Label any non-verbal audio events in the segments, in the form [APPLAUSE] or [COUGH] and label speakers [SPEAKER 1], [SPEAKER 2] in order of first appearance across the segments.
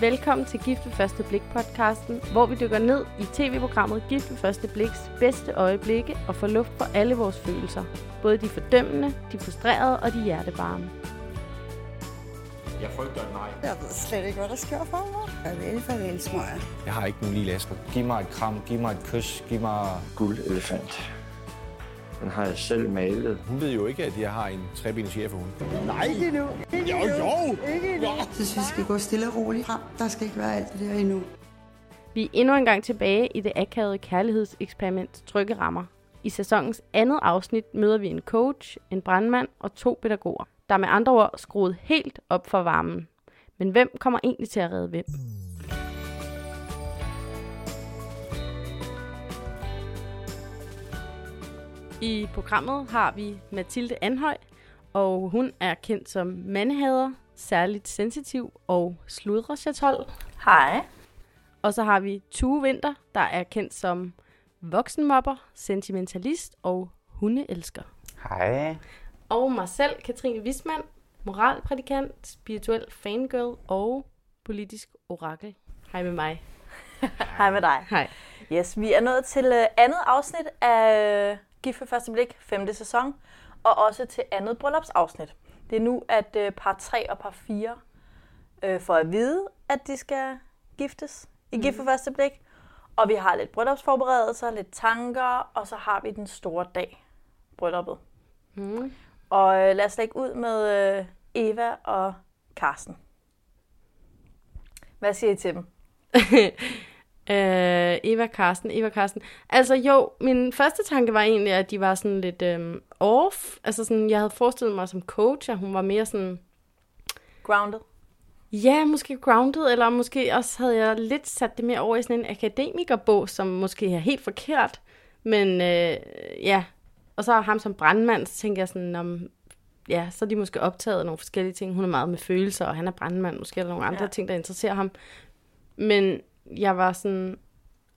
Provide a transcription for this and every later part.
[SPEAKER 1] Velkommen til Gift ved Første Blik podcasten, hvor vi dykker ned i tv-programmet Gift ved Første Bliks bedste øjeblikke og får luft for alle vores følelser. Både de fordømmende, de frustrerede og de hjertebarme.
[SPEAKER 2] Jeg frygter et nej.
[SPEAKER 3] Jeg ved slet ikke, hvad der sker for mig. Farvel, farvel, smøger.
[SPEAKER 4] Jeg har ikke nogen lille astma.
[SPEAKER 2] Giv mig et kram, giv mig et kys, giv mig...
[SPEAKER 5] guldelefant. Den har jeg selv malet.
[SPEAKER 4] Hun ved jo ikke, at jeg har en trebenet chefhund.
[SPEAKER 3] Så synes vi skal gå stille og roligt frem. Der skal ikke være alt det der endnu.
[SPEAKER 1] Vi er endnu en gang tilbage i det akavede kærlighedseksperiment Trygge Rammer. I sæsonens andet afsnit møder vi en coach, en brandmand og to pædagoger, der med andre ord skruet helt op for varmen. Men hvem kommer egentlig til at redde hvem? I programmet har vi Mathilde Anhøj, og hun er kendt som mandehader, særligt sensitiv og sludrechatol.
[SPEAKER 6] Hej.
[SPEAKER 1] Og så har vi Tue Vinter, der er kendt som voksenmobber, sentimentalist og hundeelsker.
[SPEAKER 7] Hej.
[SPEAKER 1] Og mig selv, Katrine Wismann, moralprædikant, spirituel fangirl og politisk orakel. Hej med mig.
[SPEAKER 6] Hej med dig.
[SPEAKER 1] Hej.
[SPEAKER 6] Yes, vi er nået til øh, andet afsnit af øh, Gift ved første blik, femte sæson, og også til andet bryllupsafsnit. Det er nu, at øh, par 3 og par 4 øh, får at vide, at de skal giftes i Gift ved første blik. Og vi har lidt bryllupsforberedelser, lidt tanker, og så har vi den store dag, brylluppet.
[SPEAKER 1] Mm.
[SPEAKER 6] Og øh, lad os lægge ud med øh, Eva og Karsten. Hvad siger I til dem?
[SPEAKER 1] øh, Eva Karsten, Eva Karsten. Altså jo, min første tanke var egentlig, at de var sådan lidt øhm, off. Altså sådan, jeg havde forestillet mig som coach, at hun var mere sådan
[SPEAKER 6] Grounded?
[SPEAKER 1] Ja, måske grounded, eller måske også havde jeg lidt sat det mere over i sådan en akademikerbog, som måske er helt forkert. Men øh, ja, og så ham som brandmand, så tænker jeg sådan, om, ja, så er de måske optaget af nogle forskellige ting. Hun er meget med følelser, og han er brandmand, måske er der nogle andre ja.
[SPEAKER 6] Ja.
[SPEAKER 1] ting, der interesserer ham. Men jeg var sådan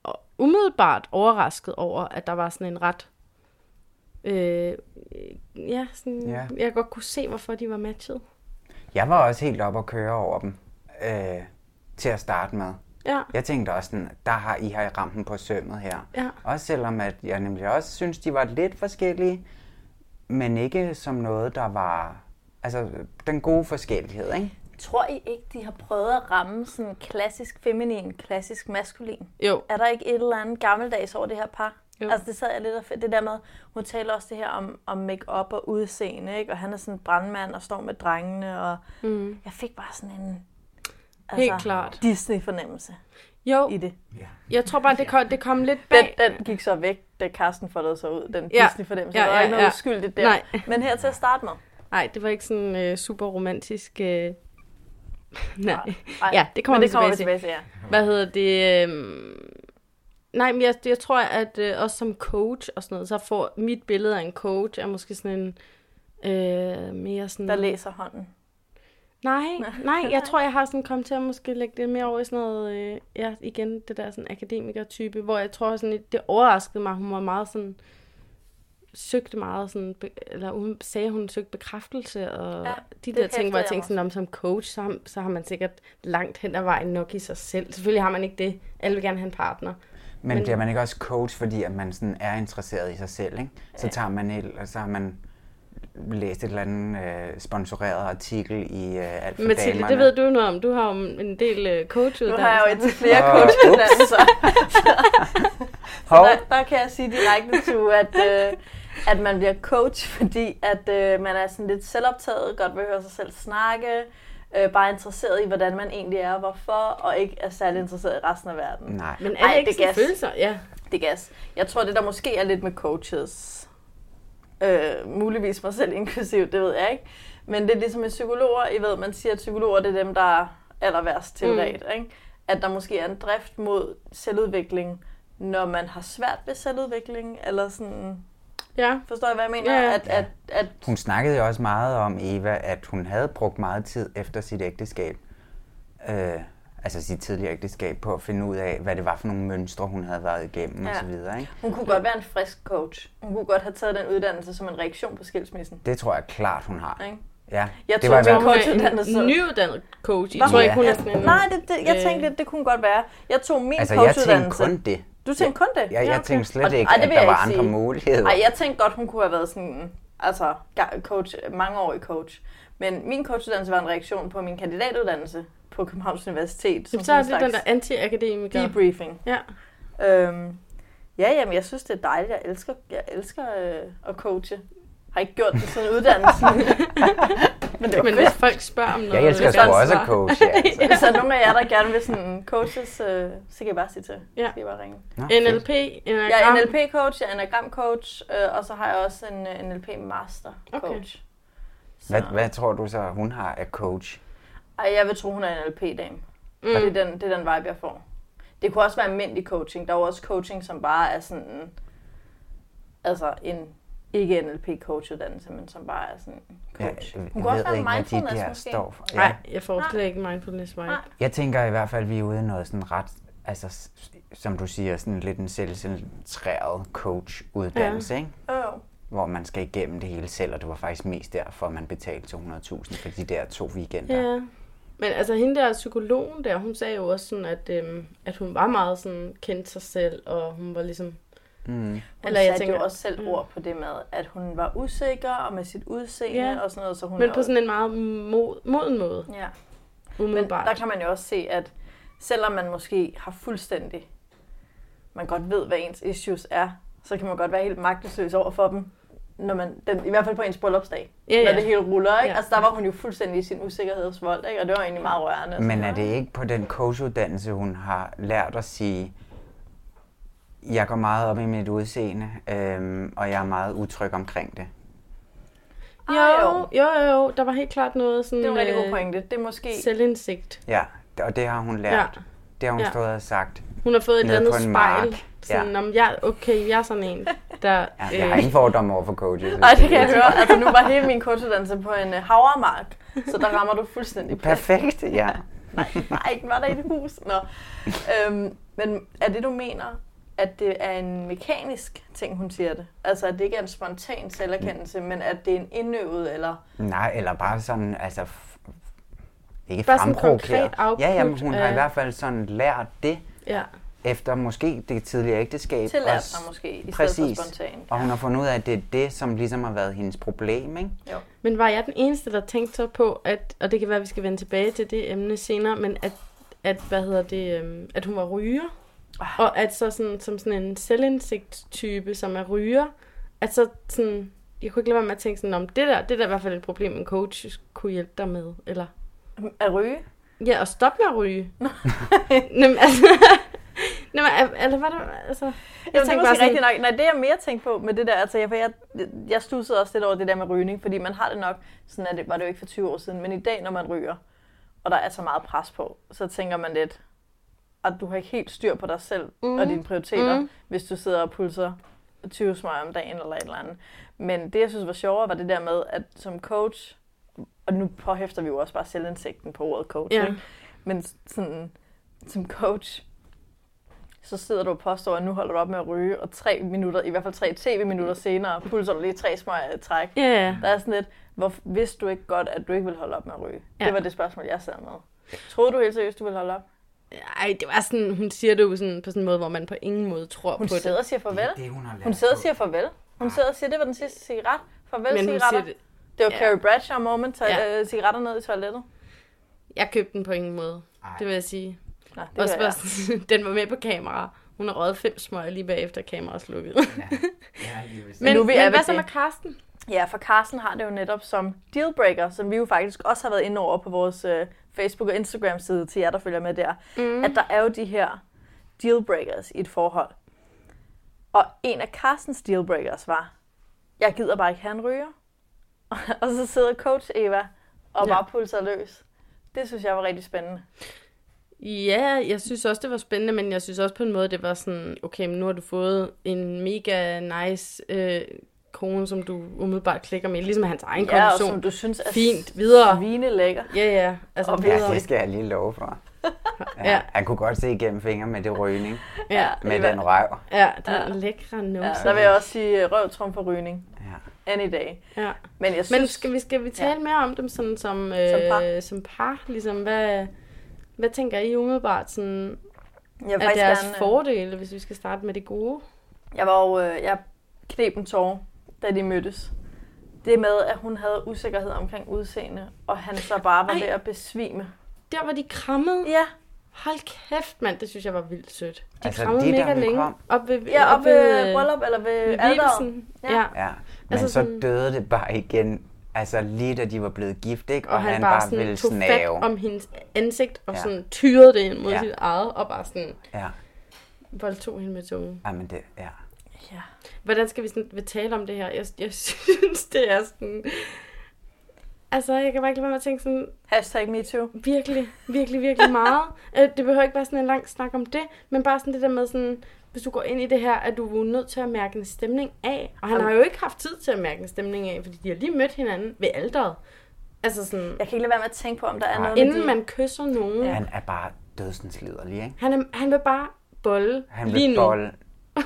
[SPEAKER 1] og- umiddelbart overrasket over, at der var sådan en ret... Øh, ja, sådan,
[SPEAKER 7] Ja.
[SPEAKER 1] ja, jeg godt kunne se, hvorfor de var matchet.
[SPEAKER 7] Jeg var også helt op og køre over dem øh, til at starte med.
[SPEAKER 1] Ja,
[SPEAKER 7] Jeg tænkte også sådan, der har I har rammen på sømmet her.
[SPEAKER 1] Ja.
[SPEAKER 7] Også selvom at jeg nemlig også synes, de var lidt forskellige, men ikke som noget, der var... Altså, den gode forskellighed, ikke?
[SPEAKER 6] Tror I ikke, de har prøvet at ramme sådan klassisk feminin, klassisk maskulin?
[SPEAKER 1] jo.
[SPEAKER 6] Er der ikke et eller andet gammeldags over det her par?
[SPEAKER 1] Jo.
[SPEAKER 6] Jo. Altså det sad jeg lidt og f- det der med, hun taler også det her om, om make-up og udseende, ikke? Og han er sådan en brandmand og står med drengene, og mm. jeg fik bare sådan en altså,
[SPEAKER 1] Helt klart.
[SPEAKER 6] Disney-fornemmelse
[SPEAKER 1] Jo,
[SPEAKER 6] i det.
[SPEAKER 1] Jeg tror bare, det kom, det kom lidt
[SPEAKER 6] Den,
[SPEAKER 1] bag.
[SPEAKER 6] den gik så væk, da Carsten foldede sig ud, den
[SPEAKER 1] Ja.
[SPEAKER 6] Disney-fornemmelse.
[SPEAKER 1] Ja,
[SPEAKER 6] Ja, ja,
[SPEAKER 1] ja,
[SPEAKER 6] ja, der var ikke noget
[SPEAKER 1] ja.
[SPEAKER 6] uskyldigt der.
[SPEAKER 1] Nej.
[SPEAKER 6] Men her til at starte med.
[SPEAKER 1] Nej, det var ikke sådan øh, super romantisk. Øh... [LAUGHS] Nej.
[SPEAKER 6] Ej,
[SPEAKER 1] Ja, det kommer
[SPEAKER 6] men
[SPEAKER 1] vi tilbage
[SPEAKER 6] vi
[SPEAKER 1] til.
[SPEAKER 6] tilbage til. Ja.
[SPEAKER 1] Hvad hedder det? Øh... Nej, men jeg, jeg tror, at øh, også som coach og sådan noget, så får mit billede af en coach er måske sådan en øh, mere sådan...
[SPEAKER 6] Der læser hånden. [LAUGHS]
[SPEAKER 1] Nej, nej, jeg tror, jeg har sådan kommet til at måske lægge det mere over i sådan noget, øh, ja, igen, det der sådan akademiker-type, hvor jeg tror sådan, lidt- det overraskede mig, hun var meget sådan, søgte meget sådan, be, eller hun sagde, hun søgte bekræftelse, og ja,
[SPEAKER 6] Ja,
[SPEAKER 1] de
[SPEAKER 6] det
[SPEAKER 1] der ting, hvor jeg
[SPEAKER 6] hæftede jeg
[SPEAKER 1] tænkte sådan, om som coach, så, har- så har man sikkert langt hen ad vejen nok i sig selv. Selvfølgelig har man ikke det. Alle vil gerne have en partner.
[SPEAKER 7] Men,
[SPEAKER 1] Men-
[SPEAKER 7] men bliver man ikke også coach, fordi at man sådan er interesseret i sig selv, ikke? Så tager man el, og så har man læst et eller andet øh, sponsoreret artikel i øh, alt for
[SPEAKER 1] Mathilde,
[SPEAKER 7] damerne.
[SPEAKER 1] det ved du jo noget om. Du har jo en del øh,
[SPEAKER 6] Nu har jeg jo
[SPEAKER 1] coachuddannelser.
[SPEAKER 6] indtil flere
[SPEAKER 7] Åh,
[SPEAKER 6] coachuddannelser.
[SPEAKER 7] Hov.
[SPEAKER 6] Der, der kan jeg sige direkte til, at, øh, at man bliver coach, fordi at øh, man er sådan lidt selvoptaget, godt vil høre sig selv snakke, øh, bare interesseret i, hvordan man egentlig er og hvorfor, og ikke er særlig interesseret i resten af verden.
[SPEAKER 7] Nej.
[SPEAKER 1] Men er
[SPEAKER 6] Ej,
[SPEAKER 1] det ikke
[SPEAKER 6] det
[SPEAKER 1] sådan
[SPEAKER 6] gas.
[SPEAKER 1] følelser? Ja.
[SPEAKER 6] Det er gas. Jeg tror, det der måske er lidt med coaches, øh, muligvis mig selv inklusiv, det ved jeg ikke, men det er ligesom med psykologer. I ved, man siger, at psykologer det er dem, der er aller værst til
[SPEAKER 1] Mm.
[SPEAKER 6] mm. ikke? At der måske er en drift mod selvudvikling, når man har svært ved selvudvikling, eller sådan...
[SPEAKER 1] Ja.
[SPEAKER 6] Forstår jeg, hvad jeg mener?
[SPEAKER 1] Ja, ja.
[SPEAKER 6] At, at, at,
[SPEAKER 7] Hun snakkede jo også meget om, Eva, at hun havde brugt meget tid efter sit ægteskab, øh, altså sit tidligere ægteskab, på at finde ud af, hvad det var for nogle mønstre, hun havde været igennem ja.
[SPEAKER 6] Ja.
[SPEAKER 7] osv. Ikke?
[SPEAKER 6] hun kunne godt være en frisk coach. Hun kunne godt have taget den uddannelse som en reaktion på skilsmissen.
[SPEAKER 7] Det tror jeg klart, hun har.
[SPEAKER 6] Ikke?
[SPEAKER 7] Ja,
[SPEAKER 6] Jeg
[SPEAKER 7] det
[SPEAKER 6] tror,
[SPEAKER 7] var i
[SPEAKER 6] vi
[SPEAKER 7] hvert
[SPEAKER 1] Hun
[SPEAKER 7] fald...
[SPEAKER 1] er
[SPEAKER 6] Coachuddannet, så-
[SPEAKER 1] en nyuddannet coach.
[SPEAKER 6] Nå,
[SPEAKER 1] Jeg tror ikke, hun
[SPEAKER 6] ja.
[SPEAKER 1] er sådan en...
[SPEAKER 6] Nej, det, det, jeg
[SPEAKER 1] øh,
[SPEAKER 6] tænkte, det, det kunne godt være. Jeg tog min
[SPEAKER 7] Altså, jeg tænkte
[SPEAKER 6] coachuddannelse.
[SPEAKER 7] kun det.
[SPEAKER 6] Du tænkte kun det?
[SPEAKER 7] Jeg, jeg
[SPEAKER 6] okay.
[SPEAKER 7] tænkte
[SPEAKER 6] Og-
[SPEAKER 7] slet ikke,
[SPEAKER 6] ej,
[SPEAKER 7] at
[SPEAKER 6] vil
[SPEAKER 7] der
[SPEAKER 6] jeg
[SPEAKER 7] var
[SPEAKER 6] ikke
[SPEAKER 7] andre
[SPEAKER 6] sige.
[SPEAKER 7] muligheder.
[SPEAKER 6] Nej, jeg tænkte godt, hun kunne have været sådan, altså ga- coach, mangeårig coach. Men min coachuddannelse var en reaktion på min kandidatuddannelse på Københavns Universitet. Som
[SPEAKER 1] Så er det
[SPEAKER 6] sådan en
[SPEAKER 1] den der anti-akademiker.
[SPEAKER 6] debriefing.
[SPEAKER 1] Ja.
[SPEAKER 6] Øhm, ja, jamen, jeg synes, det er dejligt. Jeg elsker, jeg elsker øh, at coache. Har ikke gjort det siden
[SPEAKER 1] [LAUGHS]
[SPEAKER 6] uddannelsen. Men det var
[SPEAKER 1] Men
[SPEAKER 6] fedt.
[SPEAKER 1] hvis [LAUGHS] folk spørger om noget...
[SPEAKER 7] Jeg elsker
[SPEAKER 1] hvis man
[SPEAKER 7] sgu også at
[SPEAKER 1] svarer-
[SPEAKER 6] [LAUGHS]
[SPEAKER 7] coache, altså.
[SPEAKER 6] Hvis der er nogen af jer, der gerne vil sådan coaches, øh, så kan I bare sige til.
[SPEAKER 1] Ja.
[SPEAKER 6] Så kan I bare ringe.
[SPEAKER 7] Nå,
[SPEAKER 1] NLP, enagram.
[SPEAKER 6] Jeg er NLP-coach, jeg er anagram-coach, øh, og så har jeg også en øh, NLP-master-coach.
[SPEAKER 7] fedt. Hvad, hvad tror du så, hun har af coach?
[SPEAKER 6] Ej, jeg vil tro, hun er en NLP-dame. Mm. Det, er den, det er den vibe, jeg får. Det kunne også være almindelig coaching. Der er jo også coaching, som bare er sådan en, altså en ikke NLP-coach-uddannelse, men som bare er sådan en coach.
[SPEAKER 7] Jeg,
[SPEAKER 6] Hun kunne
[SPEAKER 7] jeg
[SPEAKER 6] også
[SPEAKER 7] ved
[SPEAKER 6] være
[SPEAKER 7] ikke, hvad de
[SPEAKER 6] mindfulness
[SPEAKER 7] der
[SPEAKER 6] måske.
[SPEAKER 7] står for.
[SPEAKER 1] Nej, jeg får slet ikke mindfulness vibe.
[SPEAKER 6] Nej.
[SPEAKER 7] Jeg tænker i hvert fald, at vi er ude i noget sådan ret, altså s- som du siger, sådan lidt en selvcentreret coach-uddannelse, ja. ikke?
[SPEAKER 6] Øh,
[SPEAKER 7] hvor man skal igennem det hele selv, og det var faktisk mest derfor, man betalte 200.000 for de der to weekender.
[SPEAKER 1] Ja. Men altså hende der psykologen der, hun sagde jo også sådan, at, øhm, at hun var meget sådan, kendte sig selv, og hun var ligesom... Mm.
[SPEAKER 6] Hun Eller jeg tænker, jo også selv ord på det med, at hun var usikker og med sit udseende
[SPEAKER 1] Ja.
[SPEAKER 6] og sådan noget. Så hun
[SPEAKER 1] Men
[SPEAKER 6] er
[SPEAKER 1] på sådan en meget mod, moden måde,
[SPEAKER 6] ja. Men
[SPEAKER 1] umiddelbart.
[SPEAKER 6] der kan man jo også se, at selvom man måske har fuldstændig, man godt ved, hvad ens issues er, så kan man godt være helt magtesløs over for dem, når man, den, i hvert fald på ens bryllupsdag,
[SPEAKER 1] Ja,
[SPEAKER 6] når
[SPEAKER 1] ja.
[SPEAKER 6] det hele ruller. Ikke?
[SPEAKER 1] Ja.
[SPEAKER 6] Altså der var hun jo fuldstændig i sin usikkerhedsvold, ikke? og det var egentlig meget rørende.
[SPEAKER 7] Men er det ikke på den coachuddannelse, hun har lært at sige, jeg går meget op i mit udseende, øhm, og jeg er meget utryg omkring det?
[SPEAKER 1] jo,
[SPEAKER 6] Ah, jo.
[SPEAKER 1] jo, jo, der var helt klart noget sådan...
[SPEAKER 6] Det er en rigtig god
[SPEAKER 1] øh,
[SPEAKER 6] pointe. Det er måske...
[SPEAKER 1] Selvindsigt.
[SPEAKER 7] Ja, og det har hun lært.
[SPEAKER 1] Ja.
[SPEAKER 7] Ja. Det har hun
[SPEAKER 1] Ja.
[SPEAKER 7] ja. stået og sagt.
[SPEAKER 1] Hun har fået et eller
[SPEAKER 7] Nede
[SPEAKER 1] andet
[SPEAKER 7] på en
[SPEAKER 1] spejl.
[SPEAKER 7] mark.
[SPEAKER 1] Sådan,
[SPEAKER 7] Ja.
[SPEAKER 1] om jeg, okay, jeg er sådan en, der...
[SPEAKER 7] [LAUGHS]
[SPEAKER 1] øh,
[SPEAKER 7] Ja, jeg har ingen fordomme over for coaches.
[SPEAKER 6] Øh. [LAUGHS] Nej, det kan jeg høre. Altså, nu var hele min kortuddannelse på en øh, havremark, så der rammer du fuldstændig plet.
[SPEAKER 7] Perfekt, ja.
[SPEAKER 6] [LAUGHS] Nej, nej, ikke var der i et hus. Nå. Øhm, men er det, du mener, at det er en mekanisk ting, hun siger det? Altså, at det ikke er en spontan selverkendelse, men at det er en indøvet, eller...
[SPEAKER 7] Nej, eller bare sådan, altså... f- Ikke
[SPEAKER 1] Bare sådan
[SPEAKER 7] fremprovokeret.
[SPEAKER 1] konkret output øh.
[SPEAKER 7] Ja, jamen, hun har
[SPEAKER 1] af-
[SPEAKER 7] i hvert fald sådan lært det,
[SPEAKER 1] ja.
[SPEAKER 7] efter måske det tidligere ægteskab.
[SPEAKER 6] Tillært
[SPEAKER 7] og s-
[SPEAKER 6] sig måske, i stedet for
[SPEAKER 7] præcis.
[SPEAKER 6] spontant.
[SPEAKER 7] Og hun har fundet ud af, at det er det, som ligesom har været hendes problem, ikke?
[SPEAKER 6] Jo.
[SPEAKER 1] Men var jeg den eneste, der tænkte så på, at, og det kan være, at vi skal vende tilbage til det emne senere, men at, at hvad hedder det, øhm, at hun var ryger,
[SPEAKER 7] Ah.
[SPEAKER 1] og at så sådan, som sådan en selvindsigtstype, som er ryger, at så sådan, jeg kunne ikke lade være med at tænke sådan, om det der, det der er i hvert fald et problem, en coach kunne hjælpe dig med, eller,
[SPEAKER 6] At ryge?
[SPEAKER 1] ja, og stoppe med at
[SPEAKER 7] [LAUGHS]
[SPEAKER 1] ryge. Jamen, altså, [LAUGHS] Jamen, al- eller hvad der, altså, jeg
[SPEAKER 6] Jeg Jamen,
[SPEAKER 1] tænkte
[SPEAKER 6] det er
[SPEAKER 1] bare
[SPEAKER 6] måske rigtigt
[SPEAKER 1] sådan,
[SPEAKER 6] nok. Nej, det er jeg mere tænkt på med det der. Altså, jeg, for jeg, jeg stussede også lidt over det der med rygning, fordi man har det nok, sådan at det, var det jo ikke for 20 år siden, men i dag, når man ryger, og der er så meget pres på, så tænker man lidt, at du har ikke helt styr på dig selv mm. og dine prioriteter, mm. hvis du sidder og pulser 20 smøger om dagen eller et eller andet. Men det, jeg synes var sjovere, var det der med, at som coach, og nu påhæfter vi jo også bare selvindsigten på ordet coach,
[SPEAKER 1] Ja.
[SPEAKER 6] ikke? men sådan, som coach, så sidder du og påstår, at nu holder du op med at ryge, og tre minutter, i hvert fald tre tv-minutter senere, pulser du lige tre smøger i træk.
[SPEAKER 1] ja, ja,
[SPEAKER 6] Der er sådan lidt, hvor vidste du ikke godt, at du ikke ville holde op med at ryge?
[SPEAKER 1] Ja.
[SPEAKER 6] Ja. Det var det spørgsmål, jeg sad med. Troede du helt seriøst, du ville holde op?
[SPEAKER 1] ej, det var sådan, hun siger det jo sådan, på sådan en måde, hvor man på ingen måde tror
[SPEAKER 6] Hun
[SPEAKER 1] på det.
[SPEAKER 6] sidder og siger farvel.
[SPEAKER 7] Det, hun har lært
[SPEAKER 6] Hun sidder og
[SPEAKER 7] på.
[SPEAKER 6] siger farvel. Hun sidder og siger, det var den sidste cigaret. Farvel,
[SPEAKER 1] Men hun
[SPEAKER 6] cigaretter.
[SPEAKER 1] siger det,
[SPEAKER 6] det. var
[SPEAKER 1] ja.
[SPEAKER 6] Carrie Bradshaw moment, tag
[SPEAKER 1] Ja.
[SPEAKER 6] øh, cigaretter ned i toilettet.
[SPEAKER 1] Jeg købte den på ingen måde. Ej. Det vil jeg sige.
[SPEAKER 6] Nå,
[SPEAKER 1] Det
[SPEAKER 6] det
[SPEAKER 1] Også
[SPEAKER 6] var jeg.
[SPEAKER 1] bare, [LAUGHS] den var med på kamera. Hun har røget fem smøger lige bagefter kameraet slukkede. [LAUGHS] Ja. men
[SPEAKER 6] Nu er
[SPEAKER 1] nu
[SPEAKER 6] vi
[SPEAKER 1] men
[SPEAKER 6] af ved
[SPEAKER 1] hvad så
[SPEAKER 6] det.
[SPEAKER 1] med Karsten?
[SPEAKER 6] Ja, for Carsten har det jo netop som dealbreaker, som vi jo faktisk også har været inde over på vores øh, Facebook- og Instagram-side til jer, der følger med der, mm. at der er jo de her dealbreakers i et forhold. Og en af Carstens dealbreakers var, jeg gider bare ikke have en ryger. [LAUGHS] og så sidder coach Eva og
[SPEAKER 1] Ja.
[SPEAKER 6] bare pulser løs. Det synes jeg var rigtig spændende.
[SPEAKER 1] Ja, jeg synes også, det var spændende, men jeg synes også på en måde, det var sådan, okay, men nu har du fået en mega nice øh, kone, som du umiddelbart klikker med, ligesom hans egen
[SPEAKER 6] Ja, og
[SPEAKER 1] konklusion.
[SPEAKER 6] som du synes er
[SPEAKER 1] Fint, videre.
[SPEAKER 6] svine lækker.
[SPEAKER 1] Ja, ja, altså
[SPEAKER 6] Og
[SPEAKER 1] videre.
[SPEAKER 7] Ja, det skal jeg lige love
[SPEAKER 1] [LAUGHS]
[SPEAKER 7] for.
[SPEAKER 1] Ja.
[SPEAKER 7] Ja. Han kunne godt se igennem fingre med
[SPEAKER 1] [LAUGHS]
[SPEAKER 7] det rygning,
[SPEAKER 1] Ja,
[SPEAKER 7] med den røv.
[SPEAKER 1] ja, den lækre numse.
[SPEAKER 6] Ja, der vil jeg også sige øh, røv trumfer rygning.
[SPEAKER 7] Ja.
[SPEAKER 6] Any day.
[SPEAKER 1] Ja.
[SPEAKER 6] Men jeg synes,
[SPEAKER 1] Men skal vi, skal vi tale ja. mere om dem sådan som, øh,
[SPEAKER 6] Som
[SPEAKER 1] som,
[SPEAKER 6] par.
[SPEAKER 1] par. som par? Ligesom, hvad, hvad tænker I umiddelbart sådan,
[SPEAKER 6] jeg vil
[SPEAKER 1] er
[SPEAKER 6] faktisk
[SPEAKER 1] deres
[SPEAKER 6] gerne, øh,
[SPEAKER 1] fordele, hvis vi skal starte med det gode?
[SPEAKER 6] Jeg var jo, øh, jeg knep en tårer, da de mødtes. Det med, at hun havde usikkerhed omkring udseende, og han så bare var Ej.
[SPEAKER 1] Ej.
[SPEAKER 6] ved at besvime.
[SPEAKER 1] Der var de krammede.
[SPEAKER 6] Ja,
[SPEAKER 1] Hold kæft, mand, det synes jeg var vildt sødt. De
[SPEAKER 7] Altså,
[SPEAKER 1] altså, krammede
[SPEAKER 7] det der,
[SPEAKER 1] mega
[SPEAKER 7] hun
[SPEAKER 1] længe.
[SPEAKER 7] kram.
[SPEAKER 1] Op ved,
[SPEAKER 6] ja op ved
[SPEAKER 1] øh,
[SPEAKER 6] bryllup, eller ved,
[SPEAKER 1] ved
[SPEAKER 6] ved alderen.
[SPEAKER 1] vielsen.
[SPEAKER 6] Ja.
[SPEAKER 1] Ja. ja.
[SPEAKER 7] Ja, men
[SPEAKER 1] Altså
[SPEAKER 7] altså, så
[SPEAKER 1] sådan-
[SPEAKER 7] døde det bare igen. Altså lige da de var blevet gift, ikke?
[SPEAKER 1] Og, og han, han bare, sådan
[SPEAKER 7] ville
[SPEAKER 1] tog
[SPEAKER 7] snave.
[SPEAKER 1] fat om hendes ansigt, og
[SPEAKER 7] Ja.
[SPEAKER 1] ja. sådan tyrede det ind mod
[SPEAKER 7] Ja.
[SPEAKER 1] ja. sit eget, og bare sådan
[SPEAKER 7] Ja,
[SPEAKER 1] voldtog hende med tungen.
[SPEAKER 7] jamen det, ja.
[SPEAKER 6] Ja.
[SPEAKER 1] Hvordan skal vi sådan vil tale om det her? Jeg, jeg [LAUGHS] synes, det er sådan... Altså, jeg kan bare ikke lade være med at tænke sådan,
[SPEAKER 6] Hashtag MeToo.
[SPEAKER 1] virkelig, virkelig, virkelig
[SPEAKER 7] [LAUGHS]
[SPEAKER 1] meget. Øh, det behøver ikke være sådan en lang snak om det, men bare sådan det der med sådan, hvis du går ind i det her, at du er nødt til at mærke en stemning af. Og han har jo ikke haft tid til at mærke en stemning af, fordi de har lige mødt hinanden ved alderet. Altså sådan,
[SPEAKER 6] Jeg kan ikke lade være med at tænke på, om der er
[SPEAKER 7] Nej.
[SPEAKER 6] noget med
[SPEAKER 1] inden
[SPEAKER 6] de-
[SPEAKER 1] man kysser nogen.
[SPEAKER 7] ja.
[SPEAKER 1] Ja.
[SPEAKER 7] Han er bare dødsensliderlig, ikke?
[SPEAKER 1] Han, er, han vil bare bolle
[SPEAKER 7] Han
[SPEAKER 1] lige
[SPEAKER 7] vil
[SPEAKER 1] nu.
[SPEAKER 7] bolle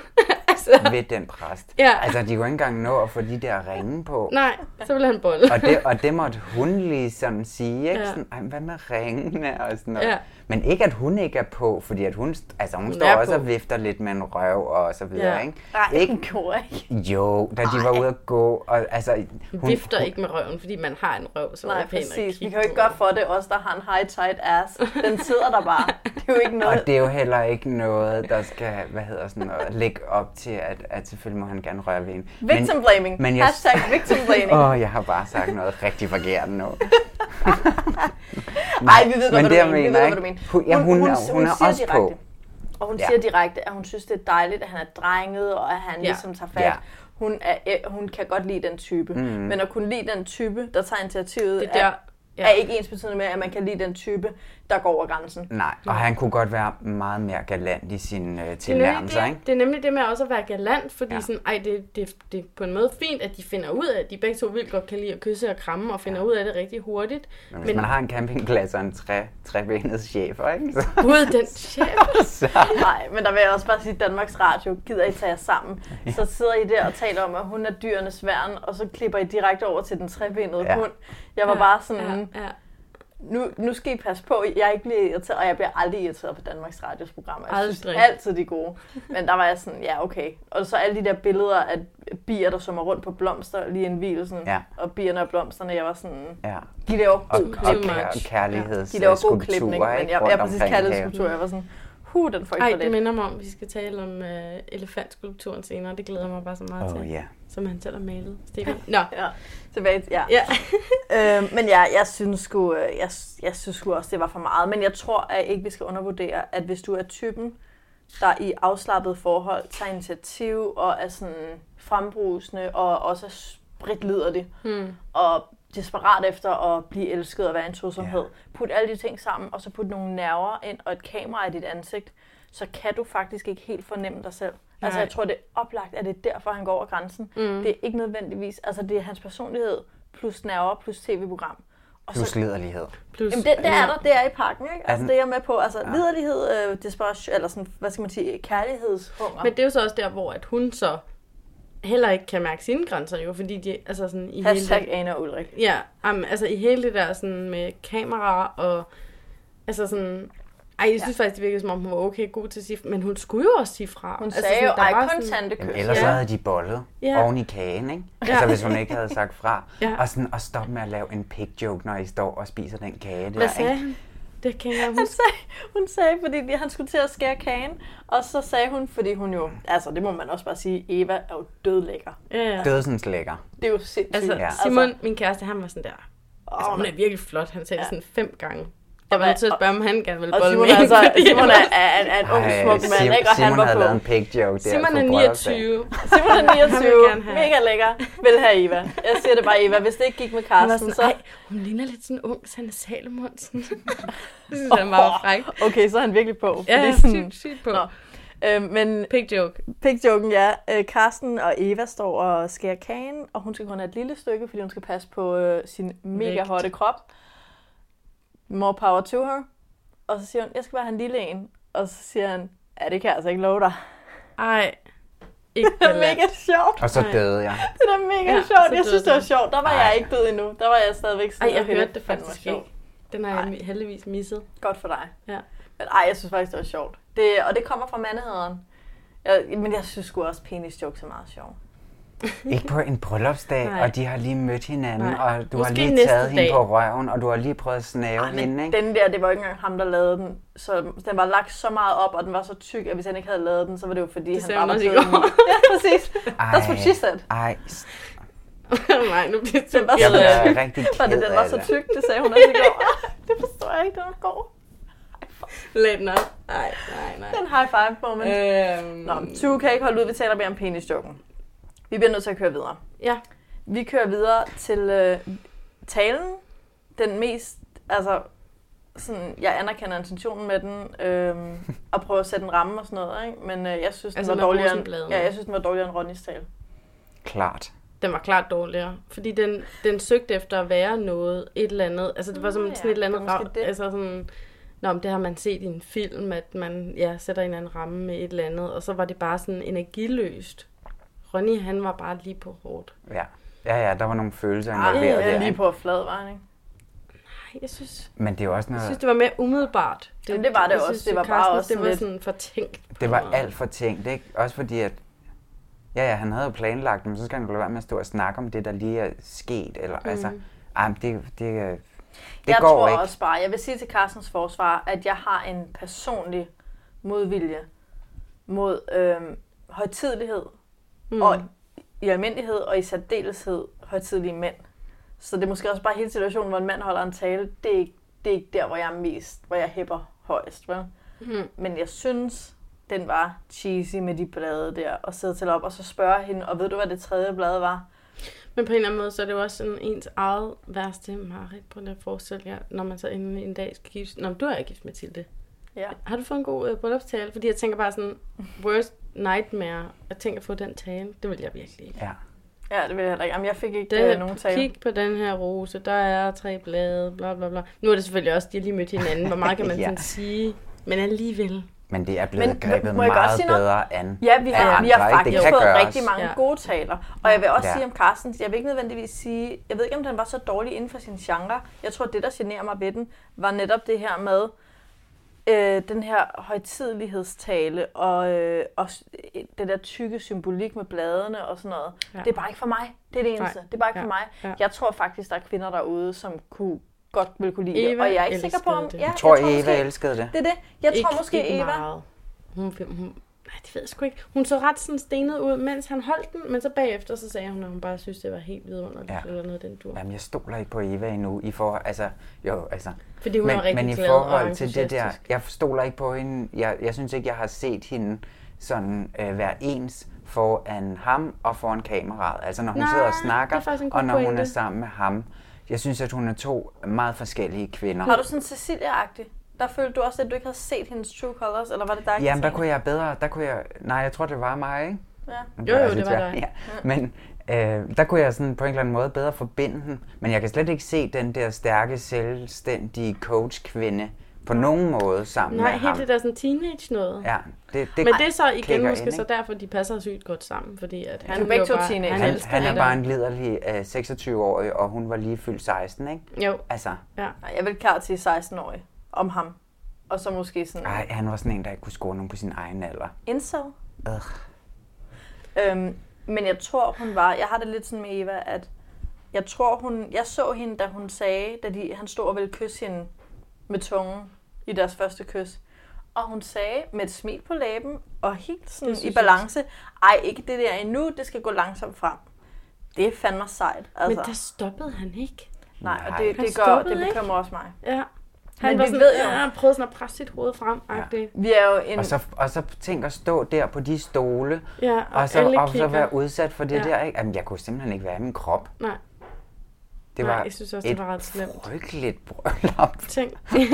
[SPEAKER 1] [LAUGHS] altså,
[SPEAKER 7] ved den præst.
[SPEAKER 1] Ja.
[SPEAKER 7] Altså, de kunne ikke engang nå at få de der ringe på.
[SPEAKER 1] nej, så vil han bolle.
[SPEAKER 7] Og det, og det måtte hun ligesom sige, ikke? Ja.
[SPEAKER 1] Ja.
[SPEAKER 7] Sådan, Ej, hvad med ringene og sådan noget. Ja.
[SPEAKER 1] Ja.
[SPEAKER 7] Men ikke, at hun ikke er på, fordi at hun, st- altså, hun,
[SPEAKER 1] Hun
[SPEAKER 7] står
[SPEAKER 1] er
[SPEAKER 7] også
[SPEAKER 1] på.
[SPEAKER 7] og vifter lidt med en røv og så videre,
[SPEAKER 1] Ja.
[SPEAKER 7] ikke?
[SPEAKER 6] Nej,
[SPEAKER 7] ikke?
[SPEAKER 6] ikke gjorde ikke.
[SPEAKER 7] Jo, da de var ude at gå, og altså...
[SPEAKER 1] Hun vifter ikke med røven, fordi man har en røv, som
[SPEAKER 6] Nej,
[SPEAKER 1] er pæn at
[SPEAKER 6] præcis. Vi
[SPEAKER 1] kigge
[SPEAKER 6] kan jo ikke
[SPEAKER 1] på.
[SPEAKER 6] gøre for det, os der har en high tight ass. Den sidder der bare. Det er jo ikke noget.
[SPEAKER 7] Og det er jo heller ikke noget, der skal, hvad hedder sådan noget, lægge op til, at, at selvfølgelig må han gerne røre ved en.
[SPEAKER 6] Victim blaming.
[SPEAKER 7] men jeg-
[SPEAKER 6] Hashtag victim blaming.
[SPEAKER 7] Åh, oh, jeg har bare sagt noget rigtig forkert nu.
[SPEAKER 6] Nej, vi ved godt,
[SPEAKER 7] Men
[SPEAKER 6] hvad
[SPEAKER 7] det,
[SPEAKER 6] du
[SPEAKER 7] jeg
[SPEAKER 6] mener. Vi
[SPEAKER 7] mener,
[SPEAKER 6] ved, godt, hvad du
[SPEAKER 7] ikke?
[SPEAKER 6] mener.
[SPEAKER 7] Hun- ja, hun er- hun er
[SPEAKER 6] siger
[SPEAKER 7] også på.
[SPEAKER 6] direkte, Og hun
[SPEAKER 7] Ja.
[SPEAKER 6] ja. siger direkte, at hun synes, det er dejligt, at han er drenget, og at han ja.
[SPEAKER 1] Ja.
[SPEAKER 6] ligesom tager fat.
[SPEAKER 7] Ja.
[SPEAKER 6] Ja. Hun, er, øh, hun kan godt lide den type. Mm. Men at kunne lide den type, der tager initiativet,
[SPEAKER 1] Det er
[SPEAKER 6] er,
[SPEAKER 1] der-
[SPEAKER 6] ja.
[SPEAKER 1] ja.
[SPEAKER 6] er ikke ens betydende med, at man kan lide den type, der går over grænsen.
[SPEAKER 7] Nej, og han kunne godt være meget mere galant i sin øh,
[SPEAKER 1] Det er, nemlig
[SPEAKER 7] tilnærmelser, ikke?
[SPEAKER 1] det, det er nemlig det med også at være galant, fordi
[SPEAKER 7] Ja.
[SPEAKER 1] ja. sådan, ej, det, det, det er på en måde fint, at de finder ud af, at de begge to vildt godt kan lide at kysse og kramme, og finder ja. ud af det rigtig hurtigt.
[SPEAKER 7] Men hvis man har en campingplads og en tre, trebenet chef, ikke? Så,
[SPEAKER 1] Gud, den chef.
[SPEAKER 7] så,
[SPEAKER 6] Nej, men der vil jeg også bare sige, at Danmarks Radio gider I tage jer sammen. Så sidder I der og taler om, at hun er dyrenes værn, og så klipper I direkte over til den trebenede
[SPEAKER 7] Ja.
[SPEAKER 6] ja. hund. Jeg var ja, bare sådan, ja.
[SPEAKER 1] Ja, ja.
[SPEAKER 6] nu, nu skal I passe på, jeg ikke bliver irriteret, og jeg bliver aldrig irriteret på Danmarks Radios programmer. Jeg synes
[SPEAKER 1] Aldrig.
[SPEAKER 6] altid de er gode. Men der var jeg sådan, ja okay. Og så alle de der billeder af bier, der summer rundt på blomster lige en hvilesen,
[SPEAKER 7] Ja.
[SPEAKER 6] og bierne og blomsterne, jeg var sådan,
[SPEAKER 7] ja.
[SPEAKER 6] de laver
[SPEAKER 7] Og,
[SPEAKER 6] god
[SPEAKER 7] og
[SPEAKER 1] Too
[SPEAKER 6] klipning.
[SPEAKER 7] kær,
[SPEAKER 1] much.
[SPEAKER 7] kærligheds
[SPEAKER 6] De laver god
[SPEAKER 7] skulpturer,
[SPEAKER 6] klipning, men
[SPEAKER 7] ikke?
[SPEAKER 6] jeg,
[SPEAKER 7] Rundt
[SPEAKER 6] jeg præcis
[SPEAKER 7] omkring
[SPEAKER 6] kaldede
[SPEAKER 7] haven.
[SPEAKER 6] skulptur, jeg var sådan, hu, den får
[SPEAKER 1] Ej,
[SPEAKER 6] ikke for
[SPEAKER 1] det
[SPEAKER 6] lidt.
[SPEAKER 1] minder mig om, at vi skal tale om øh, elefantskulpturen senere. Det glæder jeg mig bare så meget
[SPEAKER 7] Åh,
[SPEAKER 1] til.
[SPEAKER 7] ja.
[SPEAKER 1] Som han selv har malet. Stefan. Nå.
[SPEAKER 6] Ja, tilbage til, ja.
[SPEAKER 1] Ja.
[SPEAKER 6] Øh, men ja, jeg synes sgu, øh, jeg, jeg synes sgu også, det var for meget. Men jeg tror at ikke, vi skal undervurdere, at hvis du er typen, der i afslappet forhold tager initiativ og er sådan frembrusende og også er spritlyderlig hmm. og desperat efter at blive elsket og være en tosomhed. Ja. Put alle de ting sammen, og så put nogle nerver ind og et kamera i dit ansigt, så kan du faktisk ikke helt fornemme dig selv. Nej. Altså,
[SPEAKER 1] Nej.
[SPEAKER 6] jeg tror, det er oplagt, at det er derfor, han går over grænsen. Mm. Det er ikke nødvendigvis, altså det er hans personlighed, plus nerver, plus tv-program. Og
[SPEAKER 7] Plus liderlighed.
[SPEAKER 1] Plus,
[SPEAKER 6] Jamen, det, det er
[SPEAKER 1] ja.
[SPEAKER 6] der, det er i pakken, ikke? Altså,
[SPEAKER 7] den-
[SPEAKER 6] det er jeg med på. Altså, ja. liderlighed, øh, desperation, eller sådan, hvad skal man sige, kærlighedshunger.
[SPEAKER 1] Men det er jo så også der, hvor at hun så heller ikke kan mærke sine grænser jo, fordi de, altså sådan i
[SPEAKER 6] Hashtag
[SPEAKER 1] hele...
[SPEAKER 6] Ana Ulrik.
[SPEAKER 1] Ja, um, altså i hele det der sådan med kameraer og... Altså sådan... Ej, jeg synes ja. faktisk, det virkede som om, hun var okay god til at sige... Men hun skulle jo også sige fra.
[SPEAKER 6] Hun
[SPEAKER 1] altså,
[SPEAKER 6] sagde jo,
[SPEAKER 1] der
[SPEAKER 6] ej,
[SPEAKER 1] var
[SPEAKER 6] kun
[SPEAKER 1] sådan-
[SPEAKER 6] tantekys.
[SPEAKER 7] Jamen, ellers ja. så
[SPEAKER 1] Ja.
[SPEAKER 7] havde de bollet ja.
[SPEAKER 1] Ja.
[SPEAKER 7] oven i kagen, ikke? Ja. Altså, hvis hun ikke havde sagt fra.
[SPEAKER 1] Ja.
[SPEAKER 7] Og sådan, og stop med at lave en pig joke, når I står og spiser den kage der,
[SPEAKER 1] Hvad sagde
[SPEAKER 7] ikke?
[SPEAKER 1] han? Det kan jeg
[SPEAKER 6] Hun [LAUGHS]
[SPEAKER 1] huske.
[SPEAKER 6] sagde, hun sagde, fordi de- han skulle til at skære kagen, og så sagde hun, fordi hun jo, altså det må man også bare sige, Eva er jo dødlækker.
[SPEAKER 1] Ja, ja.
[SPEAKER 7] Dødsens lækker.
[SPEAKER 6] Det er jo sindssygt.
[SPEAKER 1] Altså,
[SPEAKER 7] Ja.
[SPEAKER 1] ja. Simon, altså, min kæreste, han var sådan der. Altså,
[SPEAKER 6] Åh,
[SPEAKER 1] hun er virkelig flot. Han sagde
[SPEAKER 6] Ja.
[SPEAKER 1] ja. sådan fem gange. Jeg var
[SPEAKER 6] hvad-
[SPEAKER 1] nødt til at spørge, om han gerne ville
[SPEAKER 6] og
[SPEAKER 1] bolle
[SPEAKER 6] Simon
[SPEAKER 1] med
[SPEAKER 6] er,
[SPEAKER 1] hende, [LAUGHS]
[SPEAKER 6] altså,
[SPEAKER 1] fordi
[SPEAKER 6] Simon
[SPEAKER 1] han
[SPEAKER 6] er,
[SPEAKER 1] var-
[SPEAKER 6] er, en, er en ung
[SPEAKER 7] Ej,
[SPEAKER 6] smuk mand,
[SPEAKER 7] Øh, Sim-
[SPEAKER 6] ikke? og han
[SPEAKER 7] Simon
[SPEAKER 6] var
[SPEAKER 7] havde
[SPEAKER 6] på.
[SPEAKER 7] lavet en pig joke der.
[SPEAKER 1] Simon er
[SPEAKER 7] på
[SPEAKER 1] altså
[SPEAKER 7] bryllupsdagen.
[SPEAKER 1] 29.
[SPEAKER 6] Simon er
[SPEAKER 1] Han vil
[SPEAKER 6] 29,
[SPEAKER 1] gerne have.
[SPEAKER 6] mega lækker, vil have Eva. Jeg siger det bare, Eva, hvis det ikke gik med
[SPEAKER 1] Han var
[SPEAKER 6] Carsten,
[SPEAKER 1] sådan,
[SPEAKER 6] så...
[SPEAKER 1] Ej, hun ligner lidt sådan en ung Sanne Salomonsen.
[SPEAKER 6] [LAUGHS]
[SPEAKER 1] det synes han bare var fræk.
[SPEAKER 6] Okay, så er han virkelig på.
[SPEAKER 1] Ja,
[SPEAKER 6] fordi
[SPEAKER 1] sygt, sygt på.
[SPEAKER 6] Nå. Øh, men
[SPEAKER 1] Pig joke.
[SPEAKER 6] pigjoken, ja. Øh, Karsten og Eva står og skærer kagen, og hun skal kun have et lille stykke, fordi hun skal passe på øh, sin mega
[SPEAKER 1] Vægt.
[SPEAKER 6] hotte krop. More power to her. Og så siger hun, jeg skal bare have en lille en. Og så siger han, ja, det kan jeg altså ikke love dig.
[SPEAKER 1] Ej, ikke
[SPEAKER 6] [LAUGHS] Det er mega sjovt.
[SPEAKER 7] Og så
[SPEAKER 1] Nej.
[SPEAKER 7] døde jeg.
[SPEAKER 6] [LAUGHS] Det er da mega
[SPEAKER 1] Ja,
[SPEAKER 6] ja, sjovt.
[SPEAKER 1] så
[SPEAKER 6] Jeg synes,
[SPEAKER 1] døde
[SPEAKER 6] det var sjovt. Der var
[SPEAKER 7] Ej.
[SPEAKER 6] jeg ikke død endnu. Der var jeg stadigvæk sådan.
[SPEAKER 1] Ej, jeg
[SPEAKER 6] okay,
[SPEAKER 1] hørte det
[SPEAKER 6] fandme
[SPEAKER 1] faktisk
[SPEAKER 6] sjovt.
[SPEAKER 1] ikke. Den har jeg heldigvis
[SPEAKER 6] [LAUGHS]
[SPEAKER 1] misset.
[SPEAKER 6] Godt for dig.
[SPEAKER 1] Ja.
[SPEAKER 6] Men ej, jeg synes faktisk, det var sjovt. Det, og det kommer fra mandehederen. Jeg, men jeg synes sgu også, penis jokes er meget sjovt.
[SPEAKER 7] Ikke på en bryllupsdag,
[SPEAKER 1] Nej.
[SPEAKER 7] og de har lige mødt hinanden,
[SPEAKER 1] Nej.
[SPEAKER 7] og du har
[SPEAKER 1] Måske
[SPEAKER 7] lige
[SPEAKER 1] næste
[SPEAKER 7] taget hende
[SPEAKER 1] dag.
[SPEAKER 7] på røven, og du har lige prøvet at snave
[SPEAKER 6] Ej,
[SPEAKER 7] hende,
[SPEAKER 6] men
[SPEAKER 7] ikke?
[SPEAKER 6] den der, det var ikke engang ham, der lavede den. Så den var lagt så meget op, og den var så tyk, at hvis han ikke havde lavet den, så var det jo
[SPEAKER 1] Det
[SPEAKER 6] fordi, han
[SPEAKER 1] sagde
[SPEAKER 6] bare
[SPEAKER 1] hun
[SPEAKER 6] var
[SPEAKER 1] også i
[SPEAKER 6] død.
[SPEAKER 1] går.
[SPEAKER 6] ja,
[SPEAKER 7] [LAUGHS]
[SPEAKER 6] præcis. That's what she said.
[SPEAKER 7] Ej,
[SPEAKER 1] Nej, nu [LAUGHS] bliver det
[SPEAKER 6] Den var
[SPEAKER 7] jeg
[SPEAKER 6] så
[SPEAKER 1] så...
[SPEAKER 6] [LAUGHS]
[SPEAKER 7] er
[SPEAKER 6] tyk.
[SPEAKER 7] rigtig
[SPEAKER 6] For det,
[SPEAKER 7] ked
[SPEAKER 6] den var
[SPEAKER 7] af
[SPEAKER 6] så
[SPEAKER 7] det.
[SPEAKER 6] tyk, det sagde hun også i
[SPEAKER 7] [LAUGHS]
[SPEAKER 6] går. det forstår jeg ikke, den var god.
[SPEAKER 1] Læg den op. Nej, nej,
[SPEAKER 6] [LAUGHS]
[SPEAKER 1] nej.
[SPEAKER 6] Den high five moment. Øh.
[SPEAKER 1] Øhm,
[SPEAKER 6] Nå, Tue kan ikke holde ud, vi taler mere om penisjoken. Vi bliver nødt til at køre videre.
[SPEAKER 1] ja,
[SPEAKER 6] Vi kører videre til øh, talen. Den mest, altså, sådan, jeg anerkender intentionen med den, øh,
[SPEAKER 1] [LAUGHS]
[SPEAKER 6] og prøver at sætte en ramme og sådan noget, ikke? men øh, jeg synes, den
[SPEAKER 1] Altså
[SPEAKER 6] var
[SPEAKER 1] med
[SPEAKER 6] dårligere end,
[SPEAKER 1] rosenbladene.
[SPEAKER 6] ja, jeg synes, den var dårligere end Ronnys tale.
[SPEAKER 7] Klart.
[SPEAKER 1] den var klart dårligere. Fordi den, den søgte efter at være noget, et eller andet. Altså, det var som
[SPEAKER 6] Nå ja,
[SPEAKER 1] sådan et eller andet...
[SPEAKER 6] det er måske
[SPEAKER 1] rav-
[SPEAKER 6] det.
[SPEAKER 1] Altså sådan... Nå, men det har man set i en film, at man ja, sætter en eller anden ramme med et eller andet, og så var det bare sådan energiløst. Ronny, han var bare lige på hårdt.
[SPEAKER 7] Ja. ja, ja, der var nogle følelser
[SPEAKER 6] Ej,
[SPEAKER 7] involveret
[SPEAKER 6] jeg
[SPEAKER 7] der.
[SPEAKER 6] Ah, er lige
[SPEAKER 7] ikke?
[SPEAKER 6] på flad, var han, ikke?
[SPEAKER 1] Ej, jeg synes,
[SPEAKER 7] Men det er jo også noget,
[SPEAKER 1] jeg synes, det var mere umiddelbart.
[SPEAKER 6] Jamen, det var det
[SPEAKER 1] jeg
[SPEAKER 6] også. Det var bare
[SPEAKER 1] Carsten,
[SPEAKER 6] også
[SPEAKER 1] det var
[SPEAKER 6] lidt-
[SPEAKER 1] sådan fortænkt. på
[SPEAKER 7] det var
[SPEAKER 1] en måde.
[SPEAKER 7] alt for tænkt, ikke? Også fordi, at ja, ja, han havde jo planlagt, men så skal han jo lade være med at stå og snakke om det, der lige er sket, eller mm. altså, ej, men det, det, øh, det
[SPEAKER 6] Mhm. jeg
[SPEAKER 7] går
[SPEAKER 6] tror
[SPEAKER 7] ikke.
[SPEAKER 6] også bare, jeg vil sige til Carstens forsvar, at jeg har en personlig modvilje mod øh, højtidlighed, mm. og i almindelighed, og i særdeleshed højtidlige mænd. Så det er måske også bare hele situationen, hvor en mand holder en tale, det er ikke, det er ikke der, hvor jeg er mest, hvor jeg hæpper højst, vel? Mm. Men jeg synes, den var cheesy med de blade der, og sidde til op, og så spørge hende, og ved du, hvad det tredje blad var?
[SPEAKER 1] Men på en eller anden måde, så er det jo også sådan ens eget værste mareridt på den forestil jer, når man så endelig en dag skal giftes. Nå, men du er ikke gift, Mathilde.
[SPEAKER 6] Ja.
[SPEAKER 1] Har du fået en god øh, bryllupstale? Fordi jeg tænker bare sådan, worst nightmare, at tænke at få den tale. Det vil jeg virkelig ikke.
[SPEAKER 7] Ja.
[SPEAKER 6] Ja, det vil jeg heller ikke. Jamen, jeg fik ikke det, øh, nogen
[SPEAKER 1] Det,
[SPEAKER 6] tale.
[SPEAKER 1] kig på den her rose, der er tre blade, bla bla bla. Nu er det selvfølgelig også, de har lige mødt hinanden. Hvor meget kan man
[SPEAKER 7] [LAUGHS] Ja.
[SPEAKER 1] ja. sådan sige? Men alligevel.
[SPEAKER 7] Men det er blevet
[SPEAKER 6] Men
[SPEAKER 7] men,
[SPEAKER 6] må-
[SPEAKER 7] grebet
[SPEAKER 6] må jeg godt
[SPEAKER 7] meget
[SPEAKER 6] sige noget?
[SPEAKER 7] bedre an.
[SPEAKER 6] Ja, vi
[SPEAKER 7] af
[SPEAKER 6] har, vi
[SPEAKER 7] andre,
[SPEAKER 6] har
[SPEAKER 7] ikke?
[SPEAKER 6] faktisk
[SPEAKER 7] Det kan
[SPEAKER 6] fået
[SPEAKER 7] gøres.
[SPEAKER 6] rigtig mange
[SPEAKER 1] Ja.
[SPEAKER 6] ja. gode taler. Og jeg vil også
[SPEAKER 7] Ja.
[SPEAKER 6] ja. sige om Carsten, jeg vil ikke nødvendigvis sige, jeg ved ikke, om den var så dårlig inden for sin genre. Jeg tror, det, der generer mig ved den, var netop det her med øh, den her højtidlighedstale og, øh, og s- øh, den der tykke symbolik med bladene og sådan noget.
[SPEAKER 1] Ja.
[SPEAKER 6] Ja. Det er bare ikke for mig. Det er det eneste.
[SPEAKER 1] Nej.
[SPEAKER 6] Det er bare ikke
[SPEAKER 1] Ja.
[SPEAKER 6] for mig.
[SPEAKER 1] Ja.
[SPEAKER 6] Ja. Jeg tror faktisk, der er kvinder derude, som kunne godt vil kunne lide
[SPEAKER 1] Eva
[SPEAKER 6] det. Og jeg er ikke sikker på, om...
[SPEAKER 1] elskede det.
[SPEAKER 6] Ja,
[SPEAKER 7] Jeg tror, Eva
[SPEAKER 6] måske,
[SPEAKER 7] elskede det.
[SPEAKER 6] Det er det. Jeg
[SPEAKER 1] ikke,
[SPEAKER 6] tror måske,
[SPEAKER 1] ikke
[SPEAKER 6] Eva...
[SPEAKER 1] Meget. Hun, hun, nej, det ved jeg sgu ikke. Hun så ret sådan stenet ud, mens han holdt den, men så bagefter, så sagde hun, at hun bare synes, det var helt vidunderligt, ja.
[SPEAKER 7] Ja.
[SPEAKER 1] eller noget af den dur. Ja.
[SPEAKER 7] Jamen, jeg stoler ikke på Eva endnu. I for, altså, jo, altså.
[SPEAKER 1] Fordi hun
[SPEAKER 7] men,
[SPEAKER 1] er rigtig
[SPEAKER 7] men i
[SPEAKER 1] glad
[SPEAKER 7] forhold
[SPEAKER 1] og
[SPEAKER 7] til det der,
[SPEAKER 1] entusiastisk.
[SPEAKER 7] jeg stoler ikke på hende. Jeg, jeg synes ikke, jeg har set hende sådan øh, være ens foran ham og foran kameraet. Altså når hun
[SPEAKER 1] Nej,
[SPEAKER 7] sidder og
[SPEAKER 1] det er faktisk
[SPEAKER 7] snakker,
[SPEAKER 1] en god
[SPEAKER 7] og når hun er
[SPEAKER 1] pointe.
[SPEAKER 7] sammen med ham. Jeg synes, at hun er to meget forskellige kvinder.
[SPEAKER 6] Var du sådan Cecilia-agtig? Der følte du også, at du ikke havde set hendes True Colors, eller var det dig?
[SPEAKER 7] Jamen, der kunne jeg bedre, der kunne jeg, nej, jeg tror, det var mig, ikke?
[SPEAKER 6] Ja.
[SPEAKER 1] Jo, jo,
[SPEAKER 7] Altså,
[SPEAKER 1] det var
[SPEAKER 7] tvær-
[SPEAKER 1] dig.
[SPEAKER 7] Ja. Men øh, der kunne jeg sådan på en eller anden måde bedre forbinde den. Men jeg kan slet ikke se den der stærke, selvstændige coach-kvinde på nogen måde sammen
[SPEAKER 1] Nej,
[SPEAKER 7] med
[SPEAKER 1] helt
[SPEAKER 7] ham.
[SPEAKER 1] det der sådan teenage noget. Ja.
[SPEAKER 7] Ja, det, det,
[SPEAKER 1] Men det er så igen
[SPEAKER 7] klikker
[SPEAKER 1] måske
[SPEAKER 7] ind,
[SPEAKER 1] så
[SPEAKER 7] ikke?
[SPEAKER 1] derfor, de passer sygt godt sammen, fordi at han
[SPEAKER 6] er begge
[SPEAKER 1] jo
[SPEAKER 6] to
[SPEAKER 1] bare,
[SPEAKER 6] teenager.
[SPEAKER 1] Han,
[SPEAKER 7] Han,
[SPEAKER 1] elsker
[SPEAKER 7] han er
[SPEAKER 1] det
[SPEAKER 7] bare
[SPEAKER 1] der.
[SPEAKER 7] en liderlig øh, 26-årig, og hun var lige fyldt 16, ikke?
[SPEAKER 1] Jo,
[SPEAKER 7] Altså,
[SPEAKER 1] ja.
[SPEAKER 6] Nej, jeg vil klart sige 16-årig om ham. Og så måske sådan...
[SPEAKER 7] ej, han var sådan en, der ikke kunne score nogen på sin egen alder.
[SPEAKER 6] Incel.
[SPEAKER 7] Ugh.
[SPEAKER 6] Øhm, men jeg tror, hun var... Jeg har det lidt sådan med Eva, at jeg tror, hun... Jeg så hende, da hun sagde, da de, han stod og ville kysse hende med tungen i deres første kys. Og hun sagde med et smil på læben og helt sådan
[SPEAKER 1] synes
[SPEAKER 6] i
[SPEAKER 1] jeg
[SPEAKER 6] balance, ej, ikke det der endnu, det skal gå langsomt frem. Det er fandme sejt.
[SPEAKER 1] Men
[SPEAKER 6] Altså.
[SPEAKER 1] der stoppede han ikke.
[SPEAKER 6] Nej, og
[SPEAKER 7] Nej.
[SPEAKER 6] det,
[SPEAKER 1] Han
[SPEAKER 6] det, gør,
[SPEAKER 1] stoppede
[SPEAKER 6] det
[SPEAKER 1] ikke.
[SPEAKER 6] bekymrer også mig.
[SPEAKER 1] Ja. Han
[SPEAKER 6] Men
[SPEAKER 1] var
[SPEAKER 6] vi
[SPEAKER 1] sådan,
[SPEAKER 6] ved jo-
[SPEAKER 1] ja, han prøvede sådan at presse sit hoved frem. Ja.
[SPEAKER 6] Vi er jo en...
[SPEAKER 7] Og så, og så tænk at stå der på de stole,
[SPEAKER 1] Ja, og
[SPEAKER 7] og, så,
[SPEAKER 1] alle
[SPEAKER 7] og så
[SPEAKER 1] kigger.
[SPEAKER 7] være udsat for det
[SPEAKER 1] Ja.
[SPEAKER 7] der, ikke? Jamen, jeg kunne simpelthen ikke være i min krop.
[SPEAKER 1] Nej,
[SPEAKER 7] Det
[SPEAKER 1] Nej,
[SPEAKER 7] var
[SPEAKER 1] jeg synes også, det
[SPEAKER 7] et
[SPEAKER 1] var ret slemt.
[SPEAKER 7] frygteligt bryllup.
[SPEAKER 1] [LAUGHS] tænk.
[SPEAKER 7] Nej.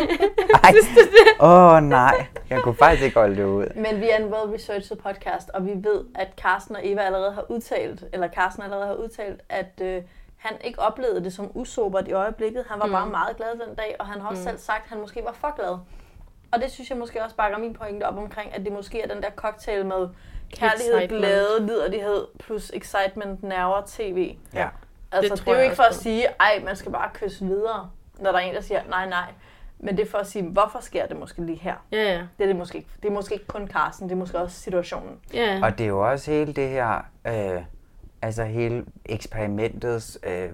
[SPEAKER 7] Åh oh, nej, jeg kunne faktisk ikke holde det ud.
[SPEAKER 6] Men vi er en well-researched podcast, og vi ved, at Carsten og Eva allerede har udtalt, eller Carsten allerede har udtalt, at øh, han ikke oplevede det som usobert i øjeblikket. Han var mm. bare meget glad den dag, og han har også mm. selv sagt, at han måske var for glad. Og det synes jeg måske også bakker min pointe op omkring, at det måske er den der cocktail med, Kærlighed,
[SPEAKER 1] Excitement.
[SPEAKER 6] glæde, liderlighed plus excitement, nerver, tv.
[SPEAKER 7] Ja.
[SPEAKER 6] Altså,
[SPEAKER 1] Det
[SPEAKER 6] det, det
[SPEAKER 1] tror
[SPEAKER 6] er jo
[SPEAKER 1] jeg
[SPEAKER 6] ikke for at
[SPEAKER 1] også på.
[SPEAKER 6] sige, ej, man skal bare kysse videre, når der er en, der siger, nej, nej. Men det er for at sige, hvorfor sker det måske lige her?
[SPEAKER 1] Ja, ja.
[SPEAKER 6] Det er, det måske ikke. Det er måske ikke kun Carsten, det er måske også situationen.
[SPEAKER 1] ja.
[SPEAKER 7] Og det er jo også hele det her, øh, altså hele eksperimentets øh,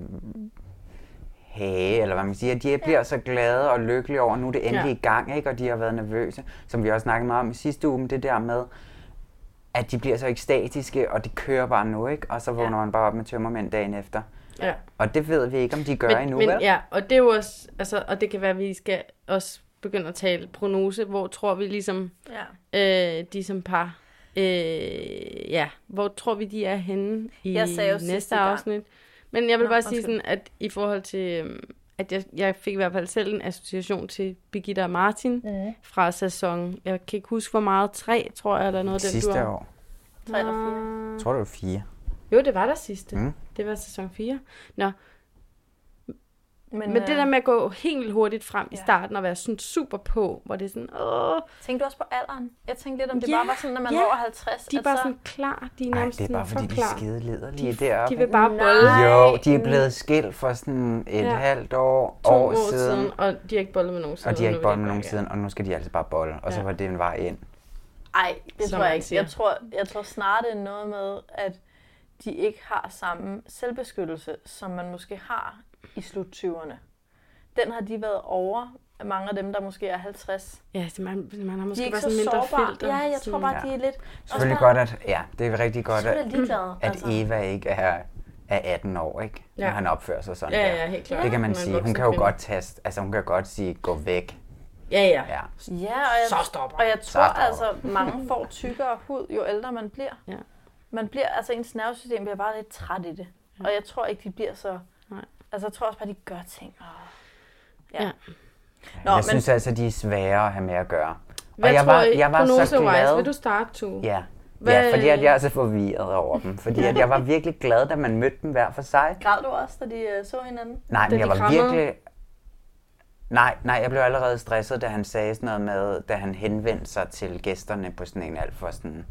[SPEAKER 7] hage, eller hvad man siger. De bliver så glade og lykkelige over, nu er det endelig
[SPEAKER 1] Ja.
[SPEAKER 7] i gang, ikke? og de har været nervøse, som vi også snakkede meget om i sidste uge, men det der med, at de bliver så ekstatiske, og det kører bare nu, ikke? og så vågner man bare op med tømmermænd dagen efter.
[SPEAKER 1] ja.
[SPEAKER 7] Og det ved vi ikke, om de gør endnu,
[SPEAKER 1] men,
[SPEAKER 7] vel?
[SPEAKER 1] ja, og det er jo også, altså, og det kan være, at vi skal også begynde at tale prognose, hvor tror vi ligesom,
[SPEAKER 6] Ja.
[SPEAKER 1] øh, de som par, øh, ja, hvor tror vi, de er henne i
[SPEAKER 6] Jeg sagde jo sidste
[SPEAKER 1] næste
[SPEAKER 6] gang.
[SPEAKER 1] afsnit. Men jeg vil
[SPEAKER 6] Nå,
[SPEAKER 1] bare sige
[SPEAKER 6] undskyld.
[SPEAKER 1] sådan, at i forhold til, øhm, at jeg, jeg fik i hvert fald selv en association til Birgitta og Martin
[SPEAKER 6] Mhm.
[SPEAKER 1] mm. fra sæson, jeg kan ikke huske, hvor meget, tre, tror jeg, eller noget. af den, du
[SPEAKER 7] Sidste
[SPEAKER 1] har-
[SPEAKER 7] år.
[SPEAKER 6] Tre eller fire.
[SPEAKER 7] Jeg tror, det var fire.
[SPEAKER 1] Jo, det var der sidste.
[SPEAKER 7] Mm.
[SPEAKER 1] Mm. Det var sæson 4. Nå,
[SPEAKER 6] Men, øh,
[SPEAKER 1] Men det der med at gå helt vildt hurtigt frem ja. i
[SPEAKER 6] ja.
[SPEAKER 1] starten og være sådan super på, hvor det er sådan, åh,
[SPEAKER 6] Tænkte du også på alderen? Jeg tænkte lidt, om det
[SPEAKER 1] Ja,
[SPEAKER 6] bare var sådan, når man
[SPEAKER 1] ja.
[SPEAKER 6] er over 50.
[SPEAKER 1] de er
[SPEAKER 6] at
[SPEAKER 1] bare
[SPEAKER 6] så-
[SPEAKER 1] sådan klar, de er
[SPEAKER 7] Nej,
[SPEAKER 1] nærmest
[SPEAKER 7] det er bare
[SPEAKER 1] sådan
[SPEAKER 7] fordi,
[SPEAKER 1] for
[SPEAKER 7] de er
[SPEAKER 1] klar.
[SPEAKER 7] skide liderlige deroppe.
[SPEAKER 1] De vil bare
[SPEAKER 6] Nej.
[SPEAKER 1] bolle
[SPEAKER 7] Jo, de er blevet skilt for sådan et
[SPEAKER 1] Ja.
[SPEAKER 7] ja. halvt år,
[SPEAKER 1] to
[SPEAKER 7] år, siden,
[SPEAKER 1] og de har ikke bollet med nogen siden.
[SPEAKER 7] og de har
[SPEAKER 1] nu
[SPEAKER 7] ikke
[SPEAKER 1] vil
[SPEAKER 7] bollet med nogen
[SPEAKER 1] gøre
[SPEAKER 7] siden, og nu skal de altså bare bolle, og så
[SPEAKER 1] Ja.
[SPEAKER 7] var det en vej ind.
[SPEAKER 6] Ej, det
[SPEAKER 1] Som
[SPEAKER 6] tror jeg
[SPEAKER 1] man
[SPEAKER 6] ikke.
[SPEAKER 1] siger.
[SPEAKER 6] Jeg tror, jeg tror snarere, det er noget med, at de ikke har samme selvbeskyttelse, som man måske har i slut-20'erne. Den har de været over, mange af dem, der måske er 50.
[SPEAKER 1] igen. Ja, det, man, man har
[SPEAKER 6] De er
[SPEAKER 1] måske
[SPEAKER 6] ikke
[SPEAKER 1] bare
[SPEAKER 6] så
[SPEAKER 1] sådan mindre
[SPEAKER 6] sårbare.
[SPEAKER 1] filter.
[SPEAKER 6] Ja, jeg tror
[SPEAKER 1] sådan-
[SPEAKER 6] bare,
[SPEAKER 7] Ja.
[SPEAKER 6] de er lidt...
[SPEAKER 7] Selvfølgelig
[SPEAKER 6] bare-
[SPEAKER 7] godt, at, ja, det er rigtig godt,
[SPEAKER 6] Så er
[SPEAKER 7] at,
[SPEAKER 6] det ligeglade. altså.
[SPEAKER 7] at Eva ikke er, er 18 år, ikke? Ja.
[SPEAKER 1] altså- Ja.
[SPEAKER 7] Når han opfører sig sådan
[SPEAKER 1] Ja,
[SPEAKER 7] der.
[SPEAKER 1] ja, helt klart.
[SPEAKER 7] Det kan
[SPEAKER 1] Hun er
[SPEAKER 7] man
[SPEAKER 1] en
[SPEAKER 7] sige. Hun
[SPEAKER 1] voksen
[SPEAKER 7] kan jo
[SPEAKER 1] kvinde.
[SPEAKER 7] godt teste, altså hun kan godt sige, gå væk.
[SPEAKER 1] Ja, ja.
[SPEAKER 7] Ja.
[SPEAKER 6] Ja, og jeg,
[SPEAKER 1] Så stopper.
[SPEAKER 6] og jeg
[SPEAKER 7] Så
[SPEAKER 6] tror
[SPEAKER 7] stopper.
[SPEAKER 6] altså, mange får tykkere hud, jo ældre man bliver.
[SPEAKER 1] Ja.
[SPEAKER 6] Man bliver, altså ens nervesystem bliver bare lidt træt i det. Og jeg tror ikke, de bliver så...
[SPEAKER 1] Nej.
[SPEAKER 6] Altså, jeg tror også bare, de gør ting. Og...
[SPEAKER 1] Ja.
[SPEAKER 6] Nå,
[SPEAKER 7] jeg
[SPEAKER 6] men
[SPEAKER 7] synes altså, de er svære at have med at gøre.
[SPEAKER 1] Hvad
[SPEAKER 7] og jeg
[SPEAKER 1] tror
[SPEAKER 7] var,
[SPEAKER 1] I,
[SPEAKER 7] jeg var så
[SPEAKER 1] prognose-wise?
[SPEAKER 7] glad.
[SPEAKER 1] Vil du starte, Tue?
[SPEAKER 7] Ja.
[SPEAKER 1] Hvad-
[SPEAKER 7] ja, fordi at jeg er så forvirret over dem. Fordi at jeg var virkelig glad, da man mødte dem hver for sig.
[SPEAKER 6] græd du også, da de øh, så hinanden?
[SPEAKER 7] Nej,
[SPEAKER 1] Da
[SPEAKER 7] men jeg
[SPEAKER 1] de
[SPEAKER 7] var
[SPEAKER 1] krammede?
[SPEAKER 7] virkelig... Nej, nej, jeg blev allerede stresset, da han sagde sådan noget med, da han henvendte sig til gæsterne på sådan en alt for sådan,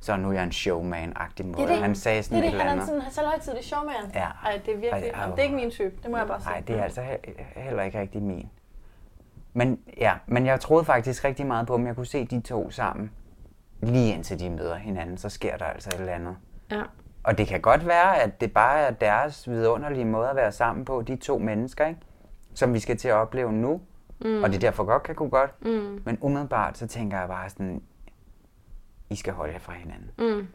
[SPEAKER 7] så nu er jeg en showman-agtig måde. han sagde sådan
[SPEAKER 6] det, er
[SPEAKER 7] et
[SPEAKER 6] det,
[SPEAKER 7] eller
[SPEAKER 6] han er
[SPEAKER 7] andet.
[SPEAKER 6] sådan han selv højtidlig showman.
[SPEAKER 7] Ja.
[SPEAKER 6] Ej, det er virkelig,
[SPEAKER 7] Ej, au.
[SPEAKER 6] det er ikke min type, det må jeg bare sige.
[SPEAKER 7] Nej, det er altså he- heller ikke rigtig min. Men ja, men jeg troede faktisk rigtig meget på, om jeg kunne se de to sammen. Lige indtil de møder hinanden, så sker der altså et eller andet.
[SPEAKER 1] Ja.
[SPEAKER 7] Og det kan godt være, at det bare er deres vidunderlige måde at være sammen på, de to mennesker, ikke? som vi skal til at opleve nu. Mm. Og det derfor godt kan gå godt. Mm. Men umiddelbart, så tænker jeg bare sådan, I skal holde jer fra hinanden. Mm.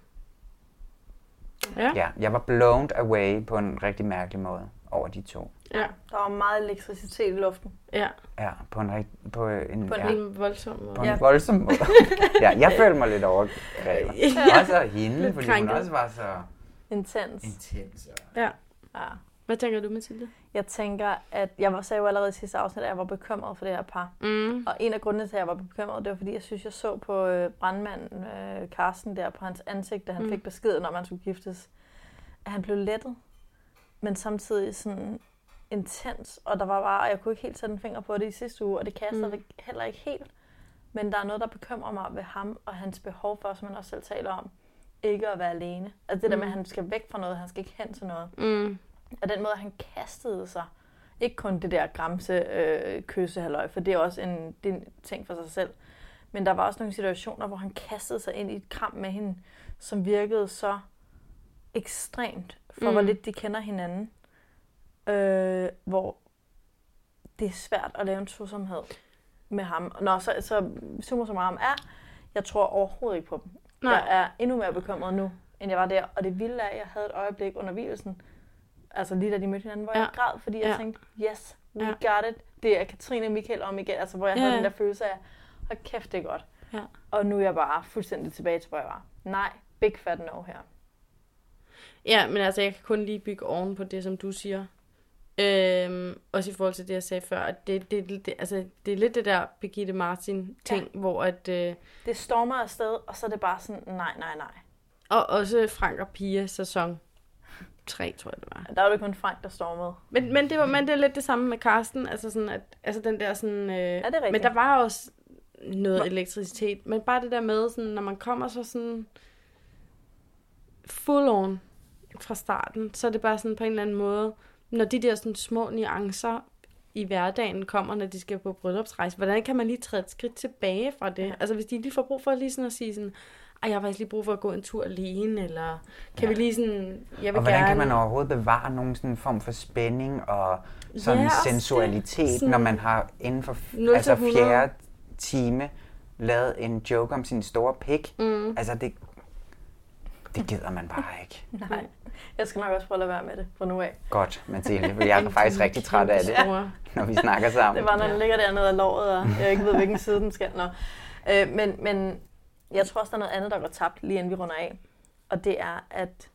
[SPEAKER 1] Ja.
[SPEAKER 7] Ja, jeg var blown away på en rigtig mærkelig måde over de to.
[SPEAKER 1] Ja.
[SPEAKER 6] Der var meget elektricitet i luften.
[SPEAKER 1] Ja.
[SPEAKER 7] Ja, på en, rigt, på en,
[SPEAKER 6] På en
[SPEAKER 7] ja,
[SPEAKER 1] Helt voldsomt.
[SPEAKER 7] på en
[SPEAKER 6] Ja.
[SPEAKER 7] ja. voldsom måde. ja, jeg følte mig lidt overgrebet. Ja. Også af hende,
[SPEAKER 1] Lidt
[SPEAKER 7] fordi
[SPEAKER 1] krænket.
[SPEAKER 7] hun også var så
[SPEAKER 6] Intens.
[SPEAKER 7] intens. og-
[SPEAKER 1] Ja.
[SPEAKER 6] Ja.
[SPEAKER 1] Hvad tænker du, Mathilde?
[SPEAKER 6] Jeg tænker, at jeg var- sagde jo allerede i sidste afsnit, at jeg var bekymret for det her par.
[SPEAKER 1] Mm.
[SPEAKER 6] Og en af grundene til, at jeg var bekymret, det var, fordi jeg synes, jeg så på øh, brandmanden øh, Carsten der på hans ansigt, da han
[SPEAKER 1] Mm.
[SPEAKER 6] mm. fik besked, når man skulle giftes, at han blev lettet, men samtidig sådan intens, og der var bare, jeg kunne ikke helt sætte en finger på det i sidste uge, og det kan jeg
[SPEAKER 1] Mm.
[SPEAKER 6] stadigvæk heller ikke helt. Men der er noget, der bekymrer mig ved ham og hans behov for, som han også selv taler om, ikke at være alene. Altså det mm. der
[SPEAKER 1] Mm.
[SPEAKER 6] med, at han skal væk fra noget, han skal ikke hen til noget.
[SPEAKER 1] Mm.
[SPEAKER 6] Og den måde, han kastede sig. Ikke kun det der gramse øh, kyssehalløj, for det er også en, det er en ting for sig selv. Men der var også nogle situationer, hvor han kastede sig ind i et kram med hende, som virkede så ekstremt, for mm. hvor
[SPEAKER 1] Mm.
[SPEAKER 6] lidt de kender hinanden. Øh, hvor det er svært at lave en tosomhed med ham. Nå, så, så summa summarum er, jeg tror overhovedet ikke på dem.
[SPEAKER 1] Nej.
[SPEAKER 6] Nej. Jeg er endnu mere bekymret nu, end jeg var der. Og det vilde er, at jeg havde et øjeblik under hvilelsen, altså lige da de mødte hinanden, hvor
[SPEAKER 1] Ja.
[SPEAKER 6] ja. jeg græd, fordi jeg
[SPEAKER 1] Ja.
[SPEAKER 6] ja. tænkte, yes, we
[SPEAKER 1] Ja.
[SPEAKER 6] ja. got it. Det er Katrine og Michael om igen, altså hvor jeg
[SPEAKER 1] Ja,
[SPEAKER 6] ja. havde
[SPEAKER 1] ja.
[SPEAKER 6] den der følelse af, hold kæft, det er godt.
[SPEAKER 1] Ja.
[SPEAKER 6] Og nu er jeg bare fuldstændig tilbage til, hvor jeg var. Nej, big fat no her.
[SPEAKER 1] Ja, men altså, jeg kan kun lige bygge oven på det, som du siger. Øhm, også i forhold til det, jeg sagde før, at det, det, det, altså, det er lidt det der Birgitte Martin-ting, ja. hvor at... Øh,
[SPEAKER 6] Det stormer afsted, og så er det bare sådan, nej, nej, nej.
[SPEAKER 1] og også Frank og Pia sæson 3, tror jeg det var.
[SPEAKER 6] Der var det kun Frank, der stormede.
[SPEAKER 1] Men, men, det var, men det er lidt det samme med Karsten, altså sådan, at, altså den der sådan... Øh,
[SPEAKER 6] Er det rigtigt?
[SPEAKER 1] men der var også noget elektricitet, men bare det der med, sådan, når man kommer så sådan... full on fra starten, så er det bare sådan på en eller anden måde, når de der sådan små nuancer i hverdagen kommer, når de skal på bryllupsrejse, hvordan kan man lige træde et skridt tilbage fra det? Ja. Altså hvis de lige får brug for lige sådan at sige sådan, ej, jeg har faktisk lige brug for at gå en tur alene, eller kan ja. vi lige sådan, jeg vil
[SPEAKER 7] Og hvordan
[SPEAKER 1] gerne...
[SPEAKER 7] kan man overhovedet bevare nogen sådan form for spænding og sådan
[SPEAKER 1] Ja,
[SPEAKER 7] ja,
[SPEAKER 1] også det.
[SPEAKER 7] sensualitet,
[SPEAKER 1] Sådan-
[SPEAKER 7] sådan... når man har inden for f-
[SPEAKER 1] 0 til
[SPEAKER 7] altså
[SPEAKER 1] 100.
[SPEAKER 7] fjerde time lavet en joke om sin store pik? Mm. Altså det, det gider man bare ikke.
[SPEAKER 6] Nej. Jeg skal nok også prøve at lade være med det fra nu af.
[SPEAKER 7] Godt, Mathilde, for jeg er faktisk rigtig træt
[SPEAKER 1] [LAUGHS]
[SPEAKER 7] af det,
[SPEAKER 1] Kæmpestore.
[SPEAKER 7] når vi snakker sammen.
[SPEAKER 6] Det var, når den ligger dernede af låret, og jeg ikke ved, hvilken side den skal. Nå. Øh, men, men jeg tror også, der er noget andet, der går tabt, lige inden vi runder af. Og det er, at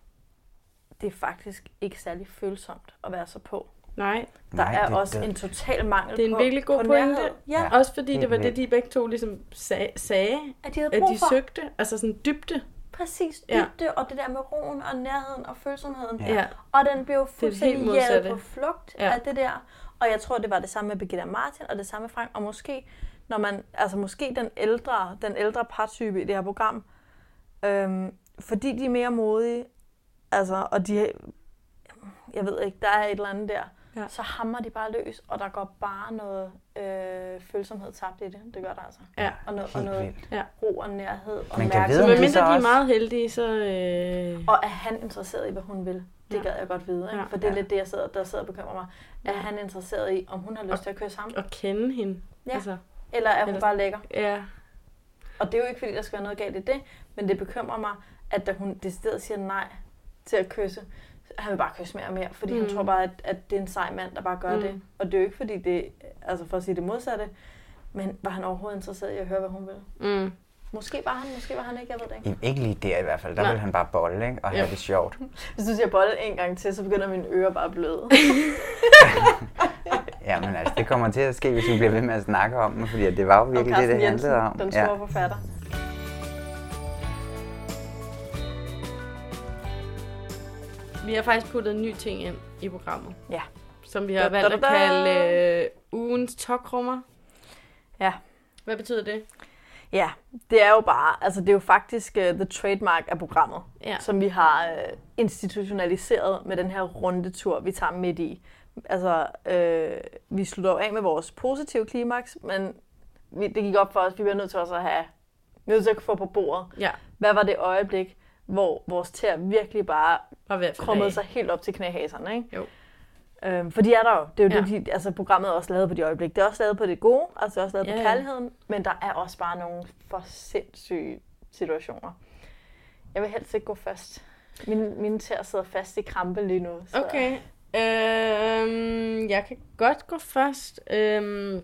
[SPEAKER 6] det er faktisk ikke særlig følsomt at være så på.
[SPEAKER 1] Nej,
[SPEAKER 6] Der
[SPEAKER 7] Nej,
[SPEAKER 6] er
[SPEAKER 7] det-
[SPEAKER 6] også
[SPEAKER 7] det-
[SPEAKER 6] en total mangel
[SPEAKER 1] det er en
[SPEAKER 6] på,
[SPEAKER 1] virkelig god
[SPEAKER 6] på
[SPEAKER 1] pointe.
[SPEAKER 6] nærhed.
[SPEAKER 1] Ja.
[SPEAKER 7] Ja.
[SPEAKER 1] Også fordi det
[SPEAKER 7] Helt
[SPEAKER 1] var det,
[SPEAKER 7] vildt.
[SPEAKER 1] de begge to ligesom sag, sagde,
[SPEAKER 6] At de havde
[SPEAKER 1] at
[SPEAKER 6] brug
[SPEAKER 1] de
[SPEAKER 6] for
[SPEAKER 1] søgte, altså sådan dybde.
[SPEAKER 6] præcis
[SPEAKER 1] Ja.
[SPEAKER 6] dybde, og det der med roen og nærheden og følsomheden.
[SPEAKER 1] Ja. ja.
[SPEAKER 6] Og den blev
[SPEAKER 1] helt
[SPEAKER 6] fuldstændig
[SPEAKER 1] modsatte.
[SPEAKER 6] jævet på flugt
[SPEAKER 1] Ja.
[SPEAKER 6] ja. af det der. Og jeg tror, det var det samme med Birgitta Martin, og det samme med Frank. Og måske, når man, altså måske den ældre, den ældre partype i det her program, øhm, fordi de er mere modige, altså, og de, jeg ved ikke, der er et eller andet der,
[SPEAKER 1] Ja.
[SPEAKER 6] ja. så hammer de bare løs, og der går bare noget øh, følsomhed tabt i det. Det gør der altså.
[SPEAKER 1] Ja.
[SPEAKER 6] Og noget, og
[SPEAKER 7] Helt
[SPEAKER 6] noget
[SPEAKER 7] vildt.
[SPEAKER 1] Ja.
[SPEAKER 6] ro og nærhed. Og
[SPEAKER 7] Man kan
[SPEAKER 6] mærke-
[SPEAKER 7] vide, om
[SPEAKER 1] Men
[SPEAKER 7] det
[SPEAKER 1] mindre
[SPEAKER 7] så
[SPEAKER 1] de er
[SPEAKER 7] også...
[SPEAKER 1] meget heldige, så... Øh...
[SPEAKER 6] og er han interesseret i, hvad hun vil? Det
[SPEAKER 1] Ja.
[SPEAKER 6] ja. gad jeg godt vide, ikke?
[SPEAKER 1] Ja.
[SPEAKER 6] for det er
[SPEAKER 7] Ja.
[SPEAKER 6] lidt det, jeg sidder, der sidder og bekymrer mig. Er han interesseret i, om hun har lyst
[SPEAKER 1] Og-
[SPEAKER 6] til at køre sammen?
[SPEAKER 1] At kende hende.
[SPEAKER 6] Ja.
[SPEAKER 1] Altså,
[SPEAKER 6] Eller er hun
[SPEAKER 1] Eller-
[SPEAKER 6] bare lækker?
[SPEAKER 1] ja.
[SPEAKER 6] Og det er jo ikke, fordi der skal være noget galt i det, men det bekymrer mig, at da hun decideret siger nej til at kysse, han vil bare kysse mere og mere, fordi mm. han
[SPEAKER 1] Mm.
[SPEAKER 6] tror bare, at, at det er en sej mand, der bare gør
[SPEAKER 1] Mm.
[SPEAKER 6] mm. det. Og det er jo ikke, fordi det, altså for at sige det modsatte, men var han overhovedet interesseret i at høre, hvad hun vil?
[SPEAKER 1] Mm.
[SPEAKER 6] Måske var han, måske var han ikke, jeg ved det ikke.
[SPEAKER 7] I- Ikke lige der i hvert fald. Der
[SPEAKER 1] Nej.
[SPEAKER 7] ville han bare bolle, ikke? Og have
[SPEAKER 1] Ja.
[SPEAKER 7] det sjovt.
[SPEAKER 6] Hvis du siger bolle en gang til, så begynder mine ører bare at bløde.
[SPEAKER 7] Jamen altså, det kommer til at ske, hvis vi bliver ved med at snakke om det, fordi at det var jo virkelig det, det handlede om.
[SPEAKER 6] den
[SPEAKER 7] ja.
[SPEAKER 6] store ja. forfatter.
[SPEAKER 1] Vi har faktisk puttet en ny ting ind i programmet,
[SPEAKER 6] Ja.
[SPEAKER 1] som vi har valgt at
[SPEAKER 6] Da, da, da.
[SPEAKER 1] kalde øh, ugens tokrummer.
[SPEAKER 6] Ja.
[SPEAKER 1] Hvad betyder det?
[SPEAKER 6] Ja, det er jo bare, altså det er jo faktisk uh, the trademark af programmet,
[SPEAKER 1] Ja.
[SPEAKER 6] som vi har uh, institutionaliseret med den her rundetur, vi tager midt i. Altså, uh, vi slutter jo af med vores positive klimaks, men vi, det gik op for os, vi bliver nødt til også at have, vi er nødt til at få på bordet.
[SPEAKER 1] Ja,
[SPEAKER 6] Hvad var det øjeblik, hvor vores tæer virkelig bare
[SPEAKER 1] var ved at falde
[SPEAKER 6] krummede
[SPEAKER 1] af.
[SPEAKER 6] sig helt op til knæhaserne, ikke?
[SPEAKER 1] Jo.
[SPEAKER 6] Øhm, for de er der jo. Det er jo
[SPEAKER 1] Ja.
[SPEAKER 6] ja. det, de, altså, programmet er også lavet på de øjeblik. Det er også lavet på det gode, altså det er også lavet
[SPEAKER 1] Ja,
[SPEAKER 6] ja, på
[SPEAKER 1] ja.
[SPEAKER 6] kærligheden, men der er også bare nogle for sindssyge situationer. Jeg vil helst ikke gå først. Min, mine tæer sidder fast i krampe lige nu. Så.
[SPEAKER 1] Okay. Øhm, jeg kan godt gå først. Øhm,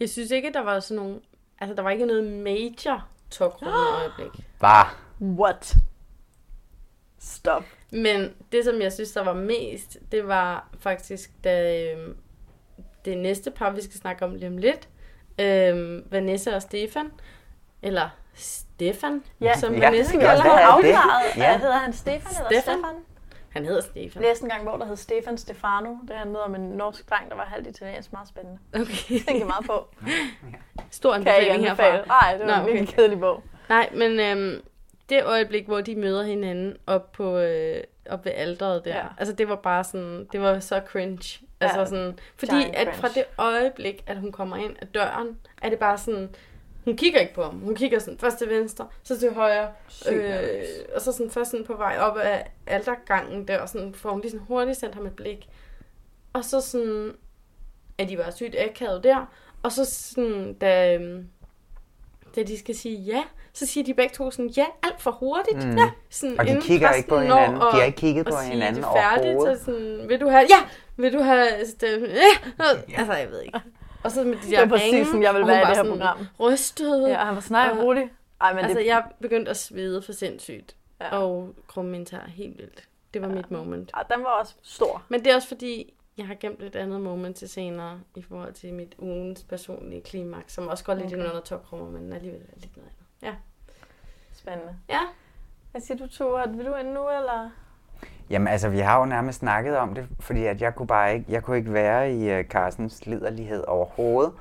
[SPEAKER 1] jeg synes ikke, at der var sådan nogle... Altså, der var ikke noget major
[SPEAKER 6] [GASPS]
[SPEAKER 1] tokrummer øjeblik.
[SPEAKER 7] Bare.
[SPEAKER 6] What? Stop.
[SPEAKER 1] Men det, som jeg synes, der var mest, det var faktisk, da øhm, det næste par, vi skal snakke om lige om lidt, øhm, Vanessa og Stefan, eller Stefan, ja.
[SPEAKER 6] Ja.
[SPEAKER 1] som
[SPEAKER 7] Ja,
[SPEAKER 1] ja, Vanessa
[SPEAKER 6] Skal vi
[SPEAKER 7] Ja,
[SPEAKER 1] kalder
[SPEAKER 6] også
[SPEAKER 7] hvad
[SPEAKER 1] ham.
[SPEAKER 6] have
[SPEAKER 7] er det?
[SPEAKER 6] afklaret?
[SPEAKER 7] Ja.
[SPEAKER 6] Ja. Hedder han Stefan, Stefan eller
[SPEAKER 1] Stefan.
[SPEAKER 6] Stefan?
[SPEAKER 1] Han hedder Stefan.
[SPEAKER 6] Jeg læste en gang, hvor der hed Stefan Stefano. Det handlede om en norsk dreng, der var halvt italiensk. Meget spændende.
[SPEAKER 1] Okay.
[SPEAKER 6] Tænker meget på.
[SPEAKER 1] Stor
[SPEAKER 6] Kan jeg ikke
[SPEAKER 1] anbefaling
[SPEAKER 6] anbefale.
[SPEAKER 1] herfra.
[SPEAKER 6] Nej, det var
[SPEAKER 1] Nå,
[SPEAKER 6] en virkelig
[SPEAKER 1] okay.
[SPEAKER 6] kedelig bog.
[SPEAKER 1] Nej, men øhm, det øjeblik, hvor de møder hinanden op på øh, op ved alderet der. Ja.
[SPEAKER 6] Ja.
[SPEAKER 1] Altså det var bare sådan, det var så cringe. Altså
[SPEAKER 6] Ja,
[SPEAKER 1] sådan, fordi
[SPEAKER 6] giant
[SPEAKER 1] at fra
[SPEAKER 6] cringe.
[SPEAKER 1] det øjeblik, at hun kommer ind ad døren, er det bare sådan, hun kigger ikke på ham. Hun kigger sådan først til venstre, så til højre, øh, og så sådan først sådan på vej op ad altergangen der, og sådan får hun lige sådan hurtigt sendt ham et blik. Og så sådan, er de bare sygt akavet der, og så sådan, da, øhm, da de skal sige ja, så siger de begge to sådan, ja, alt for hurtigt. Mm. Ja, sådan,
[SPEAKER 7] Og de
[SPEAKER 1] inden
[SPEAKER 7] kigger ikke på
[SPEAKER 1] præsten når
[SPEAKER 7] hinanden. De har
[SPEAKER 1] at-
[SPEAKER 7] ikke kigget
[SPEAKER 1] at
[SPEAKER 7] på
[SPEAKER 1] sige,
[SPEAKER 7] hinanden
[SPEAKER 1] det er færdigt,
[SPEAKER 7] overhovedet.
[SPEAKER 1] så sådan, vil du have, ja, vil du have, stem, ja, ja. altså jeg ved ikke. Og så med de der
[SPEAKER 6] var præcis
[SPEAKER 1] ringe,
[SPEAKER 6] sådan, jeg
[SPEAKER 1] og
[SPEAKER 6] ville
[SPEAKER 1] hun
[SPEAKER 6] være i
[SPEAKER 1] var
[SPEAKER 6] det her
[SPEAKER 1] sådan
[SPEAKER 6] program.
[SPEAKER 1] Rystet.
[SPEAKER 6] Ja, han var sådan, nej,
[SPEAKER 1] Og-
[SPEAKER 6] rolig. Ej, men
[SPEAKER 1] altså,
[SPEAKER 6] det,
[SPEAKER 1] jeg begyndte at svede for sindssygt. Ja.
[SPEAKER 6] Ja.
[SPEAKER 1] Og krumme min tær helt vildt. Det var ja. mit moment.
[SPEAKER 6] Ej, den var også stor.
[SPEAKER 1] Men det er også fordi, jeg har gemt et andet moment til senere, i forhold til mit ugens personlige klimaks, som også går lidt okay. ind under toprummer, men alligevel er lidt noget andet. Ja.
[SPEAKER 6] Spændende.
[SPEAKER 1] Ja.
[SPEAKER 6] Hvad siger du, Tore? Vil du ind nu, eller?
[SPEAKER 7] Jamen altså, vi har jo nærmest snakket om det, fordi at jeg kunne bare ikke, jeg kunne ikke være i øh, Carstens liderlighed overhovedet.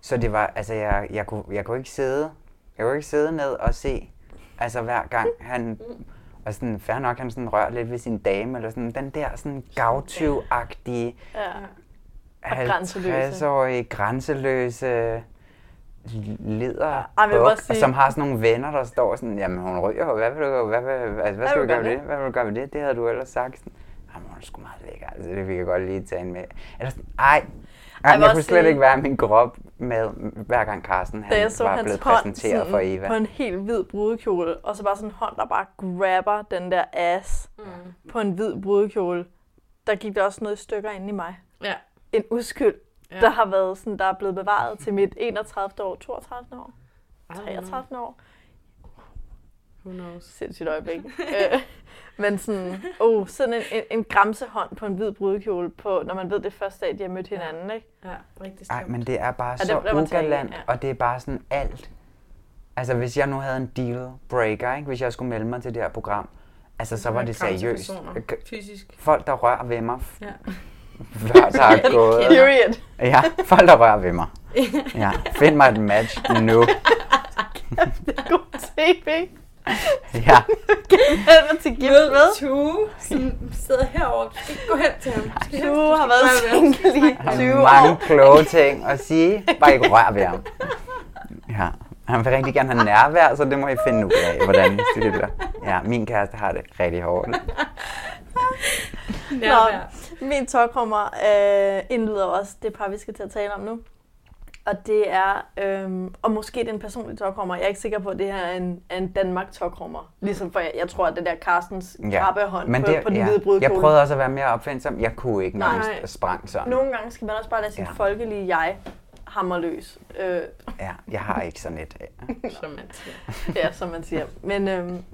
[SPEAKER 7] Så det var, altså jeg, jeg, kunne, jeg kunne ikke sidde, jeg kunne ikke sidde ned og se, altså hver gang han Og sådan, fair nok, han sådan rører lidt ved sin dame, eller sådan den der sådan gavtyv-agtige,
[SPEAKER 6] Ja. Og grænseløse.
[SPEAKER 7] 50-årige, grænseløse leder,
[SPEAKER 6] Ej, men jeg vil
[SPEAKER 7] buk,
[SPEAKER 6] også sige-
[SPEAKER 7] som har sådan nogle venner, der står sådan, jamen hun ryger, jo, hvad vil du, hvad, vil, altså, hvad skal
[SPEAKER 6] vil
[SPEAKER 7] du
[SPEAKER 6] du
[SPEAKER 7] gøre
[SPEAKER 6] gøre
[SPEAKER 7] ved det? Hvad vil du gøre ved det? Det havde du ellers sagt. Sådan, jamen hun er sgu meget lækker, altså det vil jeg godt lige tage en med. Eller sådan, ej, ej,
[SPEAKER 6] vil
[SPEAKER 7] jeg
[SPEAKER 6] også
[SPEAKER 7] kunne slet
[SPEAKER 6] sige-
[SPEAKER 7] ikke være i min krop med, hver gang Carsten
[SPEAKER 6] da jeg
[SPEAKER 7] han
[SPEAKER 6] så
[SPEAKER 7] var
[SPEAKER 6] hans
[SPEAKER 7] blevet
[SPEAKER 6] hånd
[SPEAKER 7] præsenteret
[SPEAKER 6] sådan,
[SPEAKER 7] for Eva.
[SPEAKER 6] på en helt hvid brudekjole, og så bare sådan en hånd, der bare grabber den der ass mm. på en hvid brudekjole, der gik der også noget i stykker inde i mig.
[SPEAKER 1] Ja.
[SPEAKER 6] En uskyld, ja. der har været sådan, der er blevet bevaret til mit 31. år, 32. år, 33. år.
[SPEAKER 1] Who knows?
[SPEAKER 6] Sindssygt øjeblik. Øh, Men sådan, oh, sådan en, en, en gramsehånd på en hvid brudekjole, på, når man ved det er første dag, de har mødt hinanden. Ikke?
[SPEAKER 1] Ja, rigtig
[SPEAKER 7] Nej, men det er bare
[SPEAKER 6] Ja,
[SPEAKER 7] så
[SPEAKER 6] den- den må tage
[SPEAKER 7] ugalant,
[SPEAKER 6] igen, ja.
[SPEAKER 7] og det er bare sådan alt. Altså, hvis jeg nu havde en deal breaker, ikke? hvis jeg skulle melde mig til det her program, altså, så var det seriøst. K-
[SPEAKER 1] Fysisk.
[SPEAKER 7] Folk, der rører ved mig, [LAUGHS] f-
[SPEAKER 1] Ja.
[SPEAKER 7] før der
[SPEAKER 6] [LAUGHS]
[SPEAKER 7] er gået.
[SPEAKER 6] Period.
[SPEAKER 7] Ja, folk, der rører ved mig. Ja, find mig et
[SPEAKER 1] [LAUGHS]
[SPEAKER 7] match
[SPEAKER 6] [LAUGHS]
[SPEAKER 7] nu.
[SPEAKER 6] God TV.
[SPEAKER 7] [LAUGHS] Ja,
[SPEAKER 6] Hjælp mig til gift med.
[SPEAKER 1] Tue, som sidder herovre. Du skal ikke gå hen til ham. Du skal-
[SPEAKER 6] Du har været single i 20
[SPEAKER 7] har
[SPEAKER 6] år.
[SPEAKER 7] mange kloge ting at sige. Bare ikke rør ved ham. Ja, han vil rigtig gerne have nærvær, så det må I finde ud af, hvordan det bliver. Ja, min kæreste har det rigtig hårdt.
[SPEAKER 6] Nå,
[SPEAKER 1] Nærvær.
[SPEAKER 6] min tårkrummer øh, indleder også det par, vi skal til at tale om nu. Og det er, øhm, og måske det er en personlig tårkrummer. Jeg er ikke sikker på, at det her er en, er en danmark tårkrummer. Ligesom for, jeg, jeg tror, at det der Carstens krabbehånd
[SPEAKER 7] men
[SPEAKER 6] på, på den hvide brudekjole.
[SPEAKER 7] Jeg prøvede også at være mere opfindsom. Jeg kunne ikke
[SPEAKER 6] Nej.
[SPEAKER 7] nærmest sprang sådan.
[SPEAKER 6] Nogle gange skal man også bare lade sit
[SPEAKER 7] Ja.
[SPEAKER 6] ja. folkelige jeg hammerløs. Øh,
[SPEAKER 7] Ja, jeg har ikke sådan et.
[SPEAKER 1] Som man siger.
[SPEAKER 6] ja, som man siger. Men øhm,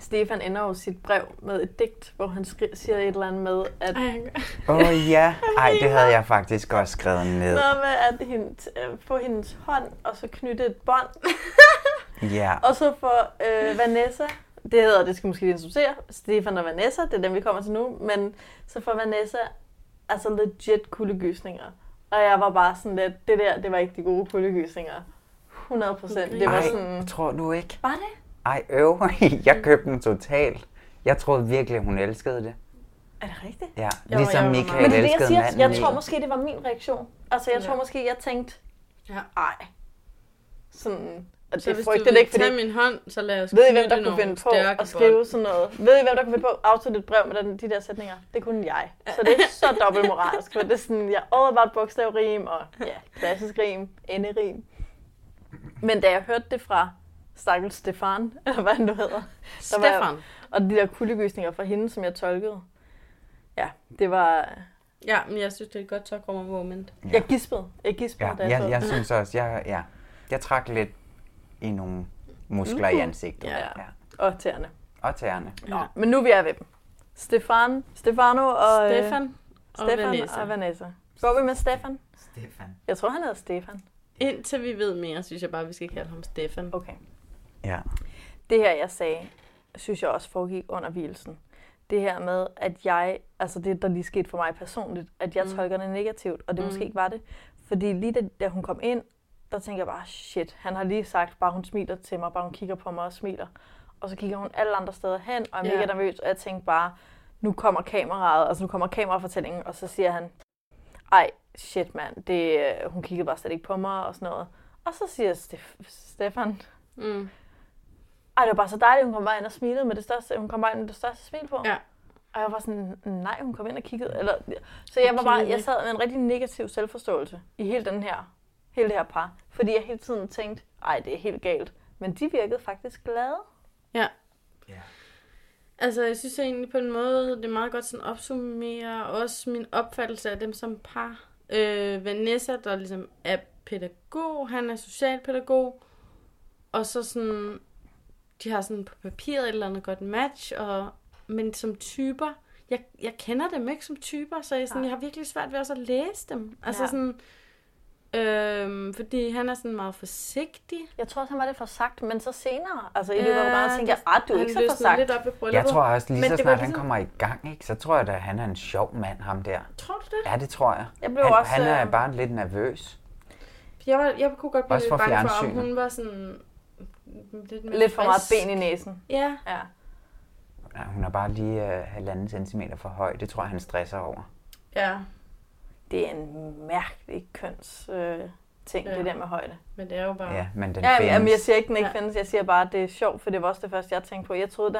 [SPEAKER 6] Stefan ender jo sit brev med et digt, hvor han skri- siger et eller andet med, at
[SPEAKER 1] Ej, han gør-
[SPEAKER 7] Åh oh, ja, ej, det havde jeg faktisk også skrevet ned.
[SPEAKER 6] Noget med at hende, øh, få hendes hånd, og så knytte et bånd.
[SPEAKER 7] Ja,
[SPEAKER 6] og så få øh, Vanessa, det hedder, det skal måske lige introducere, Stefan og Vanessa, det er dem, vi kommer til nu, men så får Vanessa altså legit kuldegysninger. Og jeg var bare sådan lidt, det der, det var ikke de gode kuldegysninger. 100 procent. Det var
[SPEAKER 7] ej,
[SPEAKER 6] sådan,
[SPEAKER 7] tror du ikke?
[SPEAKER 6] var det?
[SPEAKER 7] Ej, øv, [LAUGHS] jeg købte den totalt. Jeg troede virkelig, hun elskede det.
[SPEAKER 6] Er det rigtigt?
[SPEAKER 7] Ja,
[SPEAKER 1] Jo,
[SPEAKER 7] ligesom
[SPEAKER 1] jeg var
[SPEAKER 7] Michael
[SPEAKER 1] meget-
[SPEAKER 6] Men det er det, jeg
[SPEAKER 7] elskede
[SPEAKER 6] siger.
[SPEAKER 7] manden.
[SPEAKER 6] Jeg
[SPEAKER 7] i-
[SPEAKER 6] tror måske, det var min reaktion. Altså, jeg
[SPEAKER 1] Ja.
[SPEAKER 6] tror måske, jeg tænkte,
[SPEAKER 1] Ja.
[SPEAKER 6] ej. Sådan, og
[SPEAKER 1] Så
[SPEAKER 6] det
[SPEAKER 1] hvis du
[SPEAKER 6] frygtede
[SPEAKER 1] vil
[SPEAKER 6] Altså, det ikke, fordi
[SPEAKER 1] tage min hånd, så lad os
[SPEAKER 6] Ved I, hvem
[SPEAKER 1] knytte
[SPEAKER 6] der kunne
[SPEAKER 1] nogle
[SPEAKER 6] finde på
[SPEAKER 1] stærke
[SPEAKER 6] at skrive
[SPEAKER 1] bånd.
[SPEAKER 6] sådan noget? Ved I, hvem der kunne finde på at afslutte et brev med den, de der sætninger? Det kunne jeg. Så det er så
[SPEAKER 1] [LAUGHS]
[SPEAKER 6] dobbeltmoralsk, for det er sådan, jeg overvejede bogstavrim og ja, klassisk rim, enderim. Men da jeg hørte det fra Stakkel Stefan, [LAUGHS] eller hvad han nu hedder, der var jeg-
[SPEAKER 1] Stefan.
[SPEAKER 6] og de der kuldegysninger fra hende, som jeg tolkede, ja, det var...
[SPEAKER 1] Ja, men jeg synes, det er et godt tåkrummer moment.
[SPEAKER 6] Jeg gispede. Jeg gispede,
[SPEAKER 7] Ja,
[SPEAKER 6] da jeg, så
[SPEAKER 7] jeg, jeg
[SPEAKER 6] den.
[SPEAKER 7] synes også, jeg, ja, jeg trak lidt i nogle muskler
[SPEAKER 6] Mm-hmm.
[SPEAKER 7] i ansigtet.
[SPEAKER 1] Ja.
[SPEAKER 6] Og tæerne.
[SPEAKER 7] Og tæerne.
[SPEAKER 1] Ja.
[SPEAKER 6] Men nu er vi er ved dem. Stefan, Stefano og... øh,
[SPEAKER 1] Stefan og
[SPEAKER 6] Stefan
[SPEAKER 1] Vanessa.
[SPEAKER 6] og Vanessa. Går vi med Stefan?
[SPEAKER 7] Stefan.
[SPEAKER 6] Jeg tror, han hedder Stefan.
[SPEAKER 1] Indtil vi ved mere, synes jeg bare, vi skal kalde ham Stefan.
[SPEAKER 6] Okay.
[SPEAKER 7] Ja.
[SPEAKER 6] Det her, jeg sagde, synes jeg også foregik under hvilesen. Det her med, at jeg, altså det, der lige skete for mig personligt, at jeg mm. tolker det negativt, og det mm. måske ikke var det. Fordi lige da, da hun kom ind, der tænkte jeg bare, shit, han har lige sagt, bare hun smiler til mig, bare hun kigger på mig og smiler. Og så kigger hun alle andre steder hen, og jeg er
[SPEAKER 1] Ja.
[SPEAKER 6] mega nervøs, og jeg tænkte bare, nu kommer kameraet, altså nu kommer kamerafortællingen, og så siger han, ej, shit mand, det, øh, hun kiggede bare slet ikke på mig og sådan noget. Og så siger Stef- Stefan,
[SPEAKER 1] Mm.
[SPEAKER 6] ej, det var bare så dejligt, hun kom bare ind og smilede med det største, hun kom bare ind med det største smil på.
[SPEAKER 1] Ja.
[SPEAKER 6] Og jeg var sådan, nej, hun kom ind og kiggede. Eller, så jeg, var bare,
[SPEAKER 1] kiggede
[SPEAKER 6] jeg
[SPEAKER 1] væk.
[SPEAKER 6] sad med en rigtig negativ selvforståelse i hele den her, hele det her par. Fordi jeg hele tiden tænkte, ej, det er helt galt. Men de virkede faktisk glade.
[SPEAKER 1] Ja. Altså, jeg synes egentlig på en måde, det er meget godt sådan opsummerer også min opfattelse af dem som par. Øh, Vanessa, der ligesom er pædagog, han er socialpædagog, og så sådan, de har sådan på papiret et eller andet godt match, og, men som typer, jeg, jeg kender dem ikke som typer, så jeg, sådan, jeg har virkelig svært ved også at læse dem. Altså ja.
[SPEAKER 6] Ja.
[SPEAKER 1] sådan, øh, fordi han er sådan meget forsigtig. Øh,
[SPEAKER 6] Jeg tror også, han var lidt for sagt, men så senere. Altså i løbet af programmet tænkte jeg, ej, "Ah, du er
[SPEAKER 1] han
[SPEAKER 6] ikke så
[SPEAKER 1] løsner
[SPEAKER 6] for sagt.
[SPEAKER 1] lidt op ved brylluppet.
[SPEAKER 7] Jeg tror også, lige
[SPEAKER 1] Men
[SPEAKER 7] så
[SPEAKER 1] det var
[SPEAKER 7] snart han
[SPEAKER 1] ligesom-
[SPEAKER 7] kommer i gang, ikke, så tror jeg da, at han er en sjov mand, ham der.
[SPEAKER 1] Tror du det?
[SPEAKER 7] Ja, det tror jeg.
[SPEAKER 6] Jeg blev
[SPEAKER 7] han,
[SPEAKER 6] også,
[SPEAKER 7] han er
[SPEAKER 6] øh,
[SPEAKER 7] bare lidt nervøs.
[SPEAKER 1] Jeg, var, jeg kunne godt blive
[SPEAKER 7] Også
[SPEAKER 1] lidt
[SPEAKER 7] for
[SPEAKER 1] bange for, om
[SPEAKER 7] fjernsynet.
[SPEAKER 1] hun var sådan... Lidt, mere
[SPEAKER 6] Lidt for meget
[SPEAKER 1] frisk.
[SPEAKER 6] ben i næsen.
[SPEAKER 1] Ja,
[SPEAKER 6] Ja.
[SPEAKER 7] Nej, Ah, hun er bare lige øh, halvanden centimeter for høj. Det tror jeg, han stresser over.
[SPEAKER 1] Ja,
[SPEAKER 6] Det er en mærkelig køns øh, ting,
[SPEAKER 1] Ja.
[SPEAKER 6] ja. det der med højde.
[SPEAKER 1] men det er jo bare...
[SPEAKER 7] Ja, men den
[SPEAKER 6] Ja,
[SPEAKER 7] findes.
[SPEAKER 6] jamen, jeg siger ikke, den ikke
[SPEAKER 1] Ja.
[SPEAKER 6] ja. findes. Jeg siger bare, at det er sjovt, for det var også det første, jeg tænkte på. Jeg troede, da,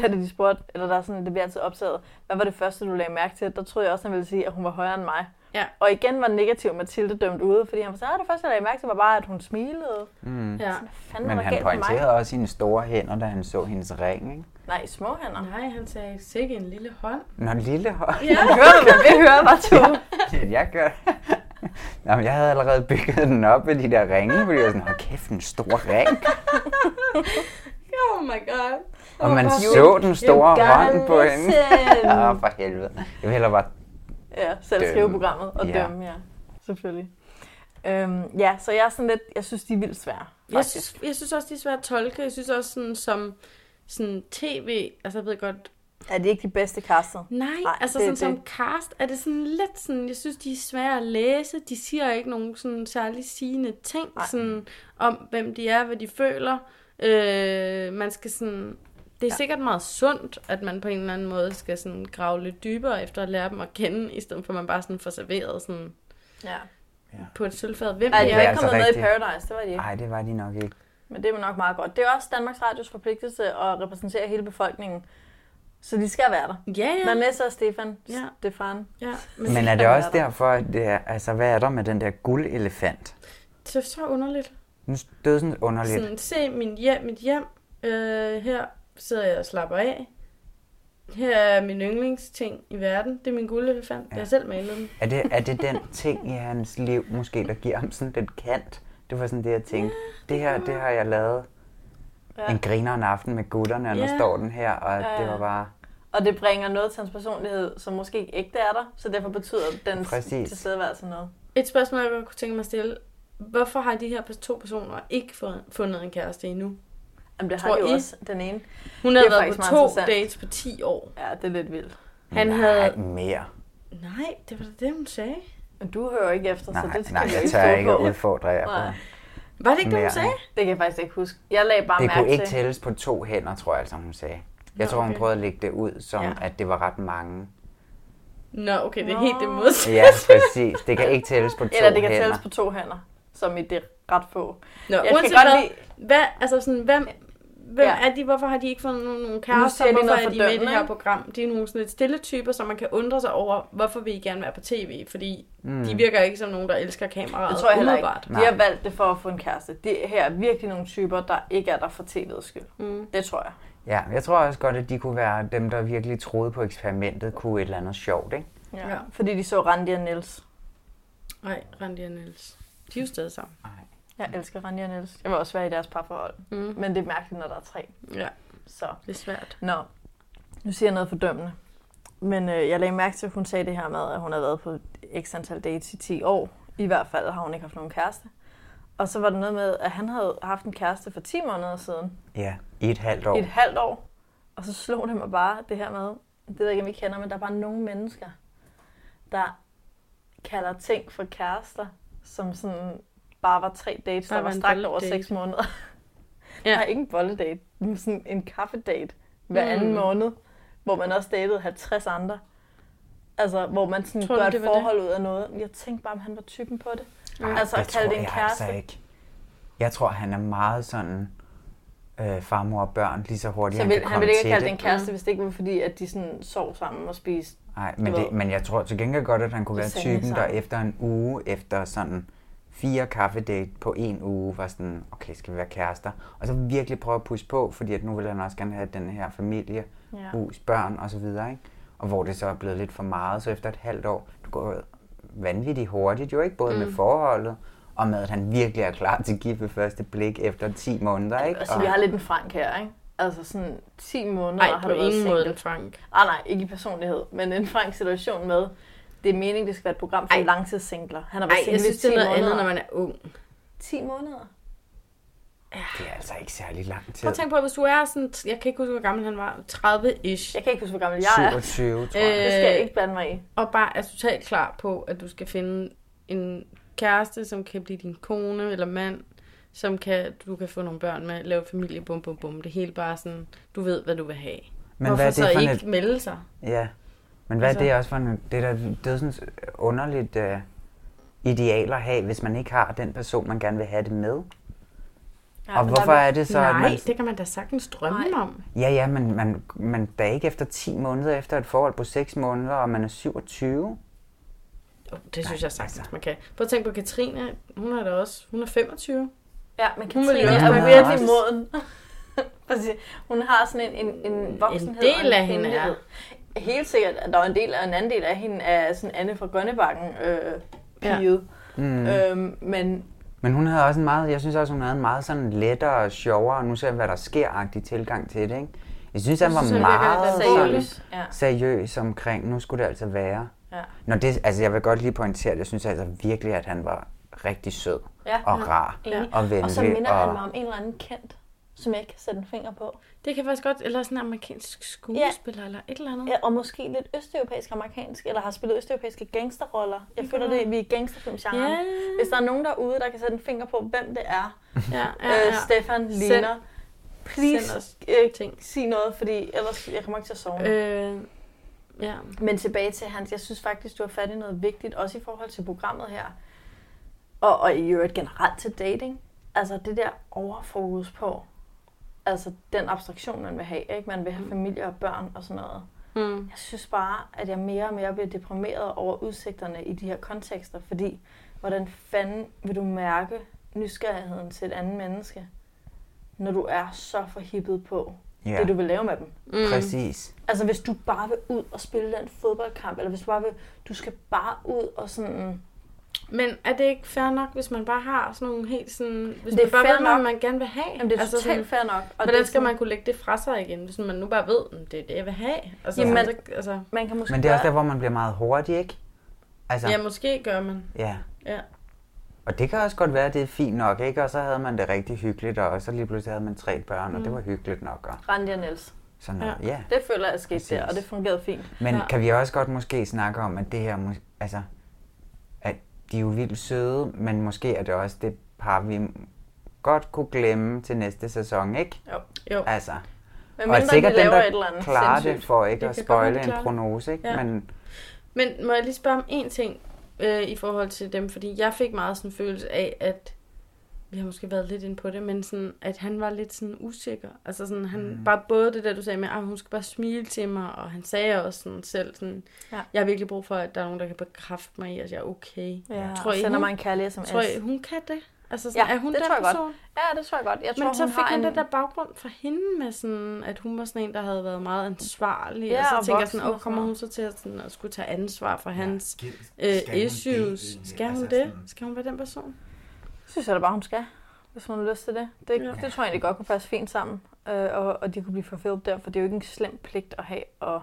[SPEAKER 6] han, da de spurgte, eller der er sådan, det bliver altid optaget, hvad var det første, du lagde mærke til? Der troede jeg også, han ville sige, at hun var højere end mig.
[SPEAKER 1] Ja.
[SPEAKER 6] Og igen var negativ Mathilde dømt ude, fordi han var sådan, "Ah, det første, jeg lagde mærke til, var bare, at hun smilede.
[SPEAKER 7] Mm.
[SPEAKER 1] ja.
[SPEAKER 6] Hvad fanden
[SPEAKER 7] Men
[SPEAKER 6] var der
[SPEAKER 7] han
[SPEAKER 6] galt med mig?
[SPEAKER 7] pointerede også sine store hænder, da han så hendes ring. Ikke?
[SPEAKER 6] Nej, små hænder.
[SPEAKER 1] Nej, han sagde, sikke en lille hånd.
[SPEAKER 7] Nå, lille hånd.
[SPEAKER 6] Ah. [LAUGHS]
[SPEAKER 7] [LAUGHS]
[SPEAKER 6] Ja. Hørte du, hvad vi hører, var [LAUGHS] to.
[SPEAKER 7] jeg gør. Nå, men jeg havde allerede bygget den op med de der ringe, fordi jeg var sådan, hold kæft, en stor ring.
[SPEAKER 1] [LAUGHS] Oh my god.
[SPEAKER 7] Og man
[SPEAKER 1] Hvorfor?
[SPEAKER 7] så den store
[SPEAKER 6] You
[SPEAKER 7] hånd på
[SPEAKER 6] gotta
[SPEAKER 7] hende.
[SPEAKER 6] listen.
[SPEAKER 7] Åh, for helvede. Jeg vil hellere bare...
[SPEAKER 6] Ja, selv
[SPEAKER 7] Dømme.
[SPEAKER 6] skrive programmet og
[SPEAKER 7] Ja.
[SPEAKER 6] ja. dømme, ja. Selvfølgelig. Øhm, ja, så jeg er sådan lidt, jeg synes, de er vildt svære.
[SPEAKER 1] Jeg
[SPEAKER 6] Faktisk.
[SPEAKER 1] synes, jeg synes også, de er svært at tolke. Jeg synes også sådan, som sådan tv, altså jeg ved godt,
[SPEAKER 6] Er det ikke de bedste kastet?
[SPEAKER 1] nej,
[SPEAKER 6] Nej,
[SPEAKER 1] altså
[SPEAKER 6] det
[SPEAKER 1] sådan som
[SPEAKER 6] er det.
[SPEAKER 1] cast, er det sådan lidt sådan, jeg synes, de er svære at læse. De siger ikke nogen sådan særlig sigende ting, nej.
[SPEAKER 6] Nej.
[SPEAKER 1] sådan om hvem de er, hvad de føler. Øh, man skal sådan, det er ja. sikkert meget sundt, at man på en eller anden måde skal sådan grave lidt dybere efter at lære dem at kende, i stedet for at man bare sådan får serveret sådan
[SPEAKER 6] Ja.
[SPEAKER 1] på et sølvfad, hvem
[SPEAKER 6] Ej,
[SPEAKER 1] de
[SPEAKER 6] de
[SPEAKER 7] det
[SPEAKER 1] er.
[SPEAKER 6] var
[SPEAKER 7] er
[SPEAKER 6] ikke
[SPEAKER 7] altså
[SPEAKER 6] kommet med i
[SPEAKER 7] rigtigt.
[SPEAKER 6] Paradise, det var de ikke.
[SPEAKER 7] Nej, det var de nok ikke.
[SPEAKER 6] Men det er nok meget godt. Det er også Danmarks Radios forpligtelse at repræsentere hele befolkningen. Så de skal være der.
[SPEAKER 1] Ja, ja.
[SPEAKER 6] Vanessa og Stefan,
[SPEAKER 1] Ja.
[SPEAKER 6] ja. Stefan.
[SPEAKER 1] ja
[SPEAKER 7] Men er det
[SPEAKER 6] er
[SPEAKER 7] også
[SPEAKER 6] der.
[SPEAKER 7] derfor, at det er, altså, hvad er der med den der guldelefant?
[SPEAKER 1] det er så underligt.
[SPEAKER 7] Nu stod det sådan underligt.
[SPEAKER 1] Sådan, se min hjem, mit hjem. Øh, her sidder jeg og slapper af. Her er min yndlingsting i verden. Det er min guldelefant. Ja. Jeg har selv malet den.
[SPEAKER 7] Er det, er det den ting i hans liv, måske, der giver ham sådan den kant? Det var sådan det, jeg tænkte. Det her, det har jeg lavet
[SPEAKER 6] Ja.
[SPEAKER 7] en griner en aften med gutterne, og nu
[SPEAKER 1] Ja.
[SPEAKER 7] står den her, og det var bare...
[SPEAKER 6] Og det bringer noget til hans personlighed, som måske ikke ægte er der, så derfor betyder den
[SPEAKER 7] Præcis.
[SPEAKER 6] tilstedeværelse noget.
[SPEAKER 1] Et spørgsmål, jeg godt kunne tænke mig at stille. Hvorfor har de her to personer ikke fået- fundet en kæreste endnu?
[SPEAKER 6] Jamen, det har
[SPEAKER 1] Tror
[SPEAKER 6] de jo
[SPEAKER 1] I?
[SPEAKER 6] også, den ene.
[SPEAKER 1] Hun
[SPEAKER 6] Det er
[SPEAKER 1] havde været
[SPEAKER 6] faktisk
[SPEAKER 1] på
[SPEAKER 6] meget
[SPEAKER 1] to
[SPEAKER 6] interessant.
[SPEAKER 1] dates på 10 år.
[SPEAKER 6] Ja, det er lidt vildt.
[SPEAKER 1] Han
[SPEAKER 7] nej,
[SPEAKER 1] havde...
[SPEAKER 7] mere.
[SPEAKER 1] Nej, det var da det, hun sagde.
[SPEAKER 6] Men du hører ikke efter, så
[SPEAKER 7] Nej,
[SPEAKER 6] det skal
[SPEAKER 7] nej,
[SPEAKER 6] vi
[SPEAKER 7] jeg
[SPEAKER 6] ikke
[SPEAKER 7] tør
[SPEAKER 6] stå
[SPEAKER 7] ikke at
[SPEAKER 6] på.
[SPEAKER 7] udfordre jer.
[SPEAKER 6] Nej.
[SPEAKER 7] på.
[SPEAKER 1] Var det ikke det, hun
[SPEAKER 7] Mere.
[SPEAKER 1] sagde?
[SPEAKER 6] Det kan jeg faktisk ikke huske. Jeg lagde bare
[SPEAKER 7] Det
[SPEAKER 6] mærke
[SPEAKER 7] kunne ikke
[SPEAKER 1] altså-
[SPEAKER 6] til.
[SPEAKER 7] tælles på to hænder, tror jeg, som hun sagde.
[SPEAKER 1] Nå,
[SPEAKER 7] Jeg tror, hun
[SPEAKER 1] okay.
[SPEAKER 7] prøvede at lægge det ud, som
[SPEAKER 1] Ja.
[SPEAKER 7] at det var ret mange.
[SPEAKER 1] Nå, okay, det er
[SPEAKER 6] Nå.
[SPEAKER 1] helt det modsatte.
[SPEAKER 7] Ja, præcis. Det kan ikke
[SPEAKER 6] [LAUGHS]
[SPEAKER 7] tælles på to
[SPEAKER 6] Eller det kan
[SPEAKER 7] hænder.
[SPEAKER 6] tælles på to hænder, som i det er ret få.
[SPEAKER 1] Nå,
[SPEAKER 6] kan
[SPEAKER 1] uanset
[SPEAKER 6] godt
[SPEAKER 1] hvad,
[SPEAKER 6] lide-
[SPEAKER 1] hvad, altså sådan, hvem, hvem
[SPEAKER 6] Ja.
[SPEAKER 1] er de, hvorfor har de ikke fundet nogen, nogen
[SPEAKER 6] Nu
[SPEAKER 1] kærester,
[SPEAKER 6] siger de
[SPEAKER 1] hvorfor
[SPEAKER 6] noget
[SPEAKER 1] er de med i det her
[SPEAKER 6] fordømmende,
[SPEAKER 1] program? De er nogle sådan lidt stille typer, som man kan undre sig over, hvorfor vil I gerne være på tv, fordi mm. de virker ikke som nogen, der elsker kameraet
[SPEAKER 6] Det tror jeg heller ikke.
[SPEAKER 1] umiddelbart.
[SPEAKER 6] De har valgt det for at få en kæreste. Det her er virkelig nogle typer, der ikke er der for tv'ets skyld. Mm. Det tror jeg.
[SPEAKER 7] Ja, jeg tror også godt, at de kunne være dem, der virkelig troede på eksperimentet, kunne et eller andet sjovt, ikke?
[SPEAKER 6] Ja.
[SPEAKER 1] Ja.
[SPEAKER 6] ja. Fordi de så Randi og Niels.
[SPEAKER 1] Nej, Randi og Niels. De er jo stadig sammen.
[SPEAKER 6] Jeg elsker Randi og Niels. Jeg vil også være i deres parforhold. Mm. Men det er mærkeligt, når der er tre.
[SPEAKER 1] Ja,
[SPEAKER 6] Så.
[SPEAKER 1] det er svært.
[SPEAKER 6] Nå, nu siger jeg noget fordømmende. Men øh, jeg lagde mærke til, at hun sagde det her med, at hun har været på x antal dates i 10 år. I hvert fald har hun ikke haft nogen kæreste. Og så var der noget med, at han havde haft en kæreste for 10 måneder siden.
[SPEAKER 7] Ja, i et halvt år.
[SPEAKER 6] i et halvt år. Og så slog det mig bare det her med, det ved jeg ikke, om I kender, men der er bare nogle mennesker, der kalder ting for kærester, som sådan bare var tre dates,
[SPEAKER 1] Der
[SPEAKER 6] der,
[SPEAKER 1] var
[SPEAKER 6] var
[SPEAKER 1] en
[SPEAKER 6] strakt over
[SPEAKER 1] bolledate.
[SPEAKER 6] seks måneder.
[SPEAKER 1] Ja.
[SPEAKER 6] [LAUGHS] Ja. Der er ikke en bolledate, men sådan en kaffedate hver anden
[SPEAKER 1] Mm.
[SPEAKER 6] måned, hvor man også datede 50 andre. Altså, hvor man sådan
[SPEAKER 1] Tror
[SPEAKER 6] Tror
[SPEAKER 1] du,
[SPEAKER 6] gør
[SPEAKER 1] det
[SPEAKER 6] et
[SPEAKER 1] var det?
[SPEAKER 6] forhold ud af noget. Jeg tænkte bare, om han var typen på det. Ja. Altså, at
[SPEAKER 7] det
[SPEAKER 6] kalde
[SPEAKER 7] tror
[SPEAKER 6] det en
[SPEAKER 7] jeg
[SPEAKER 6] kæreste.
[SPEAKER 7] altså ikke. Jeg tror, han er meget sådan øh, farmor og børn lige så hurtigt,
[SPEAKER 6] Så vil,
[SPEAKER 7] kan
[SPEAKER 6] han
[SPEAKER 7] komme
[SPEAKER 6] ville ikke
[SPEAKER 7] til
[SPEAKER 6] have kaldt det en
[SPEAKER 1] Mm.
[SPEAKER 6] kæreste, hvis det ikke var fordi, at de sådan sov sammen og spiste
[SPEAKER 7] Nej,
[SPEAKER 6] du
[SPEAKER 7] men, det,
[SPEAKER 6] ved.
[SPEAKER 7] men jeg tror til gengæld godt, at han kunne være
[SPEAKER 6] Lasagne
[SPEAKER 7] typen, der
[SPEAKER 6] sammen.
[SPEAKER 7] efter en uge, efter sådan fire kaffedate på en uge, var sådan, okay, skal vi være kærester? Og så virkelig prøve at pusse på, fordi at nu vil han også gerne have den her familie,
[SPEAKER 6] Ja.
[SPEAKER 7] hus, børn og så videre, ikke? Og hvor det så er blevet lidt for meget, så efter et halvt år, du går vanvittigt hurtigt, jo ikke? Både mm. med forholdet, og med, at han virkelig er klar til at give ved første blik efter 10 måneder, ikke?
[SPEAKER 6] Altså,
[SPEAKER 7] Og-
[SPEAKER 6] vi har lidt en frank her, ikke? Altså sådan 10 måneder
[SPEAKER 1] Nej,
[SPEAKER 6] har
[SPEAKER 1] på
[SPEAKER 6] du været
[SPEAKER 1] ingen
[SPEAKER 6] single.
[SPEAKER 1] måde, Frank.
[SPEAKER 6] Ah, nej, ikke i personlighed, men en frank situation med, det er meningen, det skal være et program for
[SPEAKER 1] Ej.
[SPEAKER 6] langtidssingler. Han har været
[SPEAKER 1] Nej,
[SPEAKER 6] single
[SPEAKER 1] jeg
[SPEAKER 6] i
[SPEAKER 1] synes,
[SPEAKER 6] 10
[SPEAKER 1] det er noget
[SPEAKER 6] måneder.
[SPEAKER 1] andet, når man er ung.
[SPEAKER 6] 10 måneder?
[SPEAKER 7] Det er altså ikke særlig lang tid.
[SPEAKER 1] Prøv at tænke på, hvis du er sådan, jeg kan ikke huske, hvor gammel han var, 30-ish,
[SPEAKER 6] Jeg kan ikke huske, hvor gammel jeg er. Øh,
[SPEAKER 7] 27, tror jeg.
[SPEAKER 6] Det skal
[SPEAKER 1] Øh,
[SPEAKER 6] jeg ikke blande mig i.
[SPEAKER 1] og bare er totalt klar på, at du skal finde en kæreste, som kan blive din kone eller mand, som kan, du kan få nogle børn med, lave familie, bum bum bum, det hele bare sådan, du ved, hvad du vil have.
[SPEAKER 7] Men
[SPEAKER 1] Hvorfor
[SPEAKER 7] hvad er det
[SPEAKER 1] så
[SPEAKER 7] for
[SPEAKER 1] ikke
[SPEAKER 7] et,
[SPEAKER 1] melde sig?
[SPEAKER 7] Ja, men hvad altså,
[SPEAKER 1] Altså-
[SPEAKER 7] er det også for en... Det er da dødsens underligt øh, ideal at have, hvis man ikke har den person, man gerne vil have det med.
[SPEAKER 6] Ja,
[SPEAKER 7] og
[SPEAKER 6] men
[SPEAKER 7] hvorfor
[SPEAKER 6] der-
[SPEAKER 7] er det så,
[SPEAKER 1] Nej,
[SPEAKER 7] at man...
[SPEAKER 1] det kan man da sagtens drømme
[SPEAKER 6] Nej.
[SPEAKER 1] Nej. om.
[SPEAKER 7] Ja, ja, men man, man da ikke efter 10 måneder, efter et forhold på 6 måneder, og man er 27.
[SPEAKER 1] Oh, det synes jeg sagtens,
[SPEAKER 7] altså.
[SPEAKER 1] man kan. Prøv at tænke på Katrine, hun er da også, hun er 25.
[SPEAKER 6] Ja, men
[SPEAKER 1] Hun ville jo
[SPEAKER 6] Katrine
[SPEAKER 1] også
[SPEAKER 6] er
[SPEAKER 1] bare-
[SPEAKER 6] virkelig moden. [LAUGHS] Præcis. hun har sådan en, en, en voksenhed
[SPEAKER 1] del
[SPEAKER 6] og en
[SPEAKER 1] af hende
[SPEAKER 6] kvindelighed. Helt sikkert, at der er en del og en anden del af hende er sådan Anne fra Grønnebakken øh,
[SPEAKER 1] Ja.
[SPEAKER 6] pige.
[SPEAKER 7] Mm. Øh.
[SPEAKER 6] Øhm, men
[SPEAKER 7] Men hun havde også en meget... Jeg synes også, hun havde en meget sådan lettere og sjovere, nu ser jeg, hvad der sker-agtig tilgang til det, ikke? Jeg synes, han var
[SPEAKER 1] synes, han virker
[SPEAKER 7] meget
[SPEAKER 1] lidt
[SPEAKER 7] sådan,
[SPEAKER 1] seriøs.
[SPEAKER 6] ja.
[SPEAKER 7] seriøs omkring, nu skulle det altså være.
[SPEAKER 6] Ja.
[SPEAKER 7] Nå, det, altså, jeg vil godt lige pointere, at jeg synes altså virkelig, at han var rigtig sød
[SPEAKER 6] Ja.
[SPEAKER 7] og rar
[SPEAKER 6] Enig.
[SPEAKER 7] og venlig.
[SPEAKER 6] Og så minder
[SPEAKER 7] og...
[SPEAKER 6] han mig om en eller anden kendt, som jeg ikke kan sætte en finger på.
[SPEAKER 1] Det kan faktisk godt, eller sådan en amerikansk skuespiller, eller et eller andet.
[SPEAKER 6] Ja, og måske lidt østeuropæisk amerikansk, eller har spillet østeuropæiske gangsterroller. Jeg føler det, vi er i gangsterfilmgenren.
[SPEAKER 1] Ja.
[SPEAKER 6] Hvis der er nogen derude, der kan sætte en finger på, hvem det er,
[SPEAKER 1] Ja, ja,
[SPEAKER 6] ja,
[SPEAKER 1] ja.
[SPEAKER 6] øh, Stefan
[SPEAKER 1] Send-
[SPEAKER 6] Lena,
[SPEAKER 1] send os
[SPEAKER 6] please øh,
[SPEAKER 1] ting.
[SPEAKER 6] sig noget, fordi ellers jeg kommer ikke til at sove. Øh.
[SPEAKER 1] Øh, ja.
[SPEAKER 6] Men tilbage til Hans, jeg synes faktisk, du har fat i noget vigtigt, også i forhold til programmet her, og, og i øvrigt generelt til dating. Altså det der overfokus på, altså den abstraktion, man vil have, ikke? Man vil have familie og børn og sådan noget.
[SPEAKER 1] Mm.
[SPEAKER 6] Jeg synes bare, at jeg mere og mere bliver deprimeret over udsigterne i de her kontekster, fordi hvordan fanden vil du mærke nysgerrigheden til et andet menneske, når du er så forhippet på ja.
[SPEAKER 7] Ja,
[SPEAKER 6] det, du vil lave med dem?
[SPEAKER 1] Mm.
[SPEAKER 7] præcis.
[SPEAKER 6] Altså hvis du bare vil ud og spille den fodboldkamp, eller hvis du bare vil, du skal bare ud og sådan...
[SPEAKER 1] Men er det ikke fair nok, hvis man bare har sådan nogle helt sådan... Hvis
[SPEAKER 6] Det er
[SPEAKER 1] man bare
[SPEAKER 6] fair
[SPEAKER 1] ved, hvad
[SPEAKER 6] nok.
[SPEAKER 1] man gerne vil have.
[SPEAKER 6] Jamen det er altså,
[SPEAKER 1] sådan,
[SPEAKER 6] totalt fair nok. Og det er
[SPEAKER 1] Hvordan skal
[SPEAKER 6] sådan-
[SPEAKER 1] man kunne lægge det fra sig igen, hvis man nu bare ved, at det er det, jeg vil have? Altså,
[SPEAKER 6] Jamen,
[SPEAKER 1] Jamen, så, altså,
[SPEAKER 6] Man kan måske
[SPEAKER 7] Men det er også der,
[SPEAKER 6] gøre-
[SPEAKER 7] hvor man bliver meget hurtig, ikke? Altså,
[SPEAKER 1] ja, måske gør man.
[SPEAKER 7] ja.
[SPEAKER 1] Ja.
[SPEAKER 7] Og det kan også godt være, at det er fint nok, ikke? Og så havde man det rigtig hyggeligt, og så lige pludselig havde man tre børn,
[SPEAKER 6] Mm.
[SPEAKER 7] og det var hyggeligt nok, og
[SPEAKER 6] Randi og Niels.
[SPEAKER 7] sådan noget. Ja.
[SPEAKER 6] Det føler jeg er sket
[SPEAKER 7] Præcis.
[SPEAKER 6] der, og det fungerede fint.
[SPEAKER 7] Men
[SPEAKER 1] Ja.
[SPEAKER 7] kan vi også godt måske snakke om, at det her, mås- altså, at de er jo vildt søde, men måske er det også det par, vi godt kunne glemme til næste sæson, ikke?
[SPEAKER 6] Jo.
[SPEAKER 1] Jo.
[SPEAKER 7] Altså,
[SPEAKER 6] Men
[SPEAKER 7] og
[SPEAKER 6] mindre
[SPEAKER 7] sikkert
[SPEAKER 6] de
[SPEAKER 7] dem,
[SPEAKER 6] laver
[SPEAKER 7] der
[SPEAKER 6] et eller andet
[SPEAKER 7] klarer det,
[SPEAKER 6] sindssygt.
[SPEAKER 7] for ikke
[SPEAKER 1] Det
[SPEAKER 7] at
[SPEAKER 1] kan godt være, de
[SPEAKER 7] spoile en
[SPEAKER 1] klarer det.
[SPEAKER 7] prognose, ikke?
[SPEAKER 1] Ja.
[SPEAKER 7] Men
[SPEAKER 1] Men må jeg lige spørge om en ting øh, i forhold til dem? Fordi jeg fik meget sådan en følelse af, at vi har måske været lidt inde på det, men sådan, at han var lidt sådan usikker. Altså sådan, han mm. bare både det der, du sagde med, at hun skal bare smile til mig, og han sagde også sådan selv sådan,
[SPEAKER 6] Ja.
[SPEAKER 1] ja. jeg har virkelig brug for, at der er nogen, der kan bekræfte mig i, at jeg er okay.
[SPEAKER 6] Ja,
[SPEAKER 1] Tror
[SPEAKER 6] og
[SPEAKER 1] I,
[SPEAKER 6] sender
[SPEAKER 1] hun-
[SPEAKER 6] mig en kærlig sms.
[SPEAKER 1] Tror I, hun kan det? Altså sådan,
[SPEAKER 6] Ja,
[SPEAKER 1] ja, er hun
[SPEAKER 6] det
[SPEAKER 1] den
[SPEAKER 6] tror jeg godt.
[SPEAKER 1] person?
[SPEAKER 6] Ja, det tror jeg godt. Jeg tror,
[SPEAKER 1] Men så
[SPEAKER 6] hun
[SPEAKER 1] fik
[SPEAKER 6] har
[SPEAKER 1] han
[SPEAKER 6] en...
[SPEAKER 1] den der baggrund fra hende med sådan, at hun var sådan en, der havde været meget ansvarlig.
[SPEAKER 6] Ja,
[SPEAKER 1] og så
[SPEAKER 6] og
[SPEAKER 1] tænker jeg
[SPEAKER 6] voksen
[SPEAKER 1] sådan, åh,
[SPEAKER 6] og sådan
[SPEAKER 1] kommer
[SPEAKER 6] noget."
[SPEAKER 1] hun så til at, sådan, at skulle tage ansvar for hans
[SPEAKER 8] Skal-
[SPEAKER 1] øh,
[SPEAKER 8] skal hun det
[SPEAKER 1] issues?
[SPEAKER 8] egentlig?
[SPEAKER 1] Skal hun
[SPEAKER 8] Altså
[SPEAKER 1] det?
[SPEAKER 8] sådan-
[SPEAKER 1] Skal hun være den person?
[SPEAKER 6] synes jeg da bare, hun skal, hvis hun har lyst til det. Det, ja. det tror jeg egentlig godt kunne passe fint sammen, øh, og, og de kunne blive forfældet der, for det er jo ikke en slem pligt at have. Og,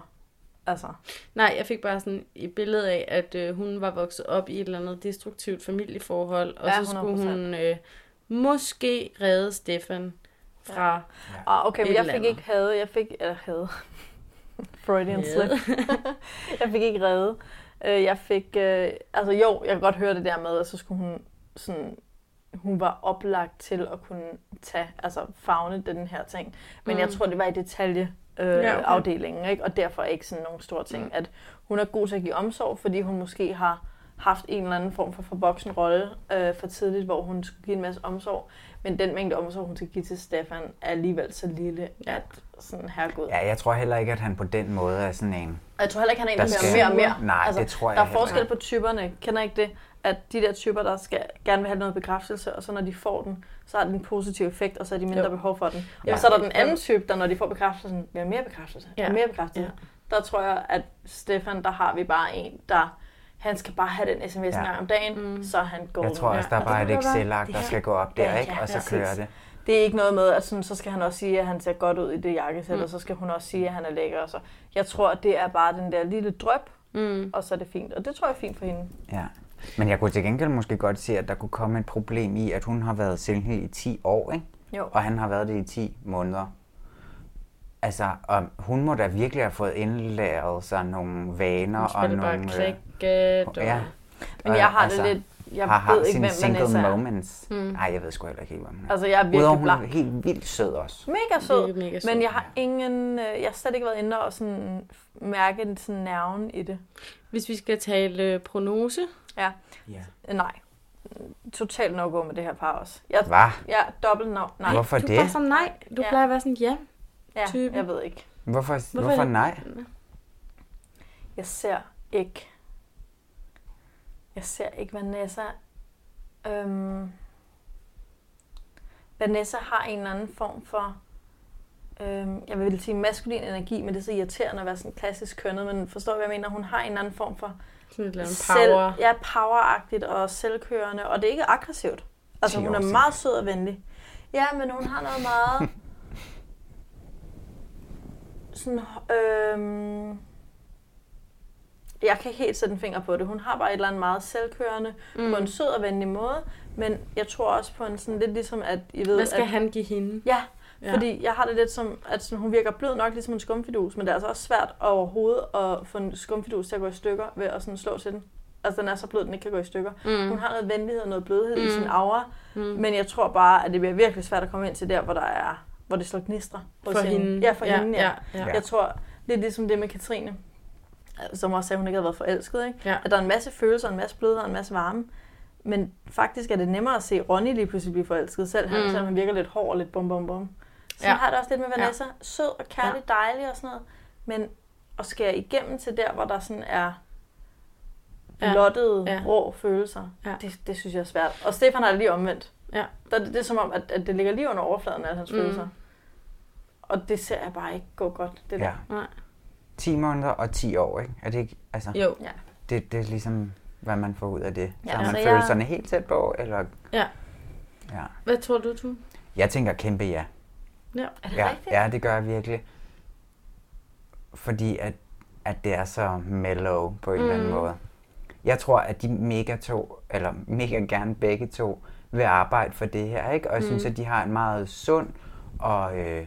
[SPEAKER 6] altså,
[SPEAKER 1] Nej, jeg fik bare sådan et billede af, at øh, hun var vokset op i et eller andet destruktivt familieforhold, og
[SPEAKER 6] Ja,
[SPEAKER 1] så skulle hun øh, måske redde Stefan fra...
[SPEAKER 6] og Ah, okay, men
[SPEAKER 1] Et
[SPEAKER 6] jeg
[SPEAKER 1] eller
[SPEAKER 6] fik
[SPEAKER 1] andet.
[SPEAKER 6] ikke havde, jeg fik, eller havde, [LAUGHS] Freudian
[SPEAKER 1] Ja.
[SPEAKER 6] slip. [LAUGHS] jeg fik ikke reddet. Øh, Jeg fik, øh, altså jo, jeg kan godt høre det der med, at så skulle hun sådan, hun var oplagt til at kunne tage, altså fagne den her ting. Men mm. jeg tror, det var i detalje øh, ja,
[SPEAKER 1] Ja,
[SPEAKER 6] okay.
[SPEAKER 1] okay.
[SPEAKER 6] afdelingen, ikke? og derfor ikke sådan nogle store ting. Mm. At hun er god til at give omsorg, fordi hun måske har haft en eller anden form for forvoksen rolle øh, for tidligt, hvor hun skulle give en masse omsorg. Men den mængde omsorg, hun skal give til Stefan, er alligevel så lille,
[SPEAKER 1] Ja.
[SPEAKER 6] at sådan herregud.
[SPEAKER 7] ja, jeg tror heller ikke, at han på den måde er sådan en...
[SPEAKER 6] Og jeg tror heller ikke, han er en,
[SPEAKER 7] Der
[SPEAKER 6] der skal...
[SPEAKER 7] skal-
[SPEAKER 6] mere og mere.
[SPEAKER 7] Nej, det tror jeg
[SPEAKER 6] Der er
[SPEAKER 7] heller
[SPEAKER 6] forskel
[SPEAKER 7] ikke.
[SPEAKER 6] på typerne. Kender ikke det? At de der typer, der skal, gerne vil have noget bekræftelse, og så når de får den, så har den en positiv effekt, og så er de mindre
[SPEAKER 1] Jo.
[SPEAKER 6] behov for den.
[SPEAKER 7] Ja.
[SPEAKER 6] Og så er der den anden type, der når de får bekræftelsen, vil have mere bekræftelse, ja.
[SPEAKER 1] Ja.
[SPEAKER 6] mere bekræftelse. Ja. Der tror jeg, at Stefan, der har vi bare en, der han skal bare have den sms ja.
[SPEAKER 7] Ja.
[SPEAKER 6] en gang om dagen, mm. så er han går.
[SPEAKER 7] Jeg tror også, der er
[SPEAKER 1] Ja,
[SPEAKER 7] bare
[SPEAKER 1] det
[SPEAKER 7] et
[SPEAKER 1] kan godt være.
[SPEAKER 7] Excel-ark, der skal gå op
[SPEAKER 6] Ja,
[SPEAKER 7] der,
[SPEAKER 6] ja,
[SPEAKER 7] ikke? Og så
[SPEAKER 6] præcis.
[SPEAKER 7] kører det.
[SPEAKER 6] Det er ikke noget med, at sådan, så skal han også sige, at han ser godt ud i det jakkesæt, mm. og så skal hun også sige, at han er lækker. Og så. Jeg tror, at det er bare den der lille drøb, mm. og så er det fint. Og det tror jeg er fint for hende.
[SPEAKER 7] Ja. Men jeg kunne til gengæld måske godt se, at der kunne komme et problem i, at hun har været single i 10 år, ikke?
[SPEAKER 6] Jo.
[SPEAKER 7] Og han har været det i 10 måneder. Altså, og hun må da virkelig have fået indlæret sig nogle vaner
[SPEAKER 1] Hun
[SPEAKER 7] og
[SPEAKER 1] spiller
[SPEAKER 7] nogle... øh,
[SPEAKER 1] bare cricket, og...
[SPEAKER 7] ja.
[SPEAKER 1] Ja.
[SPEAKER 6] Men
[SPEAKER 7] Og
[SPEAKER 6] jeg har
[SPEAKER 7] altså,
[SPEAKER 6] det lidt jeg
[SPEAKER 7] har, har
[SPEAKER 6] ved ikke,
[SPEAKER 7] sine
[SPEAKER 6] hvem
[SPEAKER 7] single
[SPEAKER 6] Vanessa er. Mm.
[SPEAKER 7] moments. Nej, jeg ved sgu heller ikke helt, hvem hun er.
[SPEAKER 6] Altså, jeg er
[SPEAKER 7] Udover,
[SPEAKER 6] virkelig
[SPEAKER 7] hun er
[SPEAKER 6] blank.
[SPEAKER 7] helt vildt sød også.
[SPEAKER 6] Mega sød,
[SPEAKER 1] Virkelig mega sød,
[SPEAKER 6] men jeg har ingen, øh, jeg har slet ikke været inde og sådan mærke en sådan nerven i det.
[SPEAKER 1] Hvis vi skal tale øh, prognose,
[SPEAKER 6] Ja,
[SPEAKER 7] Ja.
[SPEAKER 6] øh, nej. Totalt no-go med det her par også. Jeg,
[SPEAKER 7] Hvad?
[SPEAKER 6] Ja, dobbelt no. Nej,
[SPEAKER 7] Hvorfor
[SPEAKER 1] du
[SPEAKER 7] det?
[SPEAKER 1] er bare sådan nej. Du
[SPEAKER 6] Ja.
[SPEAKER 1] ja. plejer at være sådan ja.
[SPEAKER 6] ja,
[SPEAKER 1] typen.
[SPEAKER 6] jeg ved ikke.
[SPEAKER 7] Hvorfor, hvorfor nej?
[SPEAKER 6] Jeg ser ikke. Jeg ser ikke Vanessa. Øhm, Vanessa har en eller anden form for, øhm, jeg vil sige maskulin energi, men det er så irriterende at være sådan klassisk kønnet, men forstår du, hvad jeg mener? Hun har en eller anden form for
[SPEAKER 1] Sådan et eller andet power.
[SPEAKER 6] Selv, ja, poweragtigt og selvkørende, og det er ikke aggressivt. Altså,
[SPEAKER 7] Det er
[SPEAKER 6] hun er
[SPEAKER 7] også-
[SPEAKER 6] meget sød og venlig. Ja, men hun har noget
[SPEAKER 7] [LAUGHS]
[SPEAKER 6] meget... sådan, øhm, jeg kan ikke helt sætte en finger på det. Hun har bare et eller andet meget selvkørende, mm. på en sød og venlig måde, men jeg tror også på en sådan lidt ligesom, at I ved...
[SPEAKER 1] Hvad skal
[SPEAKER 6] at,
[SPEAKER 1] han give hende?
[SPEAKER 6] Ja,
[SPEAKER 1] Ja.
[SPEAKER 6] fordi jeg har det lidt som, at sådan, hun virker blød nok, ligesom en skumfidus, men det er altså også svært overhovedet at få en skumfidus til at gå i stykker ved at sådan slå til den. Altså, den er så blød, den ikke kan gå i stykker. Mm. Hun har noget venlighed og noget blødhed mm. i sin aura, mm. men jeg tror bare, at det bliver virkelig svært at komme ind til der, hvor der er hvor det slår gnistre. hos
[SPEAKER 1] For hende.
[SPEAKER 6] Ja, for
[SPEAKER 1] Ja,
[SPEAKER 6] hende, ja.
[SPEAKER 1] ja, ja.
[SPEAKER 6] Jeg tror, lidt ligesom det med Katrine, som også sagde, at hun ikke havde været forelsket. Ikke?
[SPEAKER 1] Ja.
[SPEAKER 6] At der er en masse følelser, en masse blødhed og en masse varme. Men faktisk er det nemmere at se Ronny lige pludselig blive forelsket, selv mm. selvom han virker lidt hård og lidt bum bum bum. Sådan
[SPEAKER 1] Ja.
[SPEAKER 6] har jeg det også lidt med Vanessa. Ja. Sød og kærlig, ja. dejlig og sådan noget. Men at skære igennem til der, hvor der sådan er
[SPEAKER 1] Ja.
[SPEAKER 6] blottede, ja.
[SPEAKER 1] Ja.
[SPEAKER 6] rå følelser, ja.
[SPEAKER 1] Ja.
[SPEAKER 6] det, det synes jeg er svært. Og Stefan har det lige omvendt.
[SPEAKER 1] Ja.
[SPEAKER 6] Der, det, det er som om, at, at det ligger lige under overfladen af hans mm. følelser. Og det ser jeg bare ikke gå godt, det der.
[SPEAKER 7] Ja.
[SPEAKER 1] Nej.
[SPEAKER 7] 10 måneder og 10 år, ikke? Er det ikke? Altså,
[SPEAKER 1] Jo.
[SPEAKER 6] Ja.
[SPEAKER 7] det, det er ligesom, hvad man får ud af det.
[SPEAKER 6] Ja,
[SPEAKER 7] Ja, så har
[SPEAKER 6] altså,
[SPEAKER 7] man
[SPEAKER 6] jeg-
[SPEAKER 7] følelserne helt tæt på, eller...
[SPEAKER 1] Ja.
[SPEAKER 7] ja.
[SPEAKER 1] Hvad tror du, du?
[SPEAKER 7] Jeg tænker kæmpe ja.
[SPEAKER 1] Ja.
[SPEAKER 6] Er det
[SPEAKER 7] Ja,
[SPEAKER 6] rigtigt?
[SPEAKER 7] ja det gør jeg virkelig. Fordi at, at det er så mellow på en mm. eller anden måde. Jeg tror, at de mega to, eller mega gerne begge to, vil arbejde for det her, ikke? Og jeg mm. synes, at de har en meget sund og øh,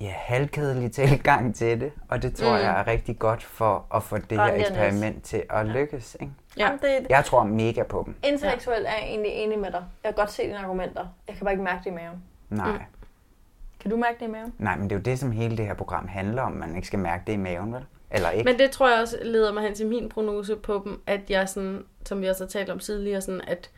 [SPEAKER 7] ja, halvkedelig [LAUGHS] tilgang til det. Og det tror mm. jeg er rigtig godt for at få det her
[SPEAKER 6] Ronja Næs.
[SPEAKER 7] eksperiment til at lykkes, ikke?
[SPEAKER 1] Ja.
[SPEAKER 6] Jamen, det,
[SPEAKER 7] Jeg tror mega på dem.
[SPEAKER 6] intellektuelt er jeg egentlig enig med dig. Jeg kan godt se dine argumenter. Jeg kan bare ikke mærke det i maven.
[SPEAKER 7] Nej. Mm.
[SPEAKER 6] Kan du mærke det i maven?
[SPEAKER 7] Nej, men det er jo det, som hele det her program handler om. Man ikke skal mærke det i maven, vel? Eller ikke.
[SPEAKER 1] Men det tror jeg også leder mig hen til min prognose på dem, at jeg sådan, som vi også har talt om tidligere, sådan, at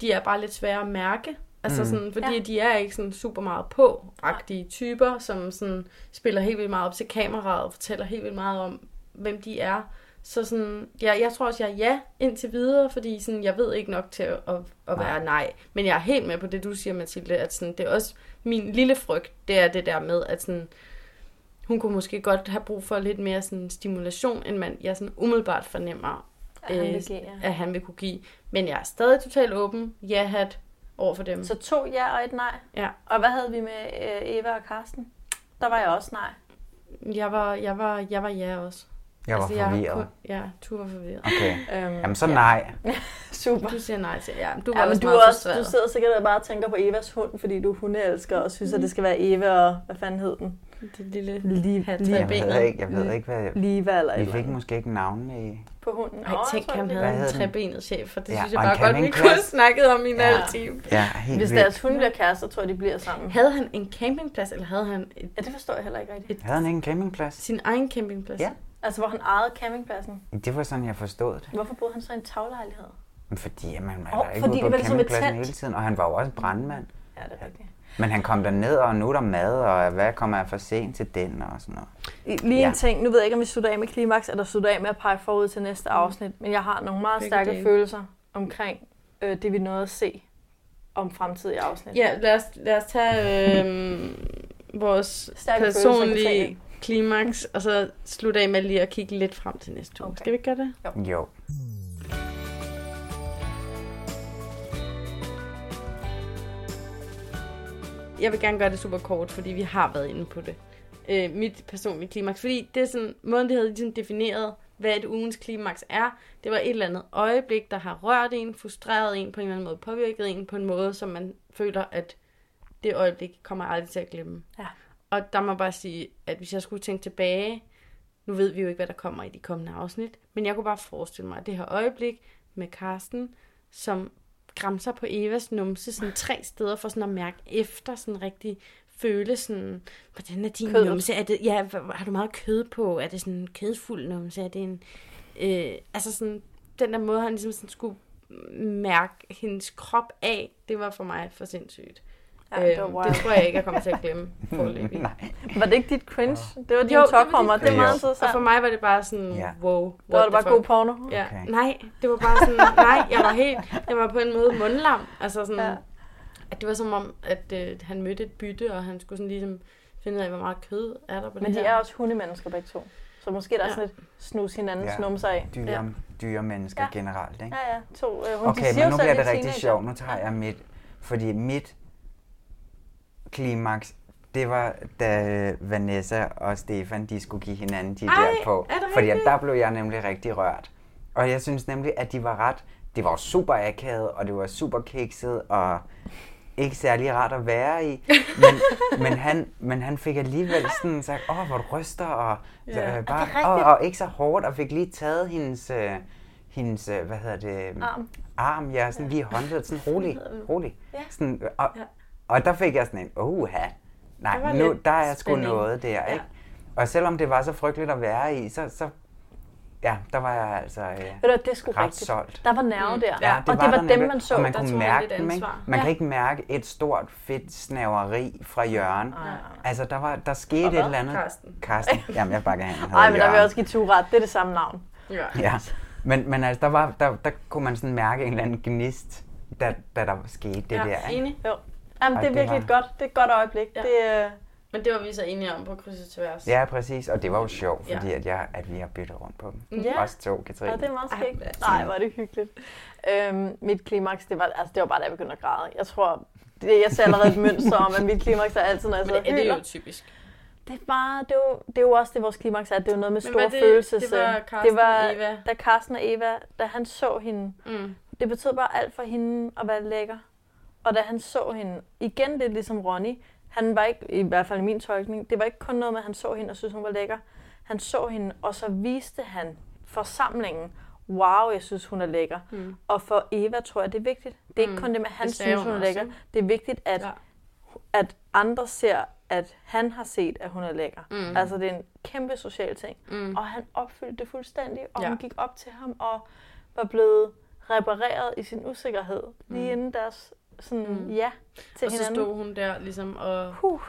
[SPEAKER 1] de er bare lidt svære at mærke. Altså sådan, fordi
[SPEAKER 6] Ja.
[SPEAKER 1] ja. de er ikke sådan super meget på-agtige typer, som sådan spiller helt vildt meget op til kameraet og fortæller helt vildt meget om, hvem de er. Så sådan, jeg, jeg tror også, jeg er ja indtil videre, fordi sådan, jeg ved ikke nok til at, at, at være nej. Men jeg er helt med på det, du siger, Mathilde, at sådan, det er også min lille frygt, det er det der med, at sådan, hun kunne måske godt have brug for lidt mere sådan stimulation, end man, jeg sådan umiddelbart fornemmer, øh,
[SPEAKER 6] At han vil give, ja.
[SPEAKER 1] at han vil kunne give. Men jeg er stadig totalt åben, ja-hat, over for dem.
[SPEAKER 6] Så to ja og et nej.
[SPEAKER 1] Ja,
[SPEAKER 6] Og hvad havde vi med øh, Eva og Karsten? Der var jeg også nej.
[SPEAKER 1] jeg var, jeg var, jeg var ja også.
[SPEAKER 7] Jeg var altså,
[SPEAKER 1] jeg har
[SPEAKER 7] forvirret.
[SPEAKER 1] kun- ja, du var forvirret.
[SPEAKER 7] Okay.
[SPEAKER 6] Øhm,
[SPEAKER 7] Jamen så nej.
[SPEAKER 6] Super.
[SPEAKER 1] Du siger nej til, ja, men du var
[SPEAKER 6] Ja, men
[SPEAKER 1] også
[SPEAKER 6] du,
[SPEAKER 1] meget
[SPEAKER 6] er også, du
[SPEAKER 1] frustreret.
[SPEAKER 6] sidder sikkert og bare tænker på Evas hund, fordi du er hundeelsker og synes, at det skal være Eva og... Hvad fanden hed den?
[SPEAKER 1] Det lille
[SPEAKER 6] Lige-
[SPEAKER 1] hat
[SPEAKER 6] lige-
[SPEAKER 1] lige,
[SPEAKER 7] Jeg ved ikke, jeg ved ikke hvad...
[SPEAKER 6] Liva eller et
[SPEAKER 7] Vi
[SPEAKER 6] eller
[SPEAKER 7] fik
[SPEAKER 6] andet.
[SPEAKER 7] måske ikke navnene i...
[SPEAKER 6] på hunden.
[SPEAKER 1] Ej,
[SPEAKER 6] Åh, jeg
[SPEAKER 1] tænk,
[SPEAKER 6] tror,
[SPEAKER 1] han
[SPEAKER 6] det
[SPEAKER 1] havde
[SPEAKER 7] Hvad hed
[SPEAKER 1] en
[SPEAKER 7] den?
[SPEAKER 1] trebenet chef, for det
[SPEAKER 7] Ja,
[SPEAKER 1] synes jeg
[SPEAKER 7] og en
[SPEAKER 1] bare godt, vi
[SPEAKER 7] campingplads.
[SPEAKER 1] kunne have snakket om i en
[SPEAKER 6] Ja.
[SPEAKER 1] ja. halv time.
[SPEAKER 7] Ja, helt
[SPEAKER 6] Hvis
[SPEAKER 7] vildt.
[SPEAKER 6] deres hunde bliver kærester, tror jeg, de bliver sammen.
[SPEAKER 1] Havde han en campingplads, eller havde han et,
[SPEAKER 6] Ja, det forstår jeg heller ikke rigtigt.
[SPEAKER 7] Havde han ikke en campingplads?
[SPEAKER 1] sin egen campingplads?
[SPEAKER 7] Ja.
[SPEAKER 6] Altså, hvor han ejede campingpladsen.
[SPEAKER 7] Det var sådan, jeg forstod det.
[SPEAKER 6] Hvorfor boede han så i en taglejlighed?
[SPEAKER 7] Men fordi at man man
[SPEAKER 6] Åh,
[SPEAKER 7] er ikke
[SPEAKER 6] fordi
[SPEAKER 7] ude på
[SPEAKER 6] det var ligesom et
[SPEAKER 7] campingpladsen
[SPEAKER 6] telt.
[SPEAKER 7] hele tiden, og han var jo også brandmand.
[SPEAKER 6] Ja, det er rigtigt.
[SPEAKER 7] Men han kom derned, og nu er der mad, og hvad kommer jeg for sent til den, og sådan noget.
[SPEAKER 6] Lige ja.
[SPEAKER 7] Ja.
[SPEAKER 6] en ting. Nu ved jeg ikke, om vi slutter af med klimaks, eller slutter af med at pege forud til næste afsnit. Men jeg har nogle meget
[SPEAKER 1] Mm. Begge
[SPEAKER 6] stærke
[SPEAKER 1] dele.
[SPEAKER 6] følelser omkring øh, det, vi nåede at se om fremtidige afsnit.
[SPEAKER 1] Ja, lad os, lad os tage øh, vores
[SPEAKER 6] Stærke
[SPEAKER 1] Stærke
[SPEAKER 6] følelser,
[SPEAKER 1] personlige
[SPEAKER 6] Katrine.
[SPEAKER 1] klimaks, og så slutte af med lige at kigge lidt frem til næste uge.
[SPEAKER 6] Okay.
[SPEAKER 1] Okay. Skal vi ikke gøre det?
[SPEAKER 7] Jo.
[SPEAKER 1] Jeg vil gerne gøre det super kort, fordi vi har været inde på det. Øh, mit personlige klimaks. Fordi det er sådan, måden de havde ligesom defineret, hvad et ugens klimaks er. Det var et eller andet øjeblik, der har rørt en, frustreret en, på en eller anden måde påvirket en, på en måde, som man føler, at det øjeblik kommer jeg aldrig til at glemme.
[SPEAKER 6] Ja.
[SPEAKER 1] Og der må jeg bare sige, at hvis jeg skulle tænke tilbage, nu ved vi jo ikke, hvad der kommer i de kommende afsnit, men jeg kunne bare forestille mig, at det her øjeblik med Karsten, som græmser på Evas numse sådan tre steder for sådan at mærke efter sådan rigtig føle sådan, hvordan er din
[SPEAKER 6] Kødet.
[SPEAKER 1] kød. numse? Er det, ja, h- har du meget kød på? Er det sådan en kødfuld numse? Er det en... Øh, altså sådan, den der måde, han ligesom sådan skulle mærke hendes krop af, det var for mig for sindssygt.
[SPEAKER 6] Ja, det var wild.
[SPEAKER 1] øh, Øhm, det tror jeg ikke, jeg kommer til at
[SPEAKER 7] [LAUGHS]
[SPEAKER 1] glemme forløbig.
[SPEAKER 6] Var det ikke dit cringe? Det var din
[SPEAKER 1] Jo, det var
[SPEAKER 6] tokkommer.
[SPEAKER 1] dit
[SPEAKER 6] Det er meget
[SPEAKER 7] cringe.
[SPEAKER 1] Og
[SPEAKER 6] interessant.
[SPEAKER 1] for mig var det bare sådan,
[SPEAKER 7] Ja.
[SPEAKER 1] wow. what
[SPEAKER 6] Der var det
[SPEAKER 1] the
[SPEAKER 6] bare
[SPEAKER 1] fuck.
[SPEAKER 6] god porno.
[SPEAKER 1] Ja.
[SPEAKER 7] Okay.
[SPEAKER 1] Okay. Nej, det var bare
[SPEAKER 7] [LAUGHS]
[SPEAKER 1] sådan, nej, jeg var helt, jeg var på en måde mundlam. Altså sådan,
[SPEAKER 6] Ja.
[SPEAKER 1] ja. at det var som om, at øh, han mødte et bytte, og han skulle sådan ligesom finde ud af, hvor meget kød er der på
[SPEAKER 6] Men
[SPEAKER 1] det
[SPEAKER 6] de
[SPEAKER 1] her.
[SPEAKER 6] er også hundemennesker begge to. Så måske der er
[SPEAKER 1] Ja.
[SPEAKER 6] sådan lidt snus hinandens
[SPEAKER 7] Ja.
[SPEAKER 6] numser af.
[SPEAKER 7] Dyre, dyre mennesker
[SPEAKER 6] Ja.
[SPEAKER 7] ja. generelt, ikke?
[SPEAKER 6] Ja, ja. To, øh, hun, de
[SPEAKER 7] Okay,
[SPEAKER 6] siger
[SPEAKER 7] men
[SPEAKER 6] jo
[SPEAKER 7] nu
[SPEAKER 6] selv,
[SPEAKER 7] bliver
[SPEAKER 6] de
[SPEAKER 7] det
[SPEAKER 6] er
[SPEAKER 7] rigtig
[SPEAKER 6] teenager.
[SPEAKER 7] sjovt. Nu tager jeg mit. Fordi mit klimaks, det var da Vanessa og Stefan, de skulle give hinanden de Ej, der på.
[SPEAKER 1] er det
[SPEAKER 7] Fordi at
[SPEAKER 1] rigtigt?
[SPEAKER 7] der blev jeg nemlig rigtig rørt. Og jeg synes nemlig, at de var ret... Det var jo super akavet, og det var super kikset, og ikke særlig rart at være i. Men, men, han, men han fik alligevel sådan sagt, åh, hvor du ryster, og,
[SPEAKER 1] Ja.
[SPEAKER 7] ja. øh, bare, og, og ikke så hårdt, og fik lige taget hendes, øh, hendes øh, hvad hedder det,
[SPEAKER 6] Arm.
[SPEAKER 7] arm ja, sådan lige håndledet, sådan
[SPEAKER 6] [LAUGHS]
[SPEAKER 7] rolig, rolig.
[SPEAKER 6] Ja.
[SPEAKER 7] Sådan, og,
[SPEAKER 1] Ja.
[SPEAKER 7] og der fik jeg sådan en, uha,
[SPEAKER 1] Der var
[SPEAKER 7] nej, nu,
[SPEAKER 1] lidt
[SPEAKER 7] der er sgu
[SPEAKER 1] spænding.
[SPEAKER 7] noget der,
[SPEAKER 1] Ja.
[SPEAKER 7] ikke? Og selvom det var så frygteligt at være i, så, så ja, der var jeg altså... Øh,
[SPEAKER 6] Ved du, det er sgu
[SPEAKER 7] Ret
[SPEAKER 6] rigtigt.
[SPEAKER 7] solgt.
[SPEAKER 6] Der var
[SPEAKER 1] Mm.
[SPEAKER 6] nerve der.
[SPEAKER 7] Ja,
[SPEAKER 6] og det var
[SPEAKER 7] der
[SPEAKER 6] dem,
[SPEAKER 7] nemlig.
[SPEAKER 6] man så.
[SPEAKER 7] Og man
[SPEAKER 1] der
[SPEAKER 7] kunne
[SPEAKER 1] tog man
[SPEAKER 7] mærke
[SPEAKER 1] lidt
[SPEAKER 7] dem, ikke?
[SPEAKER 1] ansvar.
[SPEAKER 7] Man
[SPEAKER 6] Ja.
[SPEAKER 7] kan ikke mærke et stort, fedt snaveri fra Jørgen. Altså, der, var, der skete et eller andet.
[SPEAKER 1] Karsten.
[SPEAKER 7] Karsten. Jamen, jeg vil bare gerne have, han
[SPEAKER 6] Nej, men der vil jeg
[SPEAKER 7] Jørgen.
[SPEAKER 6] også give to ret. Det er det samme navn.
[SPEAKER 1] Ja.
[SPEAKER 7] Ja. Men, men altså, der, var, der, der kunne man sådan mærke en eller anden gnist, da, da der skete det
[SPEAKER 1] Ja,
[SPEAKER 7] der. Ikke?
[SPEAKER 1] enig.
[SPEAKER 6] Jo. Jamen,
[SPEAKER 7] Ej,
[SPEAKER 6] det er
[SPEAKER 7] det
[SPEAKER 6] virkelig
[SPEAKER 7] var-
[SPEAKER 6] et godt, det er et godt øjeblik.
[SPEAKER 1] Ja.
[SPEAKER 6] Det, øh,
[SPEAKER 1] Men det var vi så enige om på kryds og tværs.
[SPEAKER 7] Ja, præcis. Og det var jo sjovt, fordi
[SPEAKER 1] Ja.
[SPEAKER 7] at, jeg, at vi har byttet rundt på dem.
[SPEAKER 6] Ja.
[SPEAKER 7] Også to, Katrine.
[SPEAKER 6] ja, det er meget
[SPEAKER 1] Ej,
[SPEAKER 6] skægt.
[SPEAKER 1] hvor er det
[SPEAKER 6] Nej, var det hyggeligt. Øhm, mit klimaks, det var, altså, det var bare, da jeg begyndte at græde. Jeg tror, det, jeg ser allerede et mønster om, at mit klimaks er altid, når jeg
[SPEAKER 1] Men
[SPEAKER 6] sidder
[SPEAKER 1] det,
[SPEAKER 6] og
[SPEAKER 1] det er
[SPEAKER 6] hyler.
[SPEAKER 1] jo typisk.
[SPEAKER 6] Det er bare, det er, jo, det er jo også det, vores klimaks er. Det er jo noget med
[SPEAKER 1] Men
[SPEAKER 6] store
[SPEAKER 1] var det-
[SPEAKER 6] følelses...
[SPEAKER 1] det var
[SPEAKER 6] øh,
[SPEAKER 1] Carsten
[SPEAKER 6] det var,
[SPEAKER 1] og Eva?
[SPEAKER 6] Da Carsten og Eva, da han så hende,
[SPEAKER 1] Mm.
[SPEAKER 6] det betød bare alt for hende at være lækker. Og da han så hende, igen lidt ligesom Ronny, han var ikke, i hvert fald i min tolkning, det var ikke kun noget med, at han så hende og synes hun var lækker. Han så hende, og så viste han forsamlingen, wow, jeg synes, hun er lækker. Mm. Og for Eva tror jeg, det er vigtigt. Det er ikke kun det med, at han
[SPEAKER 1] Mm. Det sagde
[SPEAKER 6] synes,
[SPEAKER 1] hun
[SPEAKER 6] hun er
[SPEAKER 1] også,
[SPEAKER 6] lækker.
[SPEAKER 1] ikke?
[SPEAKER 6] Det er vigtigt, at
[SPEAKER 1] Ja.
[SPEAKER 6] at andre ser, at han har set, at hun er lækker. Mm. Altså, det er en kæmpe social ting. Mm. Og han opfyldte det fuldstændig, og ja.
[SPEAKER 1] Ja.
[SPEAKER 6] hun gik op til ham og var blevet repareret i sin usikkerhed. Lige inden deres sådan, mm. ja
[SPEAKER 1] Mm.
[SPEAKER 6] til
[SPEAKER 1] Og så
[SPEAKER 6] hinanden.
[SPEAKER 1] stod hun der ligesom og,
[SPEAKER 6] Huh.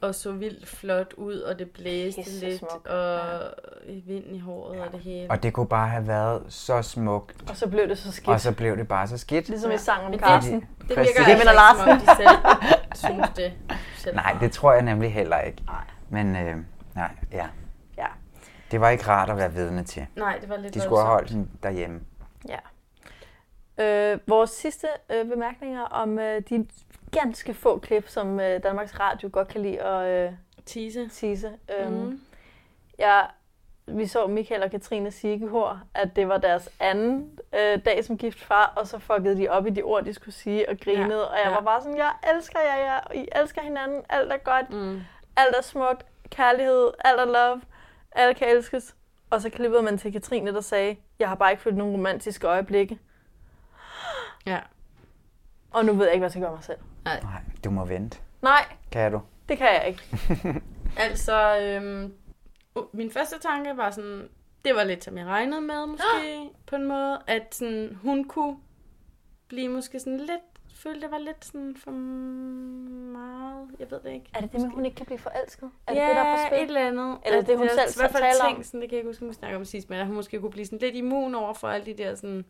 [SPEAKER 1] og så vildt flot ud, og det blæste
[SPEAKER 6] Pisse
[SPEAKER 1] lidt,
[SPEAKER 6] smuk.
[SPEAKER 1] og vind i håret og det hele.
[SPEAKER 7] Og det kunne bare have været så smukt,
[SPEAKER 6] Og så blev det så skidt.
[SPEAKER 7] og så blev det bare så skidt.
[SPEAKER 6] Ligesom i sangen om
[SPEAKER 1] Men
[SPEAKER 6] Carsten.
[SPEAKER 1] Det
[SPEAKER 7] Præcis.
[SPEAKER 1] virker
[SPEAKER 6] Det
[SPEAKER 1] altså
[SPEAKER 6] mener
[SPEAKER 1] ikke, som om de selv [LAUGHS] synes det. Selv.
[SPEAKER 7] Nej, det tror jeg nemlig heller ikke. Nej. Men øh, nej, ja.
[SPEAKER 6] Ja.
[SPEAKER 7] Det var ikke rart at være vidne til.
[SPEAKER 1] Nej, det var lidt
[SPEAKER 7] De skulle have
[SPEAKER 1] voldsomt.
[SPEAKER 7] holdt den derhjemme.
[SPEAKER 6] Ja. Øh, vores sidste øh, bemærkninger om øh, de ganske få klip, som øh, Danmarks Radio godt kan lide at øh,
[SPEAKER 1] Tise.
[SPEAKER 6] tise. Øhm,
[SPEAKER 1] Mhm.
[SPEAKER 6] jeg, vi så Michael og Katrine Sigehor, at det var deres anden øh, dag som gift far, og så fuckede de op i de ord, de skulle sige, og grinede.
[SPEAKER 1] Ja,
[SPEAKER 6] Ja, og jeg
[SPEAKER 1] ja.
[SPEAKER 6] var bare sådan, jeg elsker jer, jeg, I elsker hinanden, alt er godt, mm. alt er smukt, kærlighed, alt er love, alt kan elskes. Og så klippede man til Katrine, der sagde, jeg har bare ikke følt nogen romantiske øjeblikke,
[SPEAKER 1] Ja.
[SPEAKER 6] og nu ved jeg ikke, hvad jeg skal gøre mig selv.
[SPEAKER 7] Nej, du må vente.
[SPEAKER 6] Nej,
[SPEAKER 7] Kan du?
[SPEAKER 6] det kan jeg ikke.
[SPEAKER 1] Altså, øhm, uh, min første tanke var sådan, det var lidt som jeg regnede
[SPEAKER 6] [GASPS]
[SPEAKER 1] med måske, på en måde, at sådan, hun kunne blive måske sådan lidt, følte det var lidt sådan for meget, jeg ved det ikke.
[SPEAKER 6] Er det det med, at hun ikke kan blive forelsket? Er det
[SPEAKER 1] ja,
[SPEAKER 6] det, der er på
[SPEAKER 1] et
[SPEAKER 6] spil?
[SPEAKER 1] eller andet.
[SPEAKER 6] Eller
[SPEAKER 1] At
[SPEAKER 6] det, hun
[SPEAKER 1] jeg
[SPEAKER 6] selv
[SPEAKER 1] i hvert fald
[SPEAKER 6] taler om.
[SPEAKER 1] tænkte, sådan, det kan jeg ikke huske, om vi snakker om sidst, men at hun måske kunne blive sådan lidt immun over for alle de der sådan,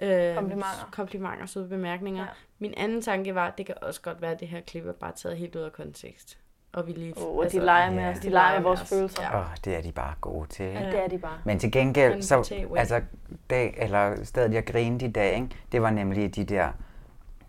[SPEAKER 6] Ja.
[SPEAKER 1] øh,
[SPEAKER 6] Komplimenter.
[SPEAKER 1] komplimenter og søde bemærkninger.
[SPEAKER 6] Ja.
[SPEAKER 1] Ja. Min anden tanke var, at det kan også godt være, at det her klip er bare taget helt ud af kontekst. Og vi lige... altså,
[SPEAKER 6] Åh, de leger med
[SPEAKER 7] ja.
[SPEAKER 6] os, de leger med vores følelser.
[SPEAKER 1] Ja.
[SPEAKER 7] Åh, oh, det er de bare gode til. Ikke?
[SPEAKER 6] Ja. Det er de bare.
[SPEAKER 7] Men til gengæld,
[SPEAKER 1] Men
[SPEAKER 7] så,
[SPEAKER 1] potato.
[SPEAKER 7] altså, dag, eller stedet jeg grinede i dag, ikke? det var nemlig de der,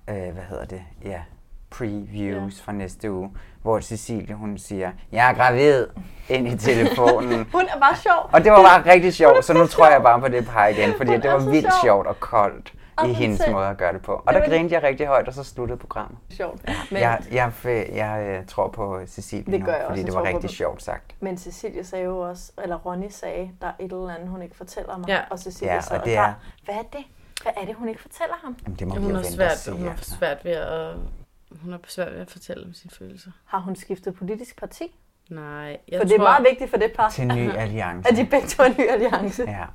[SPEAKER 7] øh, hvad hedder det, ja, previews ja. fra næste uge, hvor Cecilie, hun siger, jeg er gravid, ind i
[SPEAKER 6] [LAUGHS]
[SPEAKER 7] telefonen.
[SPEAKER 6] Hun er bare sjov.
[SPEAKER 7] Og det var bare rigtig sjovt, så nu tror jeg bare på det par igen, fordi
[SPEAKER 6] Hun
[SPEAKER 7] det
[SPEAKER 6] er
[SPEAKER 7] var
[SPEAKER 6] så
[SPEAKER 7] vildt
[SPEAKER 6] sjov.
[SPEAKER 7] sjovt og koldt
[SPEAKER 6] Og
[SPEAKER 7] i
[SPEAKER 6] hun
[SPEAKER 7] hendes
[SPEAKER 6] selv-
[SPEAKER 7] måde at gøre det på.
[SPEAKER 6] Det
[SPEAKER 7] Og
[SPEAKER 6] var-
[SPEAKER 7] der grinede jeg rigtig højt, og så sluttede programmet.
[SPEAKER 6] sjovt. Men,
[SPEAKER 7] Men... Jeg, jeg, jeg, jeg øh, tror på Cecilie
[SPEAKER 6] Det
[SPEAKER 7] nu,
[SPEAKER 6] gør jeg også,
[SPEAKER 7] fordi
[SPEAKER 6] jeg
[SPEAKER 7] det var
[SPEAKER 6] tror på
[SPEAKER 7] rigtig
[SPEAKER 6] dem.
[SPEAKER 7] sjovt sagt.
[SPEAKER 6] men Cecilie sagde jo også, eller Ronny sagde, der er et eller andet, hun ikke fortæller mig.
[SPEAKER 1] Ja.
[SPEAKER 6] Og Cecilie
[SPEAKER 7] Ja,
[SPEAKER 6] sad
[SPEAKER 7] og det
[SPEAKER 6] der,
[SPEAKER 7] er-
[SPEAKER 6] hvad er det? Hvad er det, hun ikke fortæller ham?
[SPEAKER 7] Jamen, det må vi
[SPEAKER 1] Hun
[SPEAKER 7] jo
[SPEAKER 1] har
[SPEAKER 7] vente og se.
[SPEAKER 1] svært, hun har
[SPEAKER 7] altså.
[SPEAKER 1] svært ved at... Hun har svært ved at fortælle om sine følelser.
[SPEAKER 6] Har hun skiftet politisk parti?
[SPEAKER 1] Nej,
[SPEAKER 6] Jeg
[SPEAKER 1] jeg
[SPEAKER 6] for
[SPEAKER 1] tror,
[SPEAKER 6] det er meget vigtigt for det par,
[SPEAKER 7] Til en ny alliance.
[SPEAKER 6] at de begge to [LAUGHS] er en ny alliance. Ja.
[SPEAKER 7] Ja.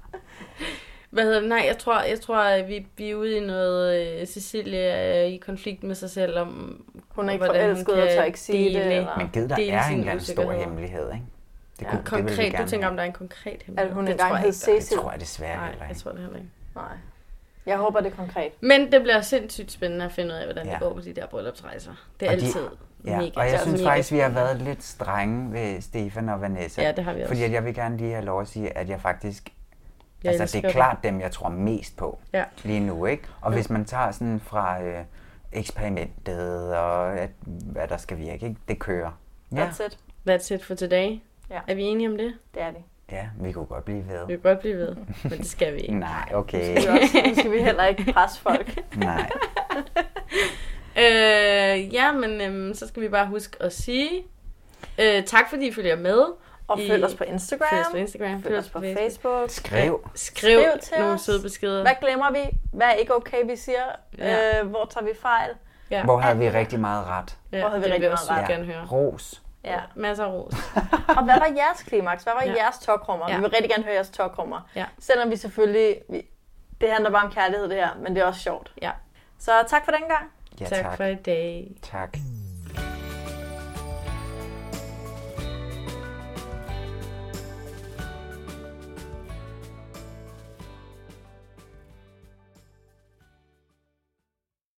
[SPEAKER 1] Hvad hedder det? Nej, jeg tror, jeg tror at vi, vi er ude i noget... øh, Cecilie er i konflikt med sig selv om...
[SPEAKER 6] Hun er ikke
[SPEAKER 1] hvordan hun
[SPEAKER 6] forelsket
[SPEAKER 1] kan
[SPEAKER 6] og tør ikke sige det.
[SPEAKER 1] dele.
[SPEAKER 6] Eller,
[SPEAKER 7] Men givet, der
[SPEAKER 1] Dele
[SPEAKER 7] er en
[SPEAKER 1] sine
[SPEAKER 7] eller anden stor
[SPEAKER 1] usikkerheder.
[SPEAKER 7] hemmelighed, ikke? Det,
[SPEAKER 1] Ja, konkret, du tænker, om der er en konkret hemmelighed.
[SPEAKER 6] at hun
[SPEAKER 1] Det tror
[SPEAKER 6] engang
[SPEAKER 1] jeg
[SPEAKER 6] hed
[SPEAKER 1] ikke, der er.
[SPEAKER 7] Det
[SPEAKER 6] Cecil.
[SPEAKER 7] tror jeg desværre heller
[SPEAKER 1] Nej, altså jeg
[SPEAKER 7] ikke.
[SPEAKER 1] tror det heller ikke.
[SPEAKER 6] Nej. Jeg håber, det er konkret.
[SPEAKER 1] Men det bliver sindssygt spændende at finde ud af, hvordan ja.
[SPEAKER 7] Ja.
[SPEAKER 1] det går på de der bryllupsrejser. Det er
[SPEAKER 7] Og de-
[SPEAKER 1] altid mega.
[SPEAKER 7] Ja, og jeg
[SPEAKER 1] altså
[SPEAKER 7] synes
[SPEAKER 1] mega
[SPEAKER 7] faktisk, vi har været lidt strenge ved Stefan og Vanessa.
[SPEAKER 1] Ja, det har vi også.
[SPEAKER 7] Fordi at jeg vil gerne lige have lov at sige, at jeg faktisk...
[SPEAKER 1] Jeg
[SPEAKER 7] Jeg altså,
[SPEAKER 1] elsker
[SPEAKER 7] det er
[SPEAKER 1] dem.
[SPEAKER 7] klart dem, jeg tror mest på
[SPEAKER 1] Ja.
[SPEAKER 7] lige nu, ikke? Og hvis man tager sådan fra øh, eksperimentet og at, hvad der skal virke, ikke? Det kører.
[SPEAKER 6] Ja.
[SPEAKER 7] Ja,
[SPEAKER 6] That's it.
[SPEAKER 1] That's it for today.
[SPEAKER 6] Ja.
[SPEAKER 1] Er vi enige om det?
[SPEAKER 6] Det er det.
[SPEAKER 7] ja vi kunne godt blive ved.
[SPEAKER 1] Vi kan godt blive ved, men det skal vi ikke.
[SPEAKER 7] [LAUGHS] Nej, okay.
[SPEAKER 6] Det er også, nu skal vi heller ikke presse
[SPEAKER 1] [LAUGHS]
[SPEAKER 6] folk.
[SPEAKER 7] Nej.
[SPEAKER 1] Øh, ja, men øhm, så skal vi bare huske at sige øh, tak, fordi I følger med.
[SPEAKER 6] Og
[SPEAKER 1] I-
[SPEAKER 6] følg os på Instagram.
[SPEAKER 1] Følg os på Instagram.
[SPEAKER 6] Følg os på Facebook.
[SPEAKER 7] Skriv.
[SPEAKER 1] Skriv,
[SPEAKER 6] Skriv til
[SPEAKER 1] nogle
[SPEAKER 6] os.
[SPEAKER 1] søde beskeder.
[SPEAKER 6] Hvad glemmer vi? Hvad er ikke okay, vi siger?
[SPEAKER 1] Ja.
[SPEAKER 6] Øh, hvor tager vi fejl?
[SPEAKER 1] Ja,
[SPEAKER 7] Hvor havde vi rigtig meget ret?
[SPEAKER 1] ja,
[SPEAKER 6] hvor havde
[SPEAKER 1] det
[SPEAKER 6] vi
[SPEAKER 1] vil
[SPEAKER 6] rigtig
[SPEAKER 1] jeg også
[SPEAKER 6] meget
[SPEAKER 1] super gerne høre.
[SPEAKER 7] Ros.
[SPEAKER 6] Ja.
[SPEAKER 1] Masser af ros.
[SPEAKER 6] Og hvad var jeres klimaks? Hvad var
[SPEAKER 1] Ja.
[SPEAKER 6] ja. jeres tokrummer? Ja.
[SPEAKER 1] Ja.
[SPEAKER 6] Vi vil rigtig gerne høre jeres tokrummer.
[SPEAKER 1] Ja.
[SPEAKER 6] Selvom vi selvfølgelig... Vi, det handler bare om kærlighed, det her. Men det er også sjovt.
[SPEAKER 1] Ja.
[SPEAKER 6] Så tak for den gang.
[SPEAKER 7] Ja,
[SPEAKER 1] tak for
[SPEAKER 7] tak.
[SPEAKER 1] i dag.
[SPEAKER 7] Tak.